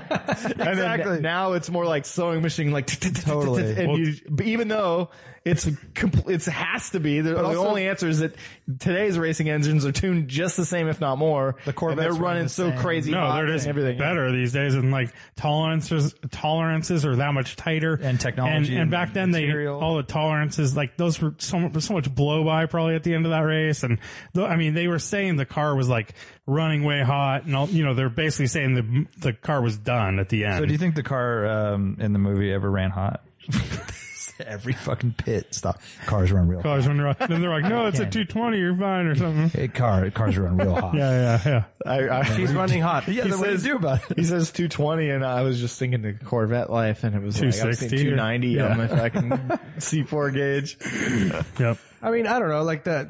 [SPEAKER 3] And then now it's more like sewing machine, like
[SPEAKER 1] Totally.
[SPEAKER 3] and you, but even though it's compl- it's has to be the, the
[SPEAKER 1] also-
[SPEAKER 3] only answer is that today's racing engines are tuned just the same, if not more. The
[SPEAKER 1] Corvettes
[SPEAKER 3] they're
[SPEAKER 1] run
[SPEAKER 3] running
[SPEAKER 1] the
[SPEAKER 3] so
[SPEAKER 1] same.
[SPEAKER 3] crazy.
[SPEAKER 2] the no.
[SPEAKER 3] hot
[SPEAKER 2] They're
[SPEAKER 3] and
[SPEAKER 2] just
[SPEAKER 3] everything.
[SPEAKER 2] better these days, and like tolerances tolerances are that much tighter.
[SPEAKER 1] And technology
[SPEAKER 2] And, and
[SPEAKER 1] and
[SPEAKER 2] back then,
[SPEAKER 1] material.
[SPEAKER 2] they all the tolerances like those were so mu- so much blow by probably at the end of that race. And though, I mean, they were saying the car was like running way hot, and all you know, they're basically saying the the car was done at the end.
[SPEAKER 1] So do you think the car um, in the movie ever ran hot? Every fucking pit stop. Cars run real.
[SPEAKER 2] cars when they're then they're like, no, it's a 220, you're fine or something.
[SPEAKER 1] Hey, car cars run real hot.
[SPEAKER 2] Yeah, yeah, yeah.
[SPEAKER 3] I, I,
[SPEAKER 4] She's running hot.
[SPEAKER 3] he says, do about it? He says 220, and I was just thinking the Corvette life, and it was like, I was thinking
[SPEAKER 2] 260,
[SPEAKER 3] 290
[SPEAKER 2] yeah.
[SPEAKER 3] on my fucking C4 gauge.
[SPEAKER 2] Yep.
[SPEAKER 4] I mean, I don't know, like that.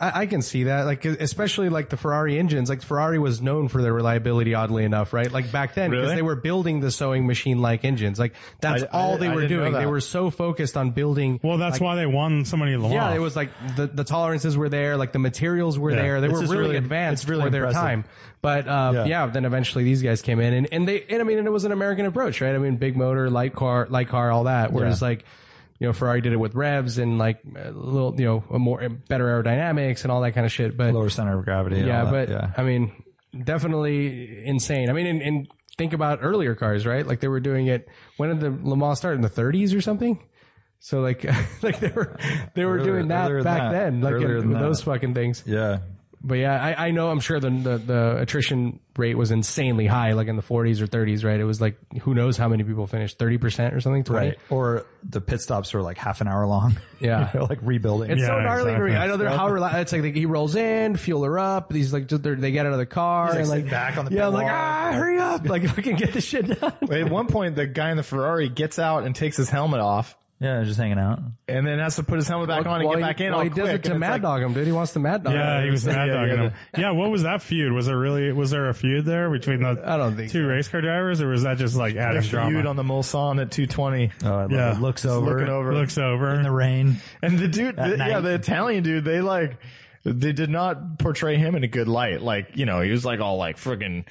[SPEAKER 4] I, I can see that, like especially like the Ferrari engines. Like Ferrari was known for their reliability, oddly enough, right? Like back then, because
[SPEAKER 3] Really?
[SPEAKER 4] they were building the sewing machine-like engines. Like that's
[SPEAKER 3] I-
[SPEAKER 4] all
[SPEAKER 3] I-
[SPEAKER 4] they
[SPEAKER 3] I
[SPEAKER 4] were
[SPEAKER 3] didn't know
[SPEAKER 4] doing. They
[SPEAKER 3] that.
[SPEAKER 4] were so focused on building.
[SPEAKER 2] Well, that's why they won so many of the
[SPEAKER 4] yeah,
[SPEAKER 2] law.
[SPEAKER 4] it was like the, the tolerances were there, like the materials were there. They
[SPEAKER 1] It's
[SPEAKER 4] were
[SPEAKER 1] just
[SPEAKER 4] really,
[SPEAKER 1] really-
[SPEAKER 4] advanced
[SPEAKER 1] it's really
[SPEAKER 4] for their
[SPEAKER 1] impressive.
[SPEAKER 4] time. But uh, yeah.
[SPEAKER 1] Yeah.
[SPEAKER 4] then eventually these guys came in, and, and they and I mean, and it was an American approach, right? I mean, big motor, light car, light car, all that. Whereas like. You know, Ferrari did it with revs and like a little, you know, a more better aerodynamics and all that kind of shit. But
[SPEAKER 1] Lower center of gravity. and
[SPEAKER 4] yeah,
[SPEAKER 1] all that.
[SPEAKER 4] but I mean, definitely insane. I mean, and, and think about earlier cars, right? Like they were doing it. When did the Le Mans start in the 30s or something? So like, like they were they were
[SPEAKER 1] Earlier-
[SPEAKER 4] doing that
[SPEAKER 1] earlier than
[SPEAKER 4] back
[SPEAKER 1] that.
[SPEAKER 4] then, like
[SPEAKER 1] Earlier
[SPEAKER 4] in-
[SPEAKER 1] than
[SPEAKER 4] with
[SPEAKER 1] that.
[SPEAKER 4] those fucking things.
[SPEAKER 1] yeah.
[SPEAKER 4] But yeah, I, I know. I'm sure the, the the attrition rate was insanely high, like in the 40s or 30s, right? It was like who knows how many people finished 30 percent or something, 20.
[SPEAKER 1] Right. Or the pit stops were like half an hour long.
[SPEAKER 4] Yeah.
[SPEAKER 1] You know, like rebuilding.
[SPEAKER 4] It's so
[SPEAKER 2] Yeah,
[SPEAKER 4] gnarly. to
[SPEAKER 2] exactly.
[SPEAKER 4] read. I know they're how reli- it's like they, he rolls in, fuel her up. He's like they're- they get out of the car and like
[SPEAKER 1] sitting back on the
[SPEAKER 4] yeah,
[SPEAKER 1] pit
[SPEAKER 4] I'm like
[SPEAKER 1] wall.
[SPEAKER 4] ah, hurry up, like if we can get this shit done.
[SPEAKER 3] At one point, the guy in the Ferrari gets out and takes his helmet off.
[SPEAKER 1] Yeah, just hanging out.
[SPEAKER 3] And then has to put his helmet back on and
[SPEAKER 4] Well,
[SPEAKER 3] get
[SPEAKER 4] he-
[SPEAKER 3] back in.
[SPEAKER 4] well,
[SPEAKER 3] all
[SPEAKER 4] he does
[SPEAKER 3] quick,
[SPEAKER 4] it to
[SPEAKER 3] and it's
[SPEAKER 4] Mad
[SPEAKER 3] like-
[SPEAKER 4] Dog him, dude. He wants to Mad Dog.
[SPEAKER 2] Yeah, he was mad
[SPEAKER 3] yeah,
[SPEAKER 2] dogging
[SPEAKER 3] yeah.
[SPEAKER 2] him. Yeah, what was that feud? Was there really was there a feud there between the
[SPEAKER 4] I don't think
[SPEAKER 2] two race car drivers, or was that just like adding
[SPEAKER 3] Feud
[SPEAKER 2] drama?
[SPEAKER 3] on the Mulsanne at 220.
[SPEAKER 1] Oh, I love
[SPEAKER 2] Yeah.
[SPEAKER 1] it. Looks over.
[SPEAKER 3] looking over.
[SPEAKER 2] Looks
[SPEAKER 1] in the
[SPEAKER 2] over.
[SPEAKER 1] rain.
[SPEAKER 3] And the dude, the,
[SPEAKER 1] night.
[SPEAKER 3] yeah, the Italian dude, they like, they did not portray him in a good light. Like, you know, he was like all like friggin',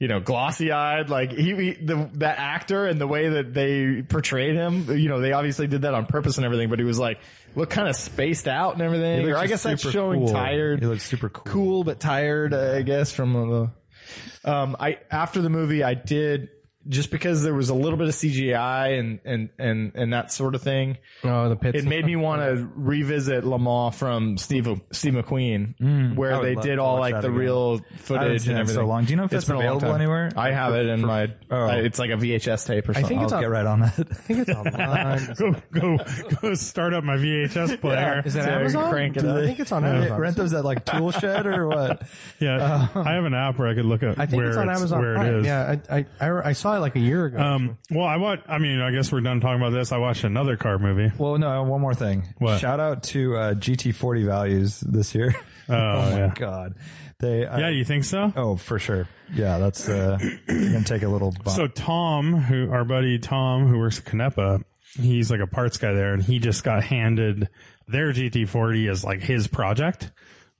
[SPEAKER 3] you know, glossy eyed. Like he, he the, that actor and the way that they portrayed him, you know, they obviously did that on purpose and everything, but he was like, look kind of spaced out and everything.
[SPEAKER 1] He
[SPEAKER 3] Or
[SPEAKER 1] looks
[SPEAKER 3] I guess
[SPEAKER 1] just
[SPEAKER 3] that's
[SPEAKER 1] super
[SPEAKER 3] showing
[SPEAKER 1] cool.
[SPEAKER 3] tired.
[SPEAKER 1] He looks super cool.
[SPEAKER 3] Cool, but tired, uh, I guess, from the, um, I after the movie, I did just because there was a little bit of CGI and and and and that sort of thing.
[SPEAKER 4] Oh, the pits.
[SPEAKER 3] It made me want to revisit Le Mans from Steve Steve McQueen, where
[SPEAKER 1] Mm. would
[SPEAKER 3] they
[SPEAKER 1] love
[SPEAKER 3] did
[SPEAKER 1] to
[SPEAKER 3] all
[SPEAKER 1] watch
[SPEAKER 3] like
[SPEAKER 1] that
[SPEAKER 3] the
[SPEAKER 1] again.
[SPEAKER 3] real
[SPEAKER 1] I haven't
[SPEAKER 3] footage and
[SPEAKER 1] seen it in
[SPEAKER 3] everything.
[SPEAKER 1] so long. Do you know if it's
[SPEAKER 3] been a long
[SPEAKER 1] available
[SPEAKER 3] time.
[SPEAKER 1] anywhere?
[SPEAKER 3] I have it in my.
[SPEAKER 1] oh.
[SPEAKER 3] I- it's like a VHS tape or something.
[SPEAKER 4] think
[SPEAKER 1] I'll
[SPEAKER 4] it's on-
[SPEAKER 1] get right on that.
[SPEAKER 2] Go go go! Start up my VHS player.
[SPEAKER 4] Is that
[SPEAKER 3] to
[SPEAKER 4] Amazon?
[SPEAKER 3] crank it
[SPEAKER 4] Do
[SPEAKER 3] up.
[SPEAKER 4] I think it's on
[SPEAKER 1] Rent-
[SPEAKER 4] Amazon.
[SPEAKER 1] Rent those at like tool shed or what?
[SPEAKER 2] Yeah, I have an app where I could look at
[SPEAKER 4] I think
[SPEAKER 2] where
[SPEAKER 4] it's on Amazon.
[SPEAKER 2] where
[SPEAKER 4] Prime.
[SPEAKER 2] it is.
[SPEAKER 4] Yeah, I, I- I I saw it like a year ago.
[SPEAKER 2] Um. Well, I watch. I mean, I guess we're done talking about this. I watched another car movie.
[SPEAKER 1] Well, no. One more thing.
[SPEAKER 2] What?
[SPEAKER 1] Shout out to uh, GT40 values this year.
[SPEAKER 2] Oh, yeah.
[SPEAKER 1] God, they. I,
[SPEAKER 2] Yeah, you think so?
[SPEAKER 1] oh, for sure. Yeah, that's uh, you're gonna take a little bump.
[SPEAKER 2] So Tom, who our buddy Tom, who works at Canepa, he's like a parts guy there, and he just got handed their GT40 as like his project.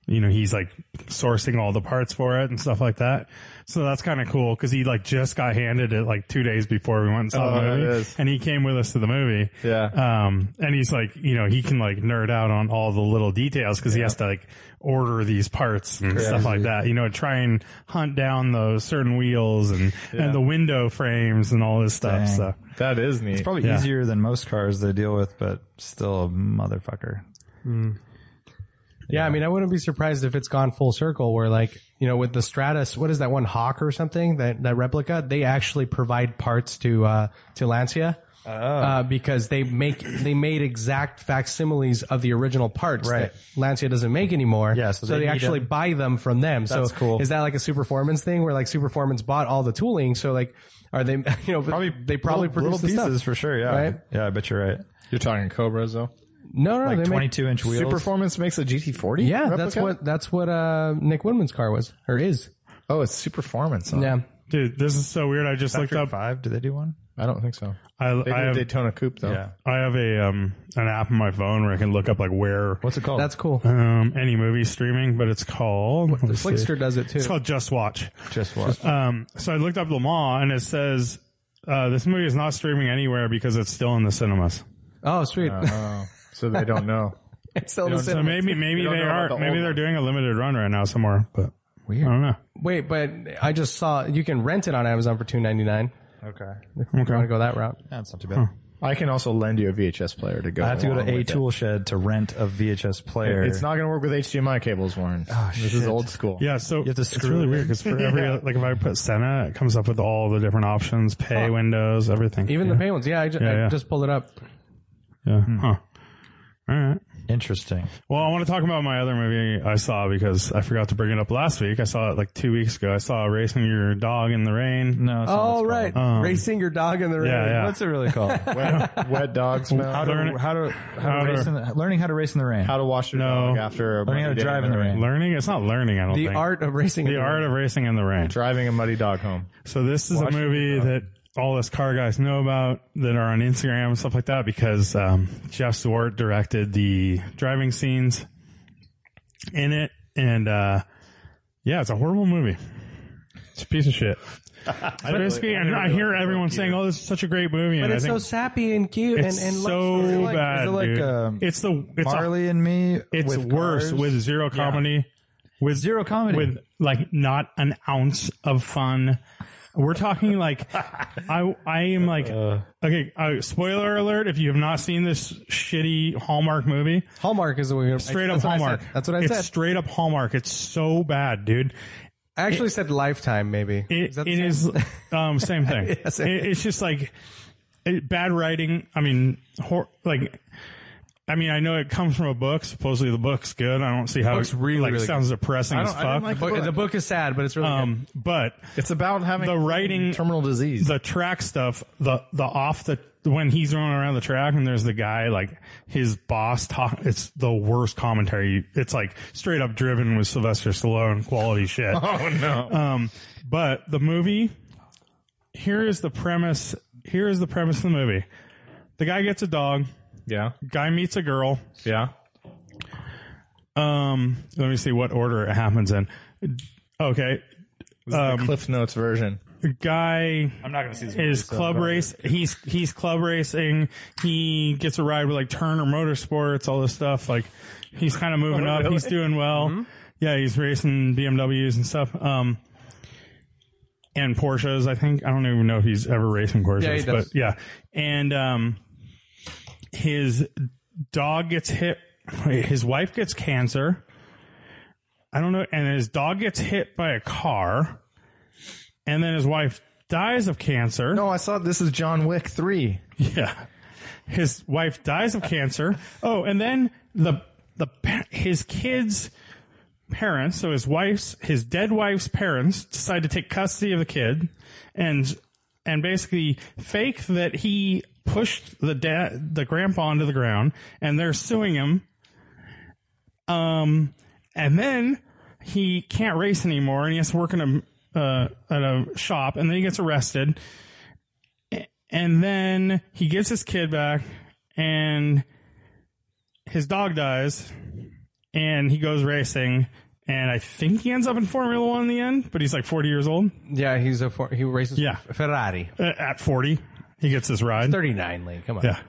[SPEAKER 2] You know, he's like sourcing all the parts for it and stuff like that. So that's kind of cool because he like just got handed it like two days before we went and saw
[SPEAKER 3] Oh,
[SPEAKER 2] the
[SPEAKER 3] that
[SPEAKER 2] movie,
[SPEAKER 3] is.
[SPEAKER 2] and he came with us to the movie.
[SPEAKER 3] Yeah.
[SPEAKER 2] Um, and he's like, you know, he can like nerd out on all the little details because he has to like order these parts and stuff like that, you know, and try and hunt down those certain wheels and, and the window frames and all this stuff.
[SPEAKER 1] Dang.
[SPEAKER 2] So
[SPEAKER 3] that is neat.
[SPEAKER 1] Probably
[SPEAKER 2] Yeah.
[SPEAKER 1] easier than most cars they deal with, but still a motherfucker.
[SPEAKER 4] Yeah, I mean, I wouldn't be surprised if it's gone full circle where like, you know, with the Stratus, what is that one Hawk or something that, that replica, they actually provide parts to, uh, to Lancia.
[SPEAKER 1] Oh.
[SPEAKER 4] Uh, because they make, they made exact facsimiles of the original parts
[SPEAKER 1] Right.
[SPEAKER 4] that Lancia doesn't make anymore.
[SPEAKER 1] Yeah, so
[SPEAKER 4] so
[SPEAKER 1] they
[SPEAKER 4] they,
[SPEAKER 1] need
[SPEAKER 4] actually
[SPEAKER 1] it.
[SPEAKER 4] buy them from them.
[SPEAKER 1] That's
[SPEAKER 4] so
[SPEAKER 1] cool.
[SPEAKER 4] is that like a Superformance thing where like Superformance bought all the tooling? So like, are they, you know, probably, they probably
[SPEAKER 1] little,
[SPEAKER 4] produce
[SPEAKER 1] little
[SPEAKER 4] the
[SPEAKER 1] pieces
[SPEAKER 4] stuff.
[SPEAKER 1] for sure. Yeah,
[SPEAKER 4] right?
[SPEAKER 1] yeah, I bet you're right.
[SPEAKER 3] You're talking Cobras though.
[SPEAKER 4] No, no,
[SPEAKER 1] Like
[SPEAKER 4] they make-
[SPEAKER 1] 22 inch wheels.
[SPEAKER 3] Superformance makes a GT40.
[SPEAKER 4] yeah, that's what, that's what, uh, Nick Woodman's car was or is.
[SPEAKER 3] Oh, it's Superformance. Huh?
[SPEAKER 4] Yeah.
[SPEAKER 2] Dude, this is so weird. I just
[SPEAKER 1] Factory
[SPEAKER 2] looked up.
[SPEAKER 1] five. Did they do one? Oh,
[SPEAKER 3] I don't think so.
[SPEAKER 2] I,
[SPEAKER 3] They
[SPEAKER 2] I
[SPEAKER 3] did
[SPEAKER 2] have,
[SPEAKER 3] Daytona Coupe though.
[SPEAKER 1] Yeah.
[SPEAKER 2] I have a um an app on my phone where I can look up like where
[SPEAKER 1] What's it called?
[SPEAKER 4] That's cool.
[SPEAKER 2] um any movie streaming, but it's called let me see.
[SPEAKER 4] Flickster does it too.
[SPEAKER 2] It's called Just Watch.
[SPEAKER 1] just what.
[SPEAKER 2] Um, so I looked up Le Mans and it says uh, this movie is not streaming anywhere because it's still in the cinemas.
[SPEAKER 4] Oh, sweet.
[SPEAKER 3] So they don't know.
[SPEAKER 4] it's still the
[SPEAKER 2] So
[SPEAKER 4] same.
[SPEAKER 2] maybe maybe
[SPEAKER 3] don't
[SPEAKER 2] they
[SPEAKER 3] know about
[SPEAKER 2] are
[SPEAKER 3] the
[SPEAKER 2] maybe
[SPEAKER 3] old
[SPEAKER 2] they're
[SPEAKER 3] one.
[SPEAKER 2] doing a limited run right now somewhere, but I don't know.
[SPEAKER 4] Wait, but I just saw you can rent it on Amazon for two ninety nine.
[SPEAKER 1] okay,
[SPEAKER 4] Okay. Want to go that route?
[SPEAKER 1] that's not too bad.
[SPEAKER 3] I can also lend you a VHS player to go.
[SPEAKER 1] I have to go to a tool shed to rent a VHS player.
[SPEAKER 3] It's not going to work with HDMI cables, Warren.
[SPEAKER 1] Oh,
[SPEAKER 3] this is old school.
[SPEAKER 2] Yeah, so
[SPEAKER 1] have to
[SPEAKER 2] it's
[SPEAKER 1] screw
[SPEAKER 2] really
[SPEAKER 1] it
[SPEAKER 2] weird because for every like if I put Senna, it comes up with all the different options, pay windows, everything.
[SPEAKER 4] Even the pay ones. Yeah, I, ju- I
[SPEAKER 2] yeah.
[SPEAKER 4] just pulled it up.
[SPEAKER 2] yeah.
[SPEAKER 1] Hmm.
[SPEAKER 2] Huh. All right.
[SPEAKER 1] interesting.
[SPEAKER 2] Well, I want to talk about my other movie I saw because I forgot to bring it up last week. I saw it like two weeks ago. I saw Racing Your Dog in the Rain.
[SPEAKER 1] No, it's not
[SPEAKER 4] Oh,
[SPEAKER 1] what's
[SPEAKER 4] right.
[SPEAKER 1] called.
[SPEAKER 4] Racing your dog in the rain.
[SPEAKER 2] Um, Yeah, yeah.
[SPEAKER 1] What's it really called?
[SPEAKER 3] Wet, wet dogs.
[SPEAKER 1] how
[SPEAKER 3] How,
[SPEAKER 1] to
[SPEAKER 2] Learn-
[SPEAKER 1] how to how
[SPEAKER 2] how
[SPEAKER 1] to
[SPEAKER 2] to-
[SPEAKER 1] race in the, learning how to race in the rain.
[SPEAKER 3] how to wash your
[SPEAKER 2] No.
[SPEAKER 3] dog after a
[SPEAKER 1] learning how to
[SPEAKER 3] muddy day
[SPEAKER 1] drive in the rain.
[SPEAKER 2] Learning? It's not learning. I don't
[SPEAKER 4] The
[SPEAKER 2] think.
[SPEAKER 4] art of racing. in
[SPEAKER 2] the art of racing in the rain.
[SPEAKER 3] Driving a muddy dog home.
[SPEAKER 2] So this is a movie that all us car guys know about that are on Instagram and stuff like that because um, Jeff Zwart directed the driving scenes in it, and uh, yeah, it's a horrible movie. It's a piece of shit. But basically, and I hear everyone saying, "Oh, this is such a great movie,"
[SPEAKER 4] But
[SPEAKER 2] and
[SPEAKER 4] it's
[SPEAKER 2] I
[SPEAKER 4] so
[SPEAKER 2] think
[SPEAKER 4] sappy and cute
[SPEAKER 2] it's
[SPEAKER 4] and, and
[SPEAKER 2] so
[SPEAKER 4] luxury. Like,
[SPEAKER 2] bad,
[SPEAKER 1] is it like,
[SPEAKER 2] dude.
[SPEAKER 1] um,
[SPEAKER 2] it's the it's a-
[SPEAKER 1] Marley and me.
[SPEAKER 2] it's
[SPEAKER 1] with
[SPEAKER 2] worse
[SPEAKER 1] cars?
[SPEAKER 2] with zero comedy. With
[SPEAKER 1] Zero comedy.
[SPEAKER 2] With like not an ounce of fun. We're talking like I I am like okay. Uh, spoiler alert: If you have not seen this shitty Hallmark movie,
[SPEAKER 4] Hallmark is the way.
[SPEAKER 2] straight up
[SPEAKER 4] that's what I said.
[SPEAKER 2] Hallmark.
[SPEAKER 4] That's what I
[SPEAKER 2] it's
[SPEAKER 4] said.
[SPEAKER 2] Straight up Hallmark. It's so bad, dude.
[SPEAKER 4] I actually said Lifetime. Maybe
[SPEAKER 2] It,
[SPEAKER 4] Is that the
[SPEAKER 2] it
[SPEAKER 4] same?
[SPEAKER 2] is um, same thing.
[SPEAKER 4] Yes.
[SPEAKER 2] It- it's just like it, bad writing. I mean, hor- like. I mean, I know it comes from a book. Supposedly, the book's good. I don't see how
[SPEAKER 4] book's
[SPEAKER 2] it
[SPEAKER 4] really,
[SPEAKER 2] like
[SPEAKER 4] really
[SPEAKER 2] sounds depressing as
[SPEAKER 3] I didn't
[SPEAKER 2] fuck.
[SPEAKER 3] like
[SPEAKER 4] The book, the book is sad, but it's really
[SPEAKER 2] um, but
[SPEAKER 3] It's about having
[SPEAKER 2] The writing-
[SPEAKER 3] terminal disease.
[SPEAKER 2] the track stuff, the the off the when he's running around the track and there's the guy like his boss talk. It's the worst commentary. It's like straight up driven with Sylvester Stallone quality shit.
[SPEAKER 3] oh no.
[SPEAKER 2] Um, but the movie, here is the premise. Here is the premise of the movie. The guy gets a dog.
[SPEAKER 3] yeah.
[SPEAKER 2] Guy meets a girl.
[SPEAKER 3] Yeah.
[SPEAKER 2] Um, let me see what order it happens in. Okay,
[SPEAKER 3] the Cliff Notes version.
[SPEAKER 2] the guy
[SPEAKER 1] I'm not going to see this.
[SPEAKER 2] is club race. He's he's club racing. He gets a ride with like Turner Motorsports, all this stuff. Like he's kind
[SPEAKER 4] Oh,
[SPEAKER 2] of moving up. He's doing well.
[SPEAKER 4] Mm-hmm.
[SPEAKER 2] Yeah, he's racing BMWs and stuff. Um, and Porsches. I think I don't even know if he's ever racing Porsches,
[SPEAKER 4] Yeah, he does.
[SPEAKER 2] but yeah. And um, his dog gets hit. wait, His wife gets cancer. I don't know. And his dog gets hit by a car. And then his wife dies of cancer.
[SPEAKER 3] No, Oh, I saw this is John Wick 3.
[SPEAKER 2] Yeah. His wife dies of cancer. Oh, and then the the pa- his kids parents, so his wife's his dead wife's parents decide to take custody of the kid and and basically fake that he pushed the dad the grandpa into the ground and they're suing him. Um and then he can't race anymore and he has to work in a uh, at a shop and then he gets arrested and then he gives his kid back and his dog dies and he goes racing and i think he ends up in formula one in the end but he's like 40 years old
[SPEAKER 4] yeah. He's a for, he races
[SPEAKER 2] Yeah.
[SPEAKER 4] Ferrari
[SPEAKER 2] Uh, at 40 he gets this ride
[SPEAKER 4] thirty nine lane. Come on.
[SPEAKER 2] yeah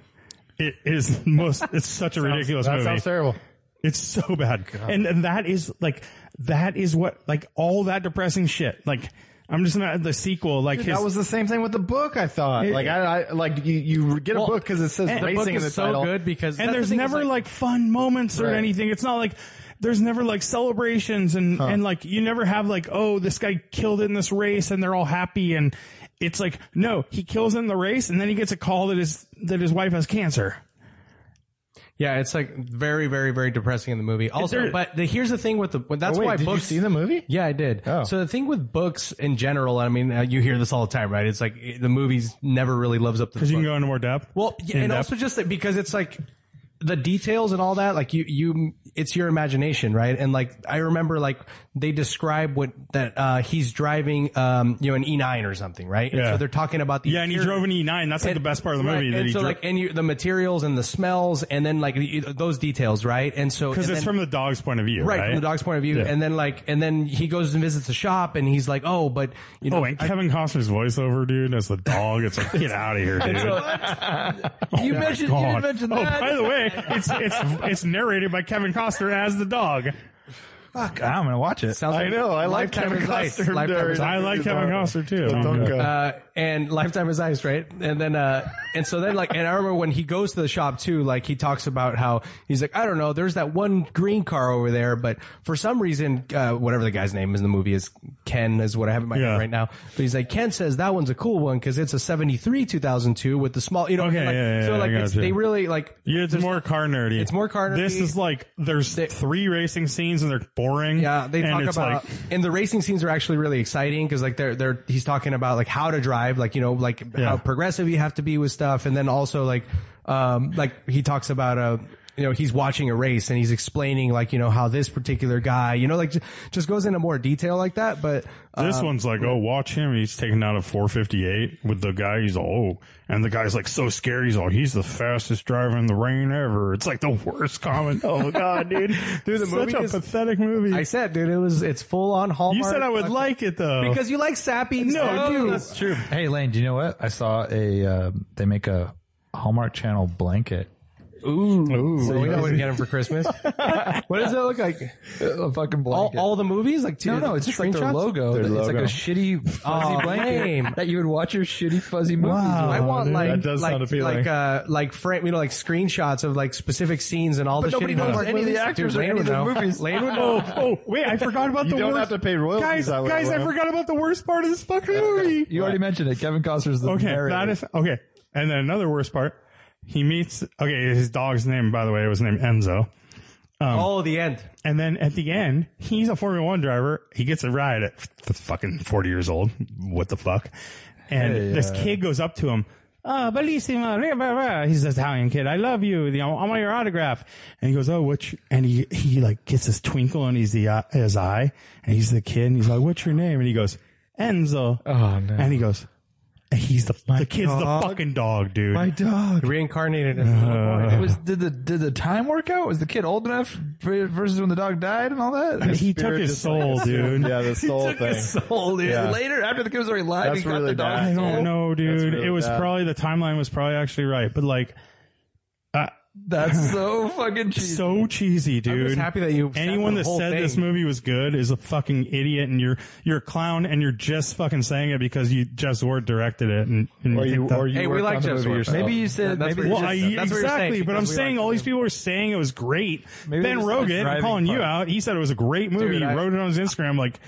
[SPEAKER 2] it is most it's such a ridiculous
[SPEAKER 3] That
[SPEAKER 2] movie
[SPEAKER 3] sounds terrible.
[SPEAKER 2] it's so bad. And, and that is like, that is what, like all that depressing shit. Like, I'm just not the sequel. Like his,
[SPEAKER 3] that was the same thing with the book. I thought, like, I, I like you, you get a book because it says
[SPEAKER 4] The
[SPEAKER 3] racing
[SPEAKER 4] book
[SPEAKER 3] in the
[SPEAKER 4] is so
[SPEAKER 3] title.
[SPEAKER 4] good because
[SPEAKER 2] and
[SPEAKER 4] that's the
[SPEAKER 2] there's
[SPEAKER 4] thing, it's
[SPEAKER 2] never like, fun moments or
[SPEAKER 3] Right.
[SPEAKER 2] anything. It's not like there's never like celebrations and and like you never have like oh this guy killed in this race and they're all happy and it's like no he kills in the race and then he gets a call that his that his wife has cancer.
[SPEAKER 4] Yeah, it's like very, very, very depressing in the movie. Also,
[SPEAKER 2] there- Oh,
[SPEAKER 4] but the, here's the thing with the well, that's
[SPEAKER 3] Wait,
[SPEAKER 4] why
[SPEAKER 3] did
[SPEAKER 4] books.
[SPEAKER 3] you see the movie?
[SPEAKER 4] Yeah, I did.
[SPEAKER 3] Oh.
[SPEAKER 4] So the thing with books in general, I mean, uh, you hear this all the time, right? It's like eh, the movies never really lives up to the
[SPEAKER 2] Because you
[SPEAKER 4] book.
[SPEAKER 2] can go into more depth.
[SPEAKER 4] Well, yeah, and also just that because it's like the details and all that, like you, you, it's your imagination, right? And like, I remember like they describe what that, uh, he's driving, um, you know, an E9 or something, right? And
[SPEAKER 2] Yeah.
[SPEAKER 4] so they're talking about the,
[SPEAKER 2] yeah, and he drove an E9. That's like the best part of the
[SPEAKER 4] Right,
[SPEAKER 2] movie. that
[SPEAKER 4] and
[SPEAKER 2] he
[SPEAKER 4] so
[SPEAKER 2] drove.
[SPEAKER 4] like, and you, the materials and the smells and then like you- those details, right? And so,
[SPEAKER 2] Because
[SPEAKER 4] and
[SPEAKER 2] it's
[SPEAKER 4] then-
[SPEAKER 2] from the dog's point of view, right?
[SPEAKER 4] Right, from the dog's point of view, and then like, and then he goes and visits the shop, and he's like, "Oh, but you know,
[SPEAKER 2] Oh, and Kevin Costner's voiceover, dude, as the dog. It's like, get out of here, dude.
[SPEAKER 1] you
[SPEAKER 2] Oh my
[SPEAKER 1] mentioned you
[SPEAKER 2] God.
[SPEAKER 1] didn't mention
[SPEAKER 2] Oh,
[SPEAKER 1] that.
[SPEAKER 2] by the way, it's it's it's narrated by Kevin Costner as the dog.
[SPEAKER 1] Fuck, I'm gonna watch it.
[SPEAKER 4] sounds
[SPEAKER 3] I know. I like
[SPEAKER 4] Lifetime
[SPEAKER 3] Kevin
[SPEAKER 4] is Ice.
[SPEAKER 3] Costner.
[SPEAKER 4] Lifetime is
[SPEAKER 3] dude.
[SPEAKER 2] I
[SPEAKER 4] Ice.
[SPEAKER 2] like Kevin Costner too.
[SPEAKER 4] uh, and Lifetime is Ice, right? And then, uh, and so then like, and I remember when he goes to the shop too, like he talks about how he's like, I don't know, there's that one green car over there, but for some reason, uh, whatever the guy's name is in the movie is Ken is what I have in my
[SPEAKER 2] Yeah.
[SPEAKER 4] head right now. But he's like, Ken says that one's a cool one because it's a 73 2002 with the small, you know,
[SPEAKER 2] Okay,
[SPEAKER 4] and, like,
[SPEAKER 2] yeah, yeah,
[SPEAKER 4] so
[SPEAKER 2] yeah,
[SPEAKER 4] like
[SPEAKER 2] I
[SPEAKER 4] it's,
[SPEAKER 2] gotcha.
[SPEAKER 4] they really like,
[SPEAKER 2] Yeah, it's more car nerdy.
[SPEAKER 4] It's more car nerdy.
[SPEAKER 2] This is like there's three racing scenes and they're boring.
[SPEAKER 4] Yeah, they
[SPEAKER 2] and
[SPEAKER 4] talk
[SPEAKER 2] it's
[SPEAKER 4] about
[SPEAKER 2] like,
[SPEAKER 4] and the racing scenes are actually really exciting because like they're they're he's talking about like how to drive, like you know, like
[SPEAKER 2] Yeah.
[SPEAKER 4] how progressive you have to be with stuff, and then also like um like he talks about uh you know he's watching a race and he's explaining like you know how this particular guy you know like just, just goes into more detail like that, but uh,
[SPEAKER 2] This one's like, oh, watch him. He's taking out a 458 with the guy. He's all, oh, and the guy's like so scared. He's all, he's the fastest driver in the rain ever. It's like the worst comment. Oh God, dude, dude,
[SPEAKER 4] the
[SPEAKER 2] such
[SPEAKER 4] movie
[SPEAKER 2] a
[SPEAKER 4] is-
[SPEAKER 2] pathetic movie.
[SPEAKER 4] I said, dude, it was it's full on Hallmark.
[SPEAKER 2] you said I would
[SPEAKER 4] fucking-
[SPEAKER 2] like it though
[SPEAKER 4] because you like sappy.
[SPEAKER 2] no, dude,
[SPEAKER 4] stuff.
[SPEAKER 1] true. Hey, Lane, do you know what? I saw a uh, they make a Hallmark Channel blanket.
[SPEAKER 4] So we know what to get him for Christmas. what does it look like?
[SPEAKER 1] A fucking
[SPEAKER 4] All, all the movies, like
[SPEAKER 1] no, no, it's just like their
[SPEAKER 4] screenshots?
[SPEAKER 1] logo.
[SPEAKER 3] Their
[SPEAKER 1] it's like
[SPEAKER 3] logo.
[SPEAKER 1] a shitty fuzzy
[SPEAKER 2] Oh,
[SPEAKER 4] Aw,
[SPEAKER 1] blanket
[SPEAKER 4] lame.
[SPEAKER 1] that you would watch your shitty fuzzy movies.
[SPEAKER 2] Wow.
[SPEAKER 1] with.
[SPEAKER 4] I want
[SPEAKER 2] dude,
[SPEAKER 4] like
[SPEAKER 3] that does
[SPEAKER 4] like,
[SPEAKER 3] sound appealing.
[SPEAKER 4] like uh like frame you know like screenshots of like specific scenes and all the
[SPEAKER 1] nobody
[SPEAKER 4] shit.
[SPEAKER 1] knows any of the actors or
[SPEAKER 4] Dude,
[SPEAKER 1] any
[SPEAKER 4] Lane
[SPEAKER 1] of
[SPEAKER 4] would
[SPEAKER 1] the
[SPEAKER 4] know.
[SPEAKER 1] movies.
[SPEAKER 4] Lane would know.
[SPEAKER 2] Oh, oh, wait! I forgot about
[SPEAKER 3] You
[SPEAKER 2] the
[SPEAKER 3] don't
[SPEAKER 2] worst.
[SPEAKER 3] have to pay royalties
[SPEAKER 2] guys.
[SPEAKER 3] on it,
[SPEAKER 2] Guys, I
[SPEAKER 3] William.
[SPEAKER 2] forgot about the worst part of this fucking movie.
[SPEAKER 1] You already mentioned it. Kevin Costner's the
[SPEAKER 2] okay,
[SPEAKER 1] narrator.
[SPEAKER 2] that is okay. And then another worst part. He meets okay. His dog's name, by the way, was named Enzo. Um,
[SPEAKER 4] Oh, the end.
[SPEAKER 2] And then at the end, he's a Formula One driver. He gets a ride at f- the fucking 40 years old. What the fuck? And this kid goes up to him. Uh, bellissimo. blah, blah, blah." He's this Italian kid. I love you. You know, I want your autograph. And he goes, Oh, what's, your-" and he, he like gets this twinkle in his, the, his eye and he's the kid and he's like, what's your name? And he goes, Enzo.
[SPEAKER 1] Oh, no.
[SPEAKER 2] And he goes, and he's the, the kid's the fucking dog, dude.
[SPEAKER 1] my dog.
[SPEAKER 4] Reincarnated.
[SPEAKER 1] was did the did the time work out? Was the kid old enough for- versus when the dog died and all that?
[SPEAKER 2] he took
[SPEAKER 3] Spirit
[SPEAKER 2] his
[SPEAKER 3] just like
[SPEAKER 2] soul,
[SPEAKER 3] assumed-
[SPEAKER 2] dude.
[SPEAKER 3] Yeah, the soul thing.
[SPEAKER 1] soul, dude.
[SPEAKER 3] Yeah.
[SPEAKER 1] Later, after the kid was already alive,
[SPEAKER 3] That's
[SPEAKER 1] he got
[SPEAKER 3] really
[SPEAKER 1] the dog.
[SPEAKER 3] bad.
[SPEAKER 2] I don't know, dude.
[SPEAKER 3] really
[SPEAKER 2] it was
[SPEAKER 3] bad.
[SPEAKER 2] probably the timeline was probably actually right, but like
[SPEAKER 1] That's so fucking cheesy.
[SPEAKER 2] so cheesy, dude.
[SPEAKER 4] just happy that you sat
[SPEAKER 2] anyone
[SPEAKER 4] through the
[SPEAKER 2] that
[SPEAKER 4] whole
[SPEAKER 2] said
[SPEAKER 4] thing.
[SPEAKER 2] this movie was good is a fucking idiot, and you're you're a clown, and you're just fucking saying it because you Jeff Ward directed it, and, and
[SPEAKER 3] Or
[SPEAKER 2] you
[SPEAKER 3] you,
[SPEAKER 2] think that-
[SPEAKER 3] or you
[SPEAKER 4] Hey, we
[SPEAKER 3] worked
[SPEAKER 4] like
[SPEAKER 3] on the
[SPEAKER 4] Jeff
[SPEAKER 3] movie
[SPEAKER 4] Swart.
[SPEAKER 3] yourself.
[SPEAKER 1] Maybe you said
[SPEAKER 4] That's
[SPEAKER 1] maybe
[SPEAKER 2] well,
[SPEAKER 4] what
[SPEAKER 1] you
[SPEAKER 2] I,
[SPEAKER 4] you're saying. That's what you're
[SPEAKER 2] exactly,
[SPEAKER 4] saying,
[SPEAKER 2] but I'm
[SPEAKER 4] because we
[SPEAKER 2] saying
[SPEAKER 4] like
[SPEAKER 2] all
[SPEAKER 4] the
[SPEAKER 2] these people were saying it was great.
[SPEAKER 1] Maybe
[SPEAKER 2] ben
[SPEAKER 1] it's the
[SPEAKER 2] Rogan, I'm
[SPEAKER 1] driving
[SPEAKER 2] calling you
[SPEAKER 1] part.
[SPEAKER 2] out, he said it was a great movie.
[SPEAKER 4] Dude,
[SPEAKER 2] he
[SPEAKER 4] I-
[SPEAKER 2] wrote it on his Instagram, like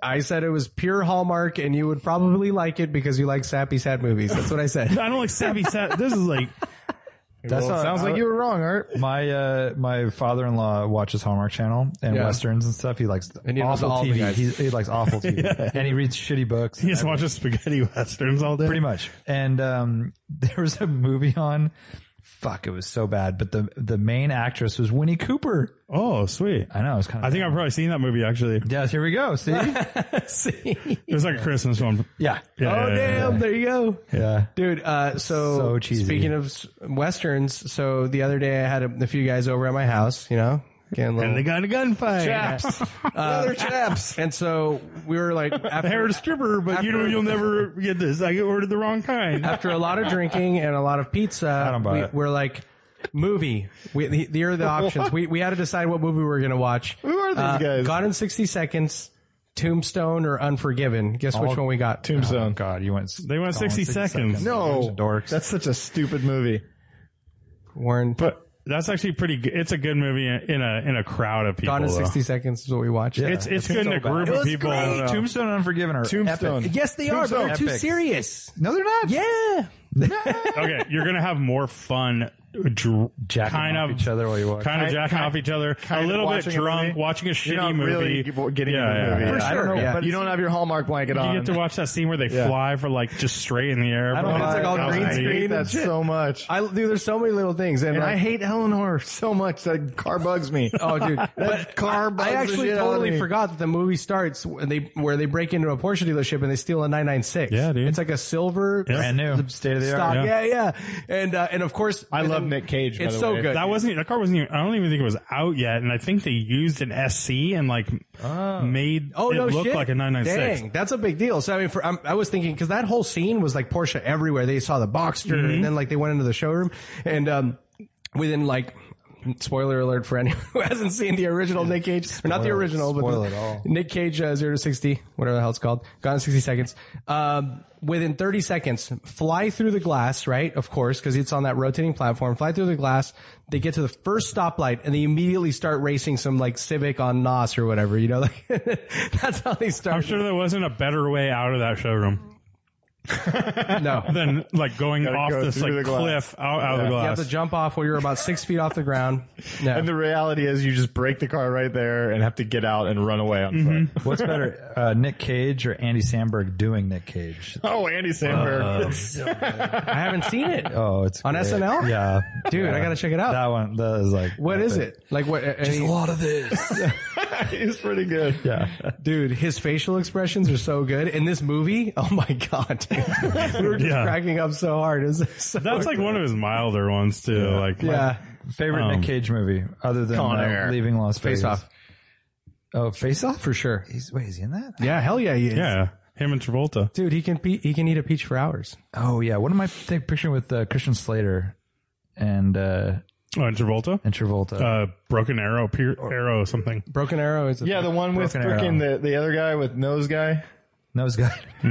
[SPEAKER 4] I said it was pure Hallmark, and you would probably like it because you like sappy, sad movies. That's what I said.
[SPEAKER 2] I don't like savvy. Sa- this is like
[SPEAKER 1] That's
[SPEAKER 3] Well, it
[SPEAKER 1] not-
[SPEAKER 3] sounds like you were wrong, Art.
[SPEAKER 1] My uh, my father in law watches Hallmark Channel and
[SPEAKER 4] Yeah.
[SPEAKER 1] westerns and stuff. He likes
[SPEAKER 4] And he knows
[SPEAKER 1] awful
[SPEAKER 4] all the
[SPEAKER 1] TV.
[SPEAKER 4] guys.
[SPEAKER 1] He's, he likes awful TV, and he reads shitty books.
[SPEAKER 2] he just watches spaghetti westerns all day.
[SPEAKER 1] pretty much. And um, there was a movie on. Fuck, it was so bad. But the the main actress was Winnie Cooper.
[SPEAKER 2] Oh, sweet.
[SPEAKER 1] I know. It was kind of.
[SPEAKER 2] I think I've probably seen that movie actually.
[SPEAKER 1] Yeah, here we go. See.
[SPEAKER 2] It was like a Christmas one.
[SPEAKER 1] yeah.
[SPEAKER 2] Yeah,
[SPEAKER 4] Oh
[SPEAKER 2] yeah, yeah, yeah.
[SPEAKER 4] damn! There you go,
[SPEAKER 1] Yeah.
[SPEAKER 4] dude. Uh, so,
[SPEAKER 1] So cheesy.
[SPEAKER 4] speaking of s- westerns, so the other day I had a, a few guys over at my house. You know, getting a little,
[SPEAKER 2] And they got a gunfight.
[SPEAKER 4] leather chaps, and so we were like, after,
[SPEAKER 2] I heard a stripper, but you know you'll never get this. I ordered the wrong kind.
[SPEAKER 4] after a lot of drinking and a lot of pizza, I
[SPEAKER 1] don't buy it.
[SPEAKER 4] we, are like, movie. We, the- here are the options. We, we had to decide what movie we were going to watch. Who
[SPEAKER 3] are these guys?
[SPEAKER 4] Gone in 60 Seconds, Tombstone, or Unforgiven. Guess which one we got?
[SPEAKER 3] Tombstone.
[SPEAKER 1] Oh, God, you went.
[SPEAKER 2] They went 60 seconds.
[SPEAKER 3] No,
[SPEAKER 1] Dorks.
[SPEAKER 3] that's such a stupid movie.
[SPEAKER 4] Warren.
[SPEAKER 3] But
[SPEAKER 2] That's actually pretty. good. It's a good movie in in a in a crowd of people.
[SPEAKER 4] Gone in
[SPEAKER 2] though.
[SPEAKER 4] 60 seconds is what we watched.
[SPEAKER 2] It's it's good in a group of people. uh, I don't know.
[SPEAKER 1] Tombstone and Unforgiven are
[SPEAKER 3] Tombstone.
[SPEAKER 1] epic.
[SPEAKER 4] Yes, they are. But they're too
[SPEAKER 1] Epic.
[SPEAKER 4] serious.
[SPEAKER 1] No, they're not.
[SPEAKER 4] Yeah.
[SPEAKER 2] okay, you're gonna have more fun. Dr-
[SPEAKER 1] Jacking
[SPEAKER 2] kind
[SPEAKER 1] off
[SPEAKER 2] of
[SPEAKER 1] each other while you watch.
[SPEAKER 2] kind of jacking off each other, a
[SPEAKER 3] of
[SPEAKER 2] little bit
[SPEAKER 3] watching a
[SPEAKER 2] drunk,
[SPEAKER 3] movie.
[SPEAKER 2] watching a
[SPEAKER 3] You're not
[SPEAKER 2] shitty
[SPEAKER 3] really
[SPEAKER 2] movie.
[SPEAKER 3] g- getting
[SPEAKER 2] Yeah,
[SPEAKER 3] into the
[SPEAKER 2] yeah,
[SPEAKER 3] movie.
[SPEAKER 2] yeah.
[SPEAKER 3] I don't
[SPEAKER 4] sure,
[SPEAKER 3] know,
[SPEAKER 4] yeah.
[SPEAKER 3] but you don't have your Hallmark blanket
[SPEAKER 2] You
[SPEAKER 3] on. Oh,
[SPEAKER 2] get to watch that scene where they fly for like just straight in the air.
[SPEAKER 3] I don't
[SPEAKER 2] for
[SPEAKER 3] know.
[SPEAKER 4] It's like all
[SPEAKER 3] I
[SPEAKER 4] green
[SPEAKER 3] hate
[SPEAKER 4] screen and
[SPEAKER 3] that
[SPEAKER 4] shit.
[SPEAKER 3] so much.
[SPEAKER 4] I dude, there's so many little things, and,
[SPEAKER 3] and
[SPEAKER 4] like,
[SPEAKER 3] I hate Eleanor so much. That car bugs me.
[SPEAKER 4] Oh, dude! But
[SPEAKER 3] car
[SPEAKER 4] I,
[SPEAKER 3] bugs
[SPEAKER 4] I
[SPEAKER 3] the
[SPEAKER 4] actually
[SPEAKER 3] shit out of
[SPEAKER 4] totally
[SPEAKER 3] me.
[SPEAKER 4] forgot that the movie starts when they where they break into a Porsche dealership and they steal a 996.
[SPEAKER 2] Yeah, dude.
[SPEAKER 4] It's like a silver
[SPEAKER 1] Brand new, state of the
[SPEAKER 4] stock.
[SPEAKER 1] art.
[SPEAKER 4] Yeah. yeah, And uh, and of course,
[SPEAKER 3] I
[SPEAKER 4] and
[SPEAKER 3] love
[SPEAKER 4] then-
[SPEAKER 3] Nick Cage. By
[SPEAKER 4] It's
[SPEAKER 3] the
[SPEAKER 4] so
[SPEAKER 3] way.
[SPEAKER 4] good.
[SPEAKER 2] That wasn't e, that car wasn't even. I don't even think it was out yet, and I think they used an SC and like made
[SPEAKER 4] Oh
[SPEAKER 2] it
[SPEAKER 4] no!
[SPEAKER 2] look
[SPEAKER 4] shit.
[SPEAKER 2] like a 996.
[SPEAKER 4] Dang, that's a big deal. So I mean, for I'm, I was thinking because that whole scene was like Porsche everywhere. They saw the Boxster,
[SPEAKER 2] Mm-hmm.
[SPEAKER 4] and then like they went into the showroom, and um, within like. Spoiler alert for anyone who hasn't seen the original Nick Cage, or not the
[SPEAKER 1] Spoil it.
[SPEAKER 4] original, but
[SPEAKER 1] Spoil
[SPEAKER 4] the-
[SPEAKER 1] it all.
[SPEAKER 4] Nick Cage uh, zero to sixty, whatever the hell it's called, gone in sixty seconds. Um, within thirty seconds, fly through the glass, right? Of course, because it's on that rotating platform. Fly through the glass. They get to the first stoplight, and they immediately start racing some like Civic on Nos or whatever. You know, like that's how they
[SPEAKER 2] I'm
[SPEAKER 4] start.
[SPEAKER 2] sure there wasn't a better way out of that showroom
[SPEAKER 4] no.
[SPEAKER 2] than like going off
[SPEAKER 3] go
[SPEAKER 2] this
[SPEAKER 3] through the
[SPEAKER 2] like
[SPEAKER 3] glass.
[SPEAKER 2] cliff out, out of the
[SPEAKER 4] You
[SPEAKER 2] glass.
[SPEAKER 4] have to jump off where you're about six feet off the ground. No.
[SPEAKER 3] And the reality is, you just break the car right there and have to get out and run away on foot.
[SPEAKER 1] What's better, uh, Nick Cage or Andy Samberg doing Nick Cage?
[SPEAKER 3] Oh, Andy Samberg.
[SPEAKER 4] I haven't seen it.
[SPEAKER 1] Oh, it's
[SPEAKER 4] On
[SPEAKER 1] great.
[SPEAKER 4] SNL?
[SPEAKER 1] Yeah,
[SPEAKER 4] Dude, I gotta check it out.
[SPEAKER 1] That one, that is like
[SPEAKER 4] What is it? Like what? any-
[SPEAKER 1] of this.
[SPEAKER 3] He's pretty good.
[SPEAKER 1] yeah,
[SPEAKER 4] dude, his facial expressions are so good in this movie. Oh my god, dude. we were just
[SPEAKER 2] Yeah.
[SPEAKER 4] cracking up so hard. It was so-
[SPEAKER 2] That's like one of his milder ones too. Like
[SPEAKER 4] yeah,
[SPEAKER 1] favorite Nick Cage movie other than
[SPEAKER 3] Con
[SPEAKER 1] uh,
[SPEAKER 3] Air.
[SPEAKER 1] Leaving Las Vegas.
[SPEAKER 4] face off
[SPEAKER 1] Oh, Face Off.
[SPEAKER 4] for sure.
[SPEAKER 1] He's wait, is he in that?
[SPEAKER 4] Yeah, hell yeah, he is.
[SPEAKER 2] yeah, him and Travolta.
[SPEAKER 4] Dude, he can pe- he can eat a peach for hours.
[SPEAKER 1] Oh yeah. What am I th- picturing with uh, Christian Slater and uh,
[SPEAKER 2] Oh, and Travolta.
[SPEAKER 1] and Travolta?
[SPEAKER 2] Uh, broken arrow, pier- arrow, something.
[SPEAKER 4] Broken Arrow is a-
[SPEAKER 3] Yeah, the one with
[SPEAKER 1] Broken
[SPEAKER 3] freaking the, the other guy with nose guy,
[SPEAKER 1] Nose guy.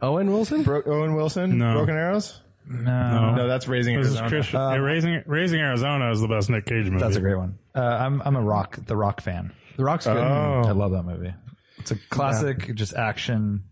[SPEAKER 4] Owen Wilson.
[SPEAKER 3] Bro- Owen Wilson.
[SPEAKER 2] No.
[SPEAKER 3] Broken Arrows.
[SPEAKER 1] No,
[SPEAKER 3] No, that's raising
[SPEAKER 2] This is
[SPEAKER 3] Arizona.
[SPEAKER 2] Christian. yeah, Uh, raising Raising Arizona is the best Nick Cage movie.
[SPEAKER 1] that's a great one. Uh, I'm I'm a rock the rock fan.
[SPEAKER 4] The Rock's good.
[SPEAKER 1] I love that movie. It's a classic, just action.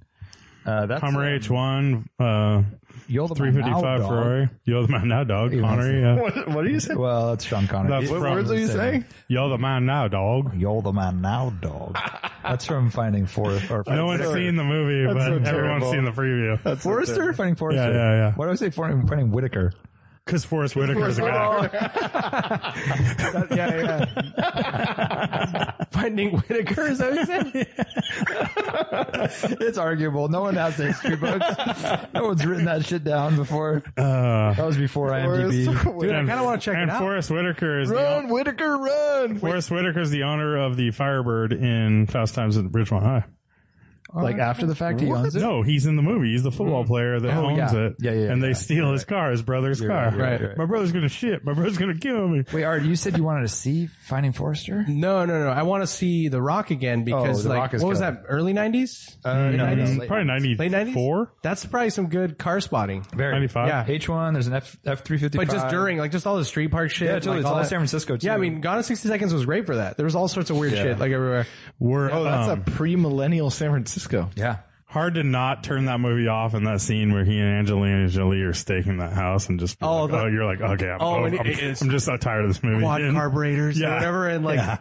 [SPEAKER 1] Uh, that's
[SPEAKER 2] Hummer H one, uh,
[SPEAKER 1] You're the
[SPEAKER 2] three fifty five Ferrari. Yo, the man now, dog. Connery. Yeah.
[SPEAKER 3] What, what do you say?
[SPEAKER 1] Well, that's Sean Connery.
[SPEAKER 2] That's
[SPEAKER 3] What
[SPEAKER 2] from.
[SPEAKER 3] words are you saying?
[SPEAKER 2] Yo, the man now, dog.
[SPEAKER 1] You're the man now, dog. That's from Finding Forrest. Or
[SPEAKER 2] No one's seen the movie,
[SPEAKER 3] so
[SPEAKER 2] but everyone's
[SPEAKER 3] terrible.
[SPEAKER 2] seen the preview.
[SPEAKER 1] Forrester? Finding Forrester.
[SPEAKER 2] Yeah, yeah, yeah.
[SPEAKER 1] Why do I say Finding, finding Whitaker?
[SPEAKER 2] Because Forrest Whitaker's a guy.
[SPEAKER 4] yeah, yeah. Finding Whitaker is that what you said?
[SPEAKER 1] It's arguable. No one has the history books. no one's written that shit down before.
[SPEAKER 2] Uh,
[SPEAKER 1] that was before IMDb.
[SPEAKER 4] Dude, I kind of want to check
[SPEAKER 2] and
[SPEAKER 4] it out.
[SPEAKER 2] Forrest Whitaker is the,
[SPEAKER 3] Run, Whitaker, run!
[SPEAKER 2] Forrest Whitaker is the owner of the Firebird in Fast Times at Ridgemont High.
[SPEAKER 1] Like after the fact, he owns it.
[SPEAKER 2] No, he's in the movie. He's the football player that owns
[SPEAKER 1] yeah.
[SPEAKER 2] it.
[SPEAKER 1] Yeah, yeah,
[SPEAKER 2] And
[SPEAKER 1] yeah.
[SPEAKER 2] they steal his car, his brother's car.
[SPEAKER 1] right, you're right,
[SPEAKER 4] you're
[SPEAKER 1] right.
[SPEAKER 2] My brother's gonna shit. My brother's gonna kill me.
[SPEAKER 1] Wait, Art, you said you wanted to see Finding Forrester?
[SPEAKER 4] No, no, no. I want to see The Rock again because
[SPEAKER 1] Oh, The
[SPEAKER 4] like
[SPEAKER 1] Rock
[SPEAKER 4] what
[SPEAKER 1] is
[SPEAKER 4] was
[SPEAKER 1] good. Uh,
[SPEAKER 4] that? Early nineties?
[SPEAKER 1] no, no.
[SPEAKER 2] Probably ninety
[SPEAKER 4] Late nineties?
[SPEAKER 2] four,
[SPEAKER 4] That's probably some good car spotting.
[SPEAKER 1] Very.
[SPEAKER 2] ninety five.
[SPEAKER 4] Yeah.
[SPEAKER 1] H1, there's an F, F355.
[SPEAKER 4] But just during, like, just all the street park shit.
[SPEAKER 1] Yeah, totally.
[SPEAKER 4] like,
[SPEAKER 1] It's all
[SPEAKER 4] that-
[SPEAKER 1] San Francisco, too.
[SPEAKER 4] Yeah, I mean, Gone in 60 Seconds was great for that. There was all sorts of weird shit, like, everywhere.
[SPEAKER 2] We're
[SPEAKER 3] Oh, that's
[SPEAKER 2] um,
[SPEAKER 3] a pre-millennial San Francisco.
[SPEAKER 1] Yeah.
[SPEAKER 2] hard to not turn that movie off in that scene where he and Angelina Jolie are staking that house and just be
[SPEAKER 4] Oh,
[SPEAKER 2] like,
[SPEAKER 4] the-
[SPEAKER 2] oh, you're like, okay, I'm,
[SPEAKER 4] Oh,
[SPEAKER 2] oh,
[SPEAKER 4] and
[SPEAKER 2] I'm,
[SPEAKER 4] it- it's-
[SPEAKER 2] I'm just so tired of this movie.
[SPEAKER 4] Quad
[SPEAKER 2] And
[SPEAKER 4] carburetors or
[SPEAKER 2] Yeah.
[SPEAKER 4] whatever, and, like,
[SPEAKER 2] Yeah.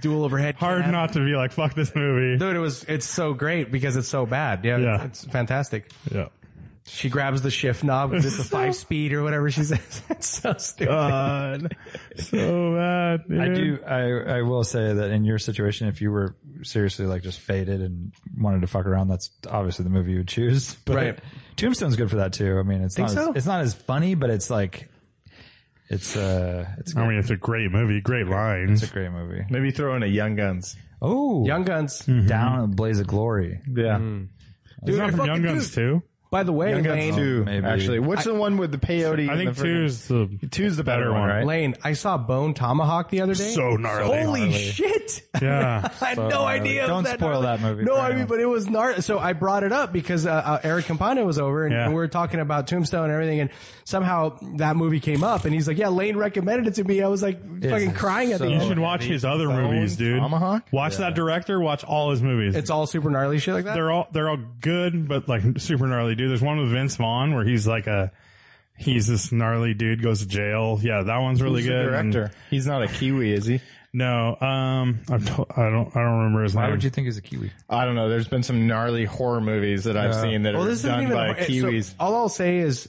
[SPEAKER 4] dual overhead.
[SPEAKER 2] hard
[SPEAKER 4] cam.
[SPEAKER 2] not to be like, fuck this movie.
[SPEAKER 4] Dude, it was, it's so great because it's so bad. Yeah,
[SPEAKER 2] Yeah.
[SPEAKER 4] It's, it's fantastic.
[SPEAKER 2] Yeah.
[SPEAKER 4] She grabs the shift knob because it's a five speed or whatever she says. it's so stupid.
[SPEAKER 2] Uh, God. so bad.
[SPEAKER 1] I
[SPEAKER 2] dude.
[SPEAKER 1] do. I, I will say that in your situation, if you were seriously like just faded and wanted to fuck around, that's obviously the movie you would choose. But
[SPEAKER 4] Right.
[SPEAKER 1] Tombstone's good for that too. I mean, it's not
[SPEAKER 4] so?
[SPEAKER 1] as, it's not as funny, but it's like it's uh it's
[SPEAKER 2] I mean, it's a great movie, great lines.
[SPEAKER 1] a great movie.
[SPEAKER 3] Maybe throw in a Young Guns.
[SPEAKER 1] Oh,
[SPEAKER 4] Young Guns.
[SPEAKER 2] Hmm.
[SPEAKER 1] down in a blaze of glory.
[SPEAKER 3] Yeah.
[SPEAKER 2] Isn't that from Young Guns too?
[SPEAKER 4] By the way,
[SPEAKER 3] I got
[SPEAKER 4] Lane,
[SPEAKER 3] two,
[SPEAKER 1] maybe.
[SPEAKER 3] actually. What's the one with the peyote?
[SPEAKER 2] I think
[SPEAKER 3] and the freaking-
[SPEAKER 2] two's the
[SPEAKER 3] Two's the better one, right?
[SPEAKER 4] Lane, I saw Bone Tomahawk the other day.
[SPEAKER 2] so gnarly.
[SPEAKER 4] Holy shit!
[SPEAKER 2] Yeah.
[SPEAKER 4] I had no idea.
[SPEAKER 1] Don't
[SPEAKER 4] of that
[SPEAKER 1] spoil
[SPEAKER 4] gnarly-
[SPEAKER 1] that movie
[SPEAKER 4] No,
[SPEAKER 1] for
[SPEAKER 4] I mean,
[SPEAKER 1] anyone.
[SPEAKER 4] but it was gnarly. So I brought it up because uh, uh, Eric Campana was over and,
[SPEAKER 2] Yeah.
[SPEAKER 4] and we were talking about Tombstone and everything, and somehow that movie came up, and he's like, "Yeah, Lane recommended it to me." I was like, fucking crying at the
[SPEAKER 2] You
[SPEAKER 3] Oh,
[SPEAKER 2] should watch his other movies, dude.
[SPEAKER 3] Tomahawk?
[SPEAKER 2] Watch that director. Watch all his movies.
[SPEAKER 4] It's all super gnarly shit like that.
[SPEAKER 2] they're all they're all good, but like super gnarly, dude. There's one with Vince Vaughn where he's like a he's this gnarly dude goes to jail. Yeah, that one's really
[SPEAKER 3] Who's the
[SPEAKER 2] good. And-
[SPEAKER 3] director? He's not a Kiwi, is he?
[SPEAKER 2] no, um, I'm t- I don't I don't remember his
[SPEAKER 1] Why
[SPEAKER 2] name.
[SPEAKER 1] would you think he's a Kiwi?
[SPEAKER 3] I don't know. There's been some gnarly horror movies that I've seen that
[SPEAKER 4] well,
[SPEAKER 3] are
[SPEAKER 4] this isn't
[SPEAKER 3] done
[SPEAKER 4] even
[SPEAKER 3] by
[SPEAKER 4] hor- so
[SPEAKER 3] Kiwis.
[SPEAKER 4] all I'll say is,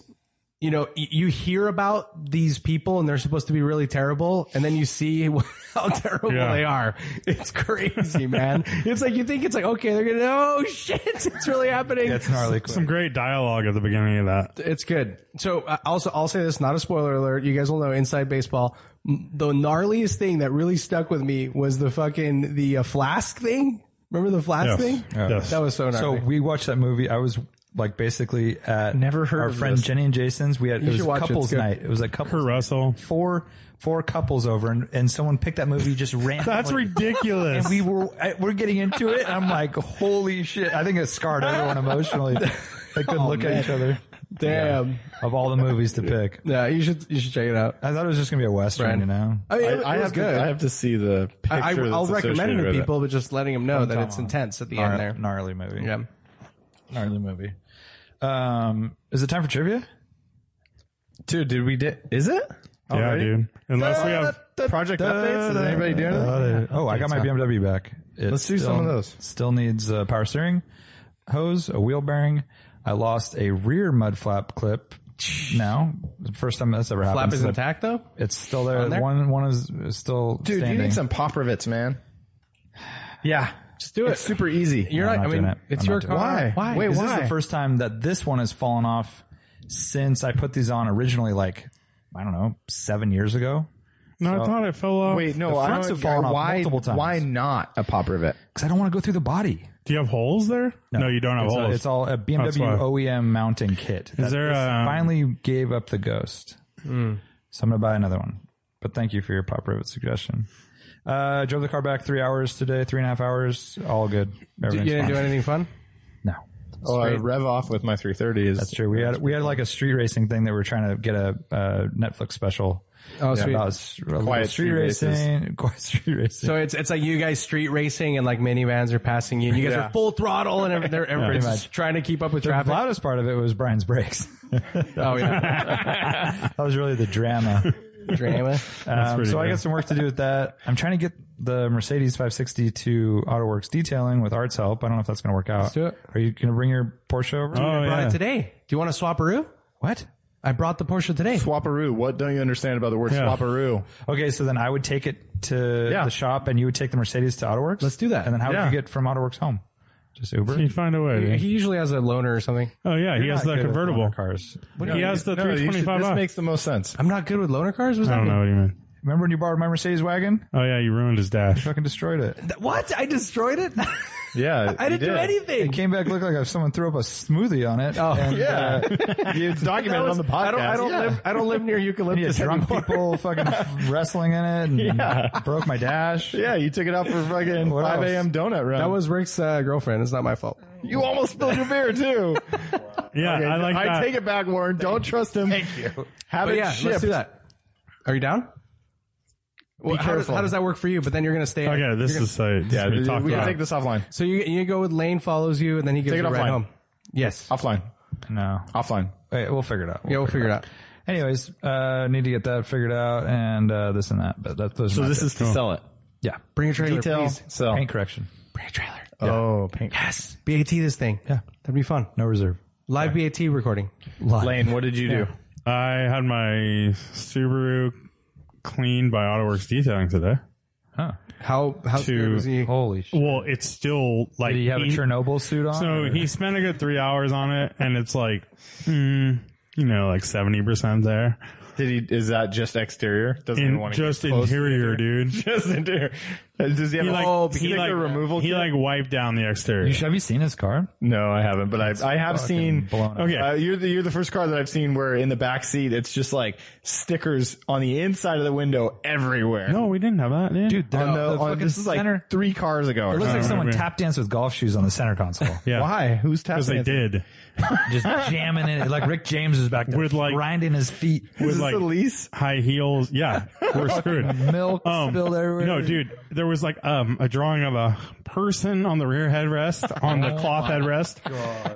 [SPEAKER 4] you know, y- you hear about these people and they're supposed to be really terrible, and then you see how terrible
[SPEAKER 2] Yeah.
[SPEAKER 4] they are. It's crazy, man. it's like you think it's like okay, they're gonna oh shit, it's really happening.
[SPEAKER 1] That's gnarly. quick.
[SPEAKER 2] Some great dialogue at the beginning of that.
[SPEAKER 4] it's good. So uh, also, I'll say this: not a spoiler alert. You guys will know inside baseball. M- The gnarliest thing that really stuck with me was the fucking the uh, flask thing. Remember the flask
[SPEAKER 2] Yes.
[SPEAKER 4] thing?
[SPEAKER 2] Yes.
[SPEAKER 4] That was so gnarly.
[SPEAKER 1] So we watched that movie. I was like basically at
[SPEAKER 3] Never heard
[SPEAKER 1] our
[SPEAKER 3] of
[SPEAKER 1] friend
[SPEAKER 3] this.
[SPEAKER 1] Jenny and Jason's. We had it
[SPEAKER 4] should
[SPEAKER 1] was
[SPEAKER 4] watch it. It's
[SPEAKER 1] couples
[SPEAKER 4] good.
[SPEAKER 1] night. It was like couples
[SPEAKER 2] Kurt Russell.
[SPEAKER 1] four four couples over, and, and someone picked that movie just randomly.
[SPEAKER 2] That's ridiculous.
[SPEAKER 1] And we were I- we're getting into it, and I'm like, holy shit! I think it scarred everyone emotionally. They couldn't look at each other.
[SPEAKER 4] Damn.
[SPEAKER 1] Of all the movies to pick,
[SPEAKER 4] Yeah, you should you should check it out.
[SPEAKER 1] I thought it was just gonna be a western,
[SPEAKER 4] Friend.
[SPEAKER 1] you know.
[SPEAKER 4] I mean, it,
[SPEAKER 3] I, I
[SPEAKER 4] it was
[SPEAKER 3] have
[SPEAKER 4] good.
[SPEAKER 3] to. I have to see the picture.
[SPEAKER 4] I,
[SPEAKER 3] that's
[SPEAKER 4] will recommend it
[SPEAKER 3] associated
[SPEAKER 4] to
[SPEAKER 3] with
[SPEAKER 4] people, but just letting them know that it's
[SPEAKER 1] Tomahawk.
[SPEAKER 4] intense at the
[SPEAKER 1] Gnar-
[SPEAKER 4] end there.
[SPEAKER 1] gnarly movie.
[SPEAKER 4] Yeah.
[SPEAKER 1] gnarly movie. Um, is it time for trivia?
[SPEAKER 3] Dude, did we? Di- is it?
[SPEAKER 2] yeah, dude. Unless we have
[SPEAKER 3] Project updates? Uh, Is anybody doing it?
[SPEAKER 1] Oh, I got my BMW back. It
[SPEAKER 3] Let's do some of those.
[SPEAKER 1] Still needs a power steering hose, a wheel bearing. I lost a rear mud flap clip. Now, first time that's ever happened.
[SPEAKER 4] Flap is
[SPEAKER 1] So
[SPEAKER 4] intact though.
[SPEAKER 1] It's still there.
[SPEAKER 4] there?
[SPEAKER 1] One one is is still
[SPEAKER 3] Dude,
[SPEAKER 1] standing.
[SPEAKER 3] you need some Poprovitz, man. Yeah,
[SPEAKER 4] Just do it.
[SPEAKER 3] it's super easy.
[SPEAKER 4] You're
[SPEAKER 1] I'm not
[SPEAKER 4] not. I
[SPEAKER 1] doing
[SPEAKER 4] mean,
[SPEAKER 1] it.
[SPEAKER 4] it's
[SPEAKER 1] I'm
[SPEAKER 4] your
[SPEAKER 1] not doing
[SPEAKER 4] car.
[SPEAKER 1] it.
[SPEAKER 3] Why?
[SPEAKER 4] Why?
[SPEAKER 3] Wait,
[SPEAKER 1] This
[SPEAKER 3] why?
[SPEAKER 1] is the first time that this one has fallen off since I put these on originally, like I don't know, seven years ago.
[SPEAKER 2] No, I thought it fell off.
[SPEAKER 3] Wait,
[SPEAKER 1] The
[SPEAKER 3] no, I
[SPEAKER 1] fronts
[SPEAKER 3] don't.
[SPEAKER 1] have fallen off
[SPEAKER 3] why?
[SPEAKER 1] multiple times.
[SPEAKER 3] Why not a Poprovit?
[SPEAKER 1] Because I don't want to go through the body.
[SPEAKER 2] Do you have holes there? No, you don't have
[SPEAKER 1] it's
[SPEAKER 2] holes.
[SPEAKER 1] A, it's all a
[SPEAKER 2] That's why.
[SPEAKER 1] BMW OEM mounting E kit. that
[SPEAKER 2] there,
[SPEAKER 1] is-
[SPEAKER 2] um,
[SPEAKER 1] finally gave up the ghost? So I'm gonna buy another one. But thank you for your pop rivet suggestion. Uh, drove the car back three hours today, three and a half hours. All good.
[SPEAKER 4] You
[SPEAKER 1] Everything's
[SPEAKER 4] didn't
[SPEAKER 1] fine.
[SPEAKER 4] do anything fun.
[SPEAKER 1] No,
[SPEAKER 3] Oh, I rev off with my 330. Is
[SPEAKER 1] that's true. We had we had like a street racing thing that we were trying to get a uh, Netflix special.
[SPEAKER 4] Oh, sweet.
[SPEAKER 1] about s- a little
[SPEAKER 3] Quiet street
[SPEAKER 1] racing, quiet street racing.
[SPEAKER 4] So it's it's like you guys street racing and like minivans are passing you. and You guys
[SPEAKER 3] Yeah.
[SPEAKER 4] are full throttle and every- they're- everybody's
[SPEAKER 1] Pretty
[SPEAKER 4] just trying to keep up with
[SPEAKER 1] the
[SPEAKER 4] traffic.
[SPEAKER 1] loudest part of it was Brian's brakes.
[SPEAKER 4] Oh yeah,
[SPEAKER 1] that was really the drama.
[SPEAKER 4] drama.
[SPEAKER 1] Um,
[SPEAKER 2] pretty
[SPEAKER 1] so I
[SPEAKER 2] good.
[SPEAKER 1] got some work to do with that. I'm trying to get the Mercedes 560 to AutoWorks detailing with Art's help. I don't know if that's going to work out.
[SPEAKER 4] do it.
[SPEAKER 1] Are you going to bring your Porsche over?
[SPEAKER 2] oh,
[SPEAKER 4] I brought
[SPEAKER 2] yeah.
[SPEAKER 4] it today. Do you want to swap a roo?
[SPEAKER 1] What?
[SPEAKER 4] I brought the Porsche today.
[SPEAKER 3] Swaparoo. What don't you understand about the word
[SPEAKER 2] Yeah.
[SPEAKER 3] swaparoo?
[SPEAKER 1] Okay, so then I would take it to
[SPEAKER 3] Yeah.
[SPEAKER 1] the shop, and you would take the Mercedes to AutoWorks.
[SPEAKER 4] Let's do that.
[SPEAKER 1] And then how
[SPEAKER 3] Yeah.
[SPEAKER 1] would you get from AutoWorks home? Just
[SPEAKER 2] you
[SPEAKER 1] Uber.
[SPEAKER 2] find a way.
[SPEAKER 4] He usually has a loaner or something.
[SPEAKER 2] oh yeah, he has
[SPEAKER 1] Not
[SPEAKER 2] the
[SPEAKER 1] good with loaner
[SPEAKER 2] convertible.
[SPEAKER 1] cars.
[SPEAKER 2] He has the
[SPEAKER 3] No, you should-
[SPEAKER 2] 325.
[SPEAKER 3] this makes the most sense.
[SPEAKER 4] I'm not good with loaner cars. Was
[SPEAKER 2] I
[SPEAKER 4] that
[SPEAKER 2] don't know what you mean.
[SPEAKER 1] Remember when you borrowed my Mercedes wagon?
[SPEAKER 5] Uh.
[SPEAKER 2] Oh yeah, you ruined his dash.
[SPEAKER 1] Fucking destroyed it.
[SPEAKER 4] me? what? I destroyed it.
[SPEAKER 3] Yeah,
[SPEAKER 4] I
[SPEAKER 3] you
[SPEAKER 4] didn't do
[SPEAKER 3] did.
[SPEAKER 4] anything.
[SPEAKER 1] It came back looked like someone threw up a smoothie on it. Oh, and,
[SPEAKER 3] Yeah, it's documented on the podcast.
[SPEAKER 4] I don't. I don't
[SPEAKER 3] Yeah.
[SPEAKER 4] live. I don't live near
[SPEAKER 1] yeah,
[SPEAKER 4] eucalyptus.
[SPEAKER 1] drunk
[SPEAKER 4] anymore.
[SPEAKER 1] people fucking wrestling in it and broke my dash.
[SPEAKER 3] Yeah, you took it out for fucking
[SPEAKER 1] What
[SPEAKER 3] 5
[SPEAKER 1] else?
[SPEAKER 3] a.m. donut run.
[SPEAKER 4] That was Rick's uh, girlfriend. It's not my fault.
[SPEAKER 3] you almost spilled your beer too.
[SPEAKER 2] Yeah, I like
[SPEAKER 3] I
[SPEAKER 2] that.
[SPEAKER 3] take it back, Warren. Don't trust him. Thank you. Have
[SPEAKER 4] But
[SPEAKER 3] it
[SPEAKER 4] yeah,
[SPEAKER 3] shipped.
[SPEAKER 4] let's do that. Are you down? Well, how, does,
[SPEAKER 3] careful.
[SPEAKER 4] how does that work for you? But then you're gonna stay.
[SPEAKER 2] okay, this is uh, this
[SPEAKER 3] Yeah,
[SPEAKER 2] we
[SPEAKER 3] we,
[SPEAKER 2] talked
[SPEAKER 3] we can
[SPEAKER 2] about.
[SPEAKER 3] take this offline.
[SPEAKER 4] So you you go with Lane follows you, and then he gives
[SPEAKER 3] Take it
[SPEAKER 4] you a
[SPEAKER 3] offline.
[SPEAKER 4] ride home. Yes.
[SPEAKER 3] Offline.
[SPEAKER 1] No.
[SPEAKER 3] Offline.
[SPEAKER 1] Wait, we'll figure it out.
[SPEAKER 4] Yeah, we'll figure it out.
[SPEAKER 1] Anyways, uh, need to get that figured out and uh, this and that. But that, those are
[SPEAKER 3] So
[SPEAKER 1] my
[SPEAKER 3] this Oh.
[SPEAKER 1] bits.
[SPEAKER 3] is to sell it.
[SPEAKER 1] yeah,
[SPEAKER 4] Bring a trailer,
[SPEAKER 3] Detail.
[SPEAKER 4] please.
[SPEAKER 3] Sell.
[SPEAKER 1] paint correction.
[SPEAKER 4] Bring a trailer.
[SPEAKER 3] Oh, paint.
[SPEAKER 4] Yes. BAT this thing.
[SPEAKER 1] Yeah.
[SPEAKER 4] That'd be fun.
[SPEAKER 1] No reserve.
[SPEAKER 4] Live BAT recording.
[SPEAKER 3] Lane, what did you do?
[SPEAKER 2] I had my Subaru cleaned by AutoWorks detailing today.
[SPEAKER 4] How how scared was he?
[SPEAKER 1] Holy shit!
[SPEAKER 2] Well, it's still like
[SPEAKER 1] Did he have a Chernobyl suit on?
[SPEAKER 2] So
[SPEAKER 1] or-
[SPEAKER 2] he spent a hmm, good three hours on it, and it's like, mm, you know, like seventy percent there.
[SPEAKER 3] Did he? Is that just exterior? Doesn't
[SPEAKER 2] In,
[SPEAKER 3] want to
[SPEAKER 2] just
[SPEAKER 3] get close to the
[SPEAKER 2] interior, dude.
[SPEAKER 3] Just interior. Does he have?
[SPEAKER 2] He like,
[SPEAKER 3] oh,
[SPEAKER 2] he, like,
[SPEAKER 3] the removal.
[SPEAKER 2] he
[SPEAKER 3] kit?
[SPEAKER 2] like wiped down the exterior.
[SPEAKER 1] You- have you seen his car?
[SPEAKER 3] No, I haven't, but I I have
[SPEAKER 1] fucking
[SPEAKER 3] seen.
[SPEAKER 1] blown up.
[SPEAKER 3] Okay, uh, you're the you're the first car that I've seen where in the back seat it's just like stickers on the inside of the window everywhere.
[SPEAKER 2] no, we didn't have that, dude.
[SPEAKER 3] on the,
[SPEAKER 1] the
[SPEAKER 3] on,
[SPEAKER 1] fucking
[SPEAKER 3] this is like Oh,
[SPEAKER 1] center-
[SPEAKER 3] three cars ago.
[SPEAKER 1] It
[SPEAKER 3] Or
[SPEAKER 1] looks
[SPEAKER 3] something.
[SPEAKER 1] like someone
[SPEAKER 2] remember.
[SPEAKER 1] tap danced with golf shoes on the center console.
[SPEAKER 2] yeah,
[SPEAKER 3] why? Who's tapping?
[SPEAKER 2] Because they
[SPEAKER 3] it?
[SPEAKER 2] did
[SPEAKER 1] Just jamming in it. Like Rick James is back there
[SPEAKER 2] With, like-
[SPEAKER 1] grinding his feet.
[SPEAKER 3] Is
[SPEAKER 2] with
[SPEAKER 3] this
[SPEAKER 2] like
[SPEAKER 3] the lease?
[SPEAKER 2] high heels. Yeah, we're screwed.
[SPEAKER 1] Milk spilled everywhere.
[SPEAKER 2] Um, No, dude, there was like um, a drawing of a person on the rear headrest, on the cloth headrest,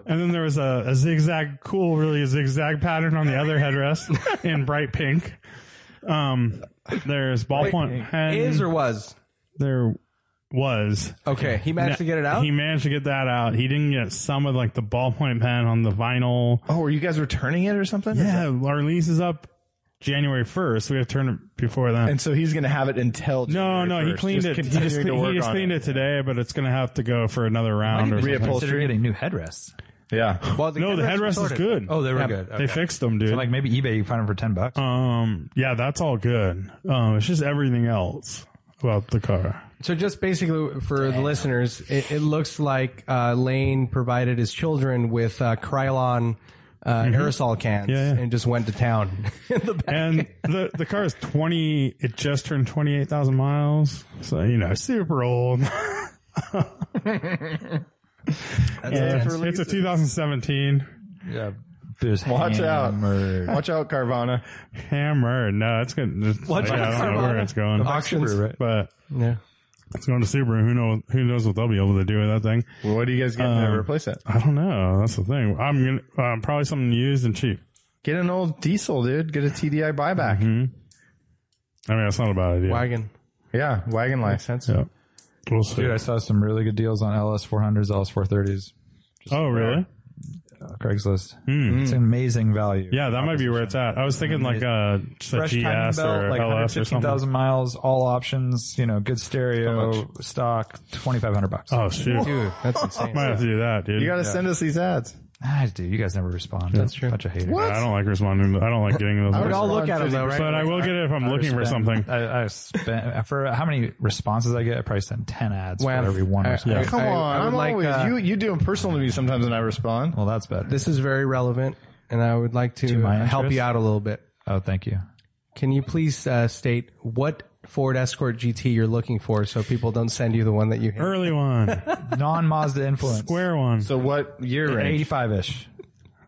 [SPEAKER 2] and then there was a, a zigzag, cool, really a zigzag pattern on the other headrest in bright pink. Um, there's ballpoint pen.
[SPEAKER 4] Is or was?
[SPEAKER 2] there was.
[SPEAKER 4] Okay, he managed to get it out.
[SPEAKER 2] He managed to get that out. He didn't get some of like the ballpoint pen on the vinyl.
[SPEAKER 3] Oh, were you guys returning it or something?
[SPEAKER 2] Yeah, our lease is up January first. We have to turn it before then.
[SPEAKER 3] And so he's gonna have it until
[SPEAKER 2] No,
[SPEAKER 3] January
[SPEAKER 2] no, he
[SPEAKER 3] 1st,
[SPEAKER 2] cleaned
[SPEAKER 3] just
[SPEAKER 2] it. He
[SPEAKER 3] continuing
[SPEAKER 2] just,
[SPEAKER 3] to
[SPEAKER 2] cle-
[SPEAKER 3] work
[SPEAKER 2] he just
[SPEAKER 3] on
[SPEAKER 2] cleaned it. today, but it's going to have to go for another round or something.
[SPEAKER 3] reupholstered.
[SPEAKER 1] Consider getting new headrests.
[SPEAKER 3] Yeah,
[SPEAKER 4] well, the
[SPEAKER 2] No, the
[SPEAKER 4] headrest was
[SPEAKER 2] headrest is
[SPEAKER 4] sorted.
[SPEAKER 2] good.
[SPEAKER 1] Oh, they were good.
[SPEAKER 2] They fixed them, dude.
[SPEAKER 1] So like maybe eBay, you find them for ten bucks.
[SPEAKER 2] um, yeah, that's all good. Um, it's just everything else about the car.
[SPEAKER 4] So just basically for the listeners, it, it looks like uh, Lane provided his children with uh, Krylon uh, aerosol cans
[SPEAKER 2] Yeah, yeah.
[SPEAKER 4] and just went to town. In the back.
[SPEAKER 2] And the the car is twenty. It just turned twenty eight thousand miles, so you know, super old. Yeah, it's, it's a 2017
[SPEAKER 1] yeah, there's
[SPEAKER 3] Watch out.
[SPEAKER 1] hammered-
[SPEAKER 3] watch out, Carvana.
[SPEAKER 2] Hammer. No, it's good.
[SPEAKER 4] What's
[SPEAKER 2] I don't know
[SPEAKER 4] Carvana?
[SPEAKER 2] where it's going,
[SPEAKER 4] Auctions.
[SPEAKER 2] but
[SPEAKER 4] Yeah.
[SPEAKER 2] it's going to Subaru. Who knows? Who knows what they'll be able to do with that thing?
[SPEAKER 3] What are you guys getting to replace it?
[SPEAKER 2] I don't know. That's the thing. I'm gonna um, probably something used and cheap.
[SPEAKER 3] Get an old diesel, dude. Get a TDI buyback.
[SPEAKER 2] I mean, that's not a bad idea.
[SPEAKER 4] Wagon.
[SPEAKER 3] Yeah, wagon life. That's
[SPEAKER 2] Yeah. We'll see.
[SPEAKER 1] Dude, I saw some really good deals on LS 400s, LS 430s,
[SPEAKER 2] oh, really?
[SPEAKER 1] Craigslist. It's an amazing value.
[SPEAKER 2] Hmm. Yeah, that might be where it's at. I was thinking like uh, just a
[SPEAKER 1] Fresh timing
[SPEAKER 2] GS
[SPEAKER 1] belt,
[SPEAKER 2] or
[SPEAKER 1] like
[SPEAKER 2] LS or something.
[SPEAKER 1] 115,000 miles, all options, you know, good stereo, stock, 2,500 bucks.
[SPEAKER 2] Oh shoot,
[SPEAKER 4] Dude, that's insane.
[SPEAKER 2] might have to do that, dude.
[SPEAKER 3] you got to send us these ads.
[SPEAKER 1] Ah, dude, you guys never respond. That's true. Bunch of haters.
[SPEAKER 2] Yeah, I don't like responding. To, I don't like getting those.
[SPEAKER 3] would
[SPEAKER 2] letters.
[SPEAKER 3] all look at 'em, though,
[SPEAKER 2] But I will get it if I'm looking for
[SPEAKER 1] Spent-
[SPEAKER 2] something.
[SPEAKER 1] I, I spent for how many responses I get. I probably sent ten ads
[SPEAKER 4] Wow.
[SPEAKER 1] for every one.
[SPEAKER 4] I-
[SPEAKER 1] response.
[SPEAKER 3] Come
[SPEAKER 4] I-
[SPEAKER 3] on,
[SPEAKER 4] I would
[SPEAKER 3] I'm
[SPEAKER 4] like,
[SPEAKER 3] always
[SPEAKER 4] uh,
[SPEAKER 3] you. You do them personal to me sometimes, and I respond.
[SPEAKER 1] Well, that's better.
[SPEAKER 4] This is very relevant, and I would like to,
[SPEAKER 1] my
[SPEAKER 4] uh, help
[SPEAKER 1] interest?
[SPEAKER 4] you out a little bit.
[SPEAKER 1] oh, thank you.
[SPEAKER 4] Can you please uh, state what Ford Escort GT you're looking for, so people don't send you the one that you hate?
[SPEAKER 2] Early one,
[SPEAKER 1] Non Mazda influence.
[SPEAKER 2] square one,
[SPEAKER 3] So what year range?
[SPEAKER 1] 85 ish.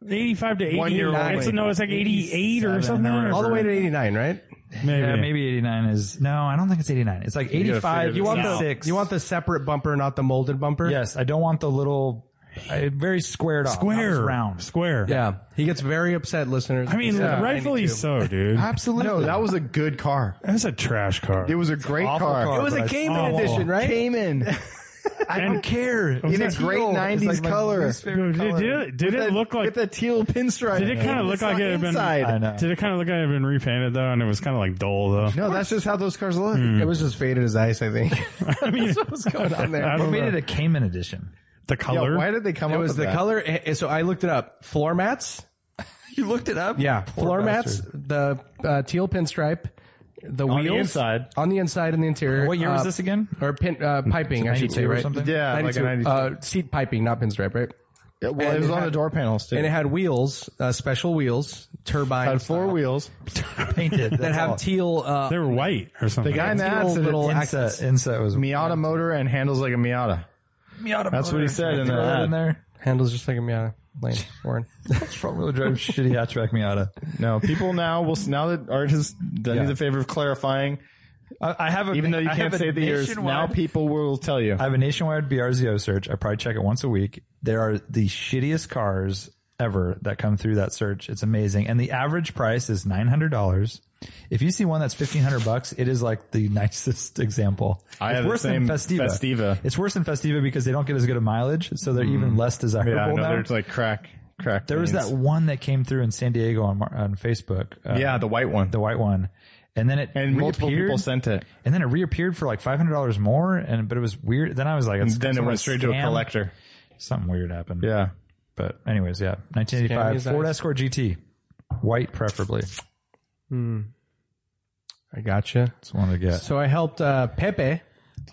[SPEAKER 2] 85 to 80.
[SPEAKER 3] One year
[SPEAKER 2] it's
[SPEAKER 3] only.
[SPEAKER 2] no, it's like 88 or something.
[SPEAKER 4] All the way to 89, right?
[SPEAKER 2] maybe.
[SPEAKER 1] Yeah, maybe 89 is. No, I don't think it's 89. It's like 85.
[SPEAKER 3] You want
[SPEAKER 4] the-
[SPEAKER 1] 86.
[SPEAKER 4] You want the separate bumper, not the molded bumper.
[SPEAKER 1] Yes, I don't want the little. I, very squared off. not
[SPEAKER 2] square
[SPEAKER 1] just round.
[SPEAKER 2] square.
[SPEAKER 4] Yeah, he gets very upset, listeners.
[SPEAKER 2] I mean, rightfully so, dude.
[SPEAKER 3] Absolutely. No, that was a good car.
[SPEAKER 2] That's a trash car.
[SPEAKER 3] It was a great car.
[SPEAKER 4] it was a Cayman
[SPEAKER 2] Oh.
[SPEAKER 4] edition, right?
[SPEAKER 3] Cayman
[SPEAKER 2] I don't care.
[SPEAKER 3] in a great '90s color.
[SPEAKER 2] Dude, did, did it look like?
[SPEAKER 3] with the teal pinstripe?
[SPEAKER 2] Did it kind of look like it had been?
[SPEAKER 3] inside?
[SPEAKER 1] I know.
[SPEAKER 2] Did it kind of look like it had been repainted though? And it was kind of like dull though.
[SPEAKER 3] No, that's just how those cars look.
[SPEAKER 4] It was just faded as ice, I think. I mean, what's going on
[SPEAKER 2] I
[SPEAKER 4] there?
[SPEAKER 2] don't
[SPEAKER 1] We made
[SPEAKER 2] know.
[SPEAKER 1] it a Cayman edition.
[SPEAKER 2] the
[SPEAKER 3] Yeah,
[SPEAKER 2] color.
[SPEAKER 3] why did they come
[SPEAKER 4] It
[SPEAKER 3] up
[SPEAKER 4] was
[SPEAKER 3] with
[SPEAKER 4] the
[SPEAKER 3] that?
[SPEAKER 4] color. eh, eh, So I looked it up. Floor mats.
[SPEAKER 1] You looked it up?
[SPEAKER 4] Yeah, floor mats. The uh, teal pinstripe. The
[SPEAKER 3] On the
[SPEAKER 4] wheels
[SPEAKER 3] inside.
[SPEAKER 4] on the inside and the interior.
[SPEAKER 1] What year
[SPEAKER 4] Uh,
[SPEAKER 1] was this again?
[SPEAKER 4] Or pin uh, piping, I should say,
[SPEAKER 1] 92 or
[SPEAKER 4] right?
[SPEAKER 1] something?
[SPEAKER 3] Yeah, like a 92.
[SPEAKER 4] Uh, seat piping, not pinstripe, right?
[SPEAKER 3] Yeah, well,
[SPEAKER 4] And
[SPEAKER 3] it was
[SPEAKER 4] it
[SPEAKER 3] on
[SPEAKER 4] had-
[SPEAKER 3] the door panels too.
[SPEAKER 4] And it had wheels, uh, special wheels, turbine.
[SPEAKER 3] had four wheels.
[SPEAKER 1] Painted.
[SPEAKER 4] that have teal uh,
[SPEAKER 2] They were white or something.
[SPEAKER 3] The guy in the
[SPEAKER 4] Teal
[SPEAKER 3] accident,
[SPEAKER 4] little
[SPEAKER 3] little
[SPEAKER 1] inset, inset was
[SPEAKER 3] Miata motor and handles like a Miata.
[SPEAKER 1] Miata
[SPEAKER 3] That's what he
[SPEAKER 1] motor.
[SPEAKER 3] said in
[SPEAKER 1] Throw
[SPEAKER 3] the
[SPEAKER 1] that
[SPEAKER 3] ad.
[SPEAKER 1] in there.
[SPEAKER 4] handles, just like a Miata Lane Warren.
[SPEAKER 1] Front wheel drive shitty hatchback Miata.
[SPEAKER 3] No, people now will now that Art has done you the favor of clarifying,
[SPEAKER 1] I, I have a
[SPEAKER 3] even though you
[SPEAKER 1] I
[SPEAKER 3] can't
[SPEAKER 1] have a
[SPEAKER 3] say the years, now
[SPEAKER 1] nationwide-
[SPEAKER 3] people will tell you.
[SPEAKER 1] I have a nationwide BRZO search. I probably check it once a week. There are the shittiest cars ever that come through that search. It's amazing, and the average price is nine hundred dollars. If you see one that's fifteen hundred bucks, it is like the nicest example.
[SPEAKER 3] I
[SPEAKER 1] it's
[SPEAKER 3] have the
[SPEAKER 1] worse
[SPEAKER 3] same
[SPEAKER 1] than Festiva.
[SPEAKER 3] Festiva. Mm.
[SPEAKER 1] It's worse than Festiva because they don't get as good a mileage, so they're even less desirable
[SPEAKER 3] yeah, I know
[SPEAKER 1] now.
[SPEAKER 3] there's like crack, crack.
[SPEAKER 1] There was that one that came through in San Diego on Mar- on Facebook. Uh,
[SPEAKER 3] Yeah, the white one.
[SPEAKER 1] the white one, and then it
[SPEAKER 3] and multiple
[SPEAKER 1] reappeared,
[SPEAKER 3] people sent it.
[SPEAKER 1] and then it reappeared for like five hundred dollars more, and but it was weird. Then I was like, it's
[SPEAKER 3] Then it
[SPEAKER 1] some
[SPEAKER 3] went straight to a
[SPEAKER 1] scam.
[SPEAKER 3] collector.
[SPEAKER 1] Something weird happened.
[SPEAKER 3] Yeah.
[SPEAKER 1] but anyways, yeah,
[SPEAKER 4] Scam
[SPEAKER 1] 1985
[SPEAKER 4] is
[SPEAKER 1] Ford
[SPEAKER 4] nice.
[SPEAKER 1] Escort GT, white preferably.
[SPEAKER 4] I gotcha.
[SPEAKER 1] That's one to get.
[SPEAKER 4] So I helped uh, Pepe,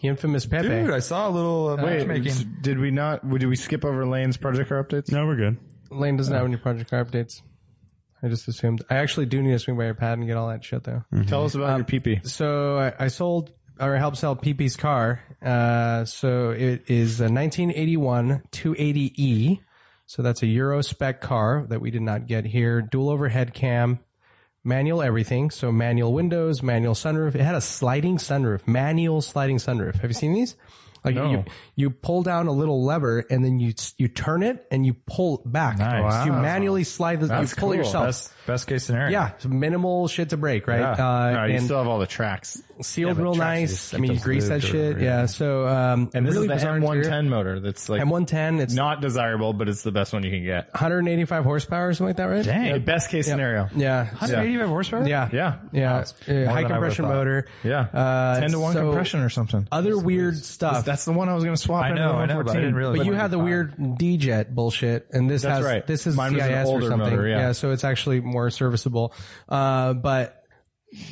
[SPEAKER 4] the infamous Pepe.
[SPEAKER 3] Dude, I saw a little uh,
[SPEAKER 1] Wait, s-
[SPEAKER 3] matchmaking. Did we not? Did we skip over Lane's project car updates?
[SPEAKER 2] No, we're good.
[SPEAKER 4] Lane doesn't have any project car updates. I just assumed. I actually do need to swing by your pad and get all that shit though.
[SPEAKER 3] Tell us
[SPEAKER 1] Uh,
[SPEAKER 3] about your pee
[SPEAKER 4] So I, I sold or I helped sell PP's car. Uh, so it is a 1981 280e. E. So that's a Euro spec car that we did not get here. Dual overhead cam, manual everything. So manual windows, manual sunroof. It had a sliding sunroof, manual sliding sunroof. Have you seen these? Like you, you pull down a little lever and then you you turn it and you pull back.
[SPEAKER 1] Nice.
[SPEAKER 4] You manually slide the. you pull it yourself.
[SPEAKER 1] Best, best case scenario.
[SPEAKER 4] yeah, it's minimal shit to break, right?
[SPEAKER 1] Yeah.
[SPEAKER 4] Uh,
[SPEAKER 3] No, you
[SPEAKER 4] and-
[SPEAKER 3] still have all the tracks.
[SPEAKER 4] sealed
[SPEAKER 1] Yeah, but
[SPEAKER 4] real
[SPEAKER 1] tracks, you
[SPEAKER 4] nice.
[SPEAKER 1] just
[SPEAKER 4] I
[SPEAKER 1] keep
[SPEAKER 4] mean, you
[SPEAKER 1] those
[SPEAKER 4] grease that
[SPEAKER 1] lubed or-
[SPEAKER 4] shit. Yeah. So, um,
[SPEAKER 3] And this
[SPEAKER 4] really
[SPEAKER 3] is the
[SPEAKER 4] bizarre interior.
[SPEAKER 3] M110 motor. That's like
[SPEAKER 4] M110. It's
[SPEAKER 3] not desirable, but it's the best one you can get.
[SPEAKER 4] 185 horsepower or something like that, right?
[SPEAKER 1] Dang.
[SPEAKER 3] Yeah, best case scenario.
[SPEAKER 4] Yeah.
[SPEAKER 1] 185 horsepower?
[SPEAKER 4] Yeah.
[SPEAKER 3] Yeah.
[SPEAKER 4] Yeah.
[SPEAKER 1] That's
[SPEAKER 4] Uh,
[SPEAKER 1] more than I
[SPEAKER 4] high
[SPEAKER 1] would've
[SPEAKER 4] compression
[SPEAKER 1] thought.
[SPEAKER 4] motor.
[SPEAKER 3] Yeah.
[SPEAKER 4] Uh,
[SPEAKER 3] 10 to 1
[SPEAKER 4] so
[SPEAKER 3] compression or something.
[SPEAKER 4] Other weird stuff.
[SPEAKER 3] That's the one I was going to swap
[SPEAKER 1] I
[SPEAKER 3] into
[SPEAKER 1] know,
[SPEAKER 3] the
[SPEAKER 1] I know, but I
[SPEAKER 3] 114.
[SPEAKER 1] didn't realize.
[SPEAKER 4] but you had the weird D-Jet bullshit, and this
[SPEAKER 3] That's
[SPEAKER 4] has
[SPEAKER 3] right.
[SPEAKER 4] this is
[SPEAKER 3] Mine was
[SPEAKER 4] CIS
[SPEAKER 3] an older
[SPEAKER 4] or something.
[SPEAKER 3] motor, yeah.
[SPEAKER 4] so it's actually more serviceable. Uh, but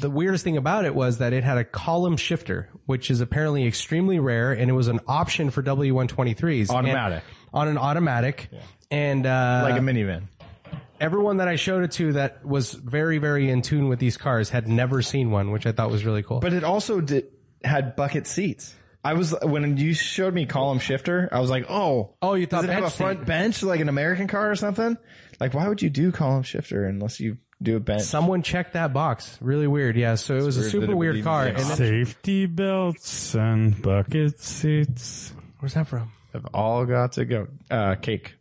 [SPEAKER 4] the weirdest thing about it was that it had a column shifter, which is apparently extremely rare, and it was an option for W123s
[SPEAKER 3] Automatic.
[SPEAKER 4] And- on an automatic. And uh,
[SPEAKER 3] like a minivan.
[SPEAKER 4] everyone that I showed it to that was very, very in tune with these cars had never seen one, which I thought was really cool.
[SPEAKER 3] But it also did, had bucket seats. I was when you showed me column shifter, I was like, oh,
[SPEAKER 4] Oh, you thought
[SPEAKER 3] does it have a
[SPEAKER 4] bench
[SPEAKER 3] front
[SPEAKER 4] seat.
[SPEAKER 3] bench like an American car or something? Like, why would you do column shifter unless you do a bench?
[SPEAKER 4] someone checked that box. Really weird. Yeah. So it was a
[SPEAKER 3] weird that
[SPEAKER 4] super
[SPEAKER 3] it would
[SPEAKER 4] weird
[SPEAKER 3] even
[SPEAKER 4] car.
[SPEAKER 3] be
[SPEAKER 4] And
[SPEAKER 3] an
[SPEAKER 4] then-
[SPEAKER 2] Safety belts and bucket seats.
[SPEAKER 4] where's that from?
[SPEAKER 3] have all got to go. Uh, cake.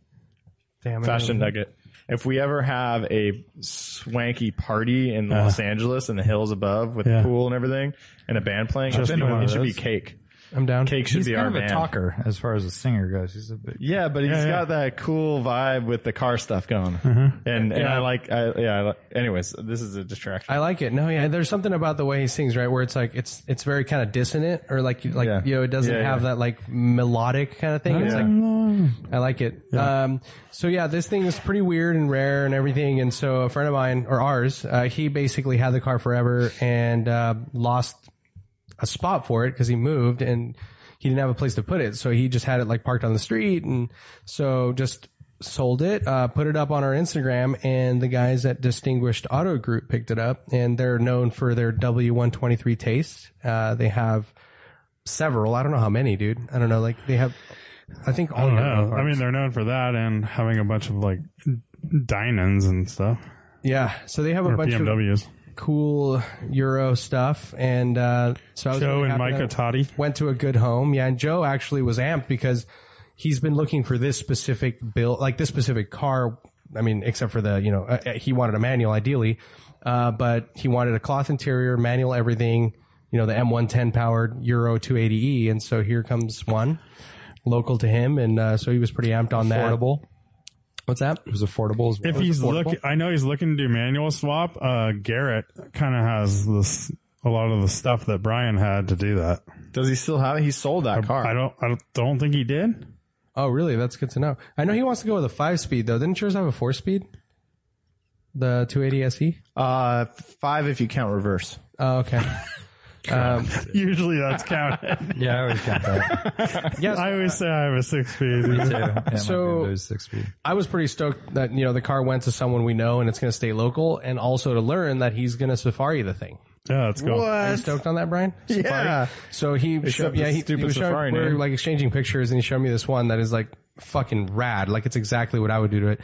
[SPEAKER 4] Damn it.
[SPEAKER 1] Mm-hmm.
[SPEAKER 3] fashion nugget. If we ever have a swanky party in Los Angeles and the hills above with
[SPEAKER 2] Yeah.
[SPEAKER 3] a pool and everything and a band playing, it should,
[SPEAKER 2] been
[SPEAKER 3] be,
[SPEAKER 2] to one
[SPEAKER 3] it
[SPEAKER 2] of
[SPEAKER 3] should be
[SPEAKER 2] those.
[SPEAKER 3] Cake.
[SPEAKER 4] I'm down.
[SPEAKER 3] Cake should
[SPEAKER 1] He's
[SPEAKER 3] be
[SPEAKER 1] kind
[SPEAKER 3] our
[SPEAKER 1] of a
[SPEAKER 3] band.
[SPEAKER 1] talker as far as a singer goes. He's a big.
[SPEAKER 3] Yeah, but he's
[SPEAKER 2] yeah.
[SPEAKER 3] got that cool vibe with the car stuff going. And, and I like, I, yeah, I like, anyways, this is a distraction.
[SPEAKER 4] I like it. No, yeah, there's something about the way he sings, right? Where it's like it's it's very kind of dissonant, or like you- like
[SPEAKER 3] Yeah.
[SPEAKER 4] you know, it doesn't
[SPEAKER 3] Yeah, yeah. Mm-hmm.
[SPEAKER 4] have that like melodic kind of thing. It's like I like it. Um, so yeah, this thing is pretty weird and rare and everything. And so a friend of mine or ours, uh, he basically had the car forever and uh, lost a spot for it because he moved and he didn't have a place to put it. So he just had it like parked on the street. And so just sold it, uh, put it up on our Instagram and the guys at Distinguished Auto Group picked it up and they're known for their W123 taste. Uh, they have several. I don't know how many, dude. I don't know. Like they have, I think all
[SPEAKER 2] I don't
[SPEAKER 4] your
[SPEAKER 2] know.
[SPEAKER 4] cars.
[SPEAKER 2] Uh, I mean, they're known for that and having a bunch of like dinans and stuff.
[SPEAKER 4] Yeah, so they have a
[SPEAKER 2] Or
[SPEAKER 4] bunch of
[SPEAKER 2] BMWs.
[SPEAKER 4] cool Euro stuff, and uh, so I was
[SPEAKER 2] Joe
[SPEAKER 4] really
[SPEAKER 2] and
[SPEAKER 4] happy
[SPEAKER 2] Micah
[SPEAKER 4] that I
[SPEAKER 2] Toddy.
[SPEAKER 4] went to a good home. Yeah, and Joe actually was amped because he's been looking for this specific build, like this specific car. I mean, except for the you know uh, uh, he wanted a manual ideally, uh, but he wanted a cloth interior, manual everything. You know the M110 powered Euro 280e, and so here comes one local to him, and uh, so he was pretty amped on that.
[SPEAKER 1] Affordable.
[SPEAKER 4] What's that?
[SPEAKER 1] It was affordable as well.
[SPEAKER 2] If he's look, I know he's looking to do manual swap. Uh, Garrett kind of has this a lot of the stuff that Brian had to do that.
[SPEAKER 3] Does he still have it? He sold that car.
[SPEAKER 2] I don't. I don't- don't think he did.
[SPEAKER 4] Oh, really? That's good to know. I know he wants to go with a five speed though. Didn't yours have a four speed? The 280 SE.
[SPEAKER 3] Uh, five if you count reverse.
[SPEAKER 4] Oh, okay. um,
[SPEAKER 2] Usually that's counted.
[SPEAKER 1] Yeah, I always count that.
[SPEAKER 2] I always say I have a six speed.
[SPEAKER 1] Yeah,
[SPEAKER 4] So-
[SPEAKER 1] so six feet.
[SPEAKER 4] I was pretty stoked that you know the car went to someone we know and it's going to stay local, and also to learn that he's going to safari the thing.
[SPEAKER 2] Yeah, let's go.
[SPEAKER 4] Are you stoked on that, Brian?
[SPEAKER 3] Yeah.
[SPEAKER 4] So he, showed,
[SPEAKER 3] the
[SPEAKER 4] yeah, he,
[SPEAKER 3] stupid
[SPEAKER 4] he was showing,
[SPEAKER 3] safari
[SPEAKER 4] we were
[SPEAKER 3] name.
[SPEAKER 4] like exchanging pictures, and he showed me this one that is like fucking rad. Like it's exactly what I would do to it.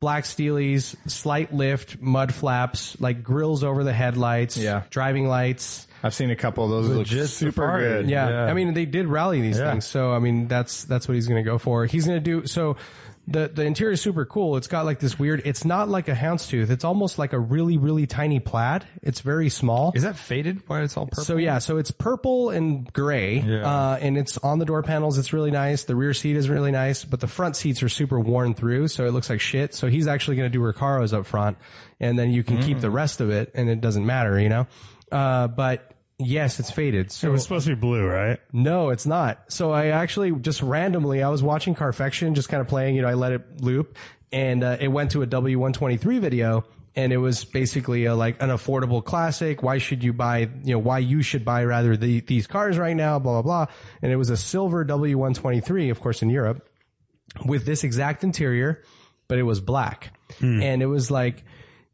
[SPEAKER 4] Black Steelies, slight lift, mud flaps, like grills over the headlights,
[SPEAKER 3] Yeah.
[SPEAKER 4] driving lights.
[SPEAKER 3] I've seen a couple of those. Look
[SPEAKER 1] Legit
[SPEAKER 3] super
[SPEAKER 1] Safari.
[SPEAKER 3] good.
[SPEAKER 4] Yeah.
[SPEAKER 1] Yeah.
[SPEAKER 4] I mean, they did rally these things. So, I mean, that's, that's what he's going to go for. He's going to do, so the, the interior is super cool. It's got like this weird, it's not like a houndstooth. It's almost like a really, really tiny plaid. It's very small.
[SPEAKER 1] Is that faded? Why it's all purple?
[SPEAKER 4] So yeah, so it's purple and gray, uh, and it's on the door panels. It's really nice. The rear seat is really nice, but the front seats are super worn through, so it looks like shit. So he's actually going to do Recaro's up front, and then you can keep the rest of it, and it doesn't matter, you know. Uh, but yes, it's faded. So
[SPEAKER 2] It was supposed to be blue, right?
[SPEAKER 4] no, it's not. So I actually just randomly, I was watching Carfection, just kind of playing, you know, I let it loop and uh, it went to a W123 video and it was basically a, like an affordable classic. Why should you buy, you know, why you should buy rather the, these cars right now, blah, blah, blah. And it was a silver W123, of course, in Europe with this exact interior, but it was black.
[SPEAKER 1] Hmm.
[SPEAKER 4] And it was like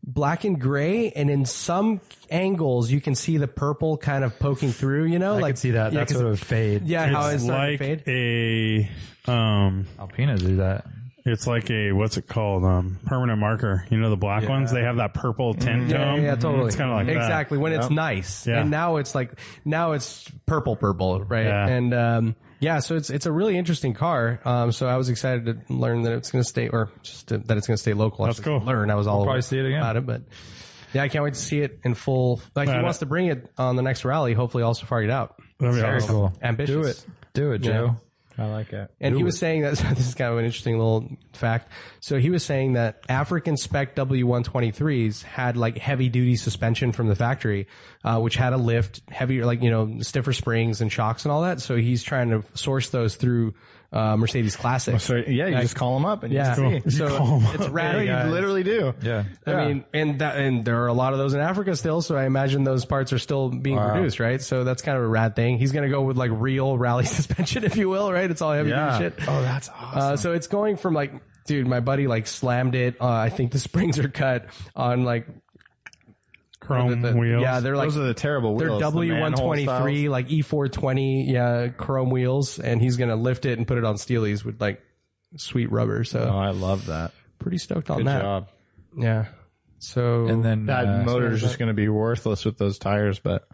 [SPEAKER 4] black and gray. And in some angles, you can see the purple kind of poking through, you know,
[SPEAKER 1] I
[SPEAKER 4] like
[SPEAKER 1] could see that.
[SPEAKER 4] Yeah,
[SPEAKER 1] that
[SPEAKER 4] 'cause-
[SPEAKER 1] sort of fade.
[SPEAKER 4] yeah, how Oh, it's
[SPEAKER 2] It's
[SPEAKER 4] starting
[SPEAKER 2] like
[SPEAKER 4] to fade.
[SPEAKER 2] a um,
[SPEAKER 1] Alpina do that.
[SPEAKER 2] it's like a what's it called? Um, permanent marker. You know the black ones. They have that purple tint to
[SPEAKER 4] Yeah,
[SPEAKER 2] them.
[SPEAKER 4] yeah, totally.
[SPEAKER 2] Mm-hmm. It's kind of like that.
[SPEAKER 4] exactly when it's nice,
[SPEAKER 2] Yeah.
[SPEAKER 4] and now it's like now it's purple, purple, right?
[SPEAKER 2] Yeah.
[SPEAKER 4] And um, yeah, so it's it's a really interesting car. Um, so I was excited to learn that it's going to stay, or just to, that it's going to stay local. I
[SPEAKER 2] That's
[SPEAKER 4] should
[SPEAKER 2] cool.
[SPEAKER 4] Learn. I was all
[SPEAKER 1] probably
[SPEAKER 4] over
[SPEAKER 1] see it again.
[SPEAKER 4] about it, but yeah, I can't wait to see it in full. Like he
[SPEAKER 2] Right.
[SPEAKER 4] wants to bring it on the next rally. Hopefully, also far it out.
[SPEAKER 2] That'd be awesome.
[SPEAKER 1] Cool.
[SPEAKER 4] Ambitious.
[SPEAKER 1] Do it. Do it, Joe. I like it.
[SPEAKER 4] And he was saying that this is kind of an interesting little fact. So he was saying that African spec W123s had like heavy duty suspension from the factory, uh, which had a lift, heavier, like, you know, stiffer springs and shocks and all that. So he's trying to source those through, uh, Mercedes
[SPEAKER 1] Oh,
[SPEAKER 4] Classic.
[SPEAKER 3] So yeah, you just call them up and
[SPEAKER 4] Yeah.
[SPEAKER 3] you just see.
[SPEAKER 4] So it's
[SPEAKER 3] Yeah,
[SPEAKER 4] rad.
[SPEAKER 3] you
[SPEAKER 4] guys.
[SPEAKER 3] literally do.
[SPEAKER 1] Yeah.
[SPEAKER 4] I mean, and that, and there are a lot of those in Africa still. So I imagine those parts are still being produced, right? So that's kind of a rad thing. He's going to go with like real rally suspension, if you will, right? It's all heavy
[SPEAKER 3] Yeah.
[SPEAKER 4] duty shit. Oh, that's awesome. Uh, so it's going from like, dude, my buddy like slammed it. Uh, I think the springs are cut on like,
[SPEAKER 2] Chrome
[SPEAKER 4] the-
[SPEAKER 2] wheels.
[SPEAKER 4] yeah, they're like,
[SPEAKER 3] Those are the terrible
[SPEAKER 4] they're
[SPEAKER 3] wheels. the manhole styles.
[SPEAKER 4] W123, like E420, yeah, chrome wheels. And he's going to lift it and put it on steelies with like sweet rubber. So
[SPEAKER 3] Oh, I love that.
[SPEAKER 4] pretty stoked on
[SPEAKER 3] Good
[SPEAKER 4] that.
[SPEAKER 3] job.
[SPEAKER 4] Yeah. So
[SPEAKER 1] And then
[SPEAKER 3] That
[SPEAKER 1] uh,
[SPEAKER 3] motor is just going to be worthless with those tires, but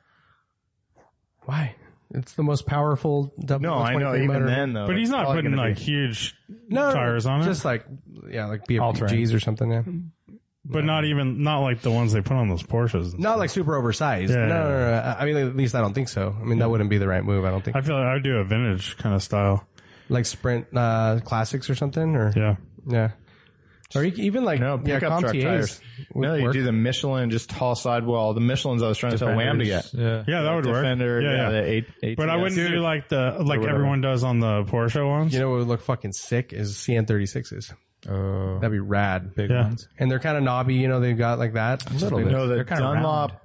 [SPEAKER 4] Why? It's the most powerful W123
[SPEAKER 3] no, I know. Even
[SPEAKER 4] motor.
[SPEAKER 3] then, though,
[SPEAKER 2] but he's
[SPEAKER 3] it's
[SPEAKER 2] not
[SPEAKER 3] probably
[SPEAKER 2] putting
[SPEAKER 3] gonna
[SPEAKER 2] like
[SPEAKER 3] be-
[SPEAKER 2] huge
[SPEAKER 4] no,
[SPEAKER 2] tires on it.
[SPEAKER 4] Just like yeah, like
[SPEAKER 1] All-terrain.
[SPEAKER 4] BFGs or something. Yeah.
[SPEAKER 2] but not even not like the ones they put on those Porsches.
[SPEAKER 4] Not like super oversized.
[SPEAKER 2] Yeah.
[SPEAKER 4] No, no, no, no. I- I mean, at least I don't think so. I mean, that wouldn't be the right move. I don't think.
[SPEAKER 2] I feel like I would do a vintage kind of style.
[SPEAKER 4] like sprint uh, classics or something, or yeah,
[SPEAKER 2] Yeah.
[SPEAKER 4] or e- even like
[SPEAKER 3] no
[SPEAKER 4] yeah,
[SPEAKER 3] pickup
[SPEAKER 4] Com
[SPEAKER 3] truck tires.
[SPEAKER 4] TAs. would
[SPEAKER 3] No, you
[SPEAKER 4] work.
[SPEAKER 3] do the Michelin, just tall sidewall. The Michelins I was trying to tell Wham to get.
[SPEAKER 1] Yeah.
[SPEAKER 2] Yeah, that would work.
[SPEAKER 3] Defender,
[SPEAKER 2] yeah, yeah.
[SPEAKER 3] the eight, eight
[SPEAKER 2] but I wouldn't do like the like
[SPEAKER 3] whatever.
[SPEAKER 2] everyone does on the Porsche ones.
[SPEAKER 4] You know what would look fucking sick is CN36s.
[SPEAKER 1] Oh,
[SPEAKER 4] That'd be rad.
[SPEAKER 1] big
[SPEAKER 2] Yeah.
[SPEAKER 1] ones.
[SPEAKER 4] And they're kind of knobby, you know. They've got like that.
[SPEAKER 1] little bit.
[SPEAKER 3] No, the
[SPEAKER 1] They're kinda
[SPEAKER 3] Dunlop.
[SPEAKER 1] round.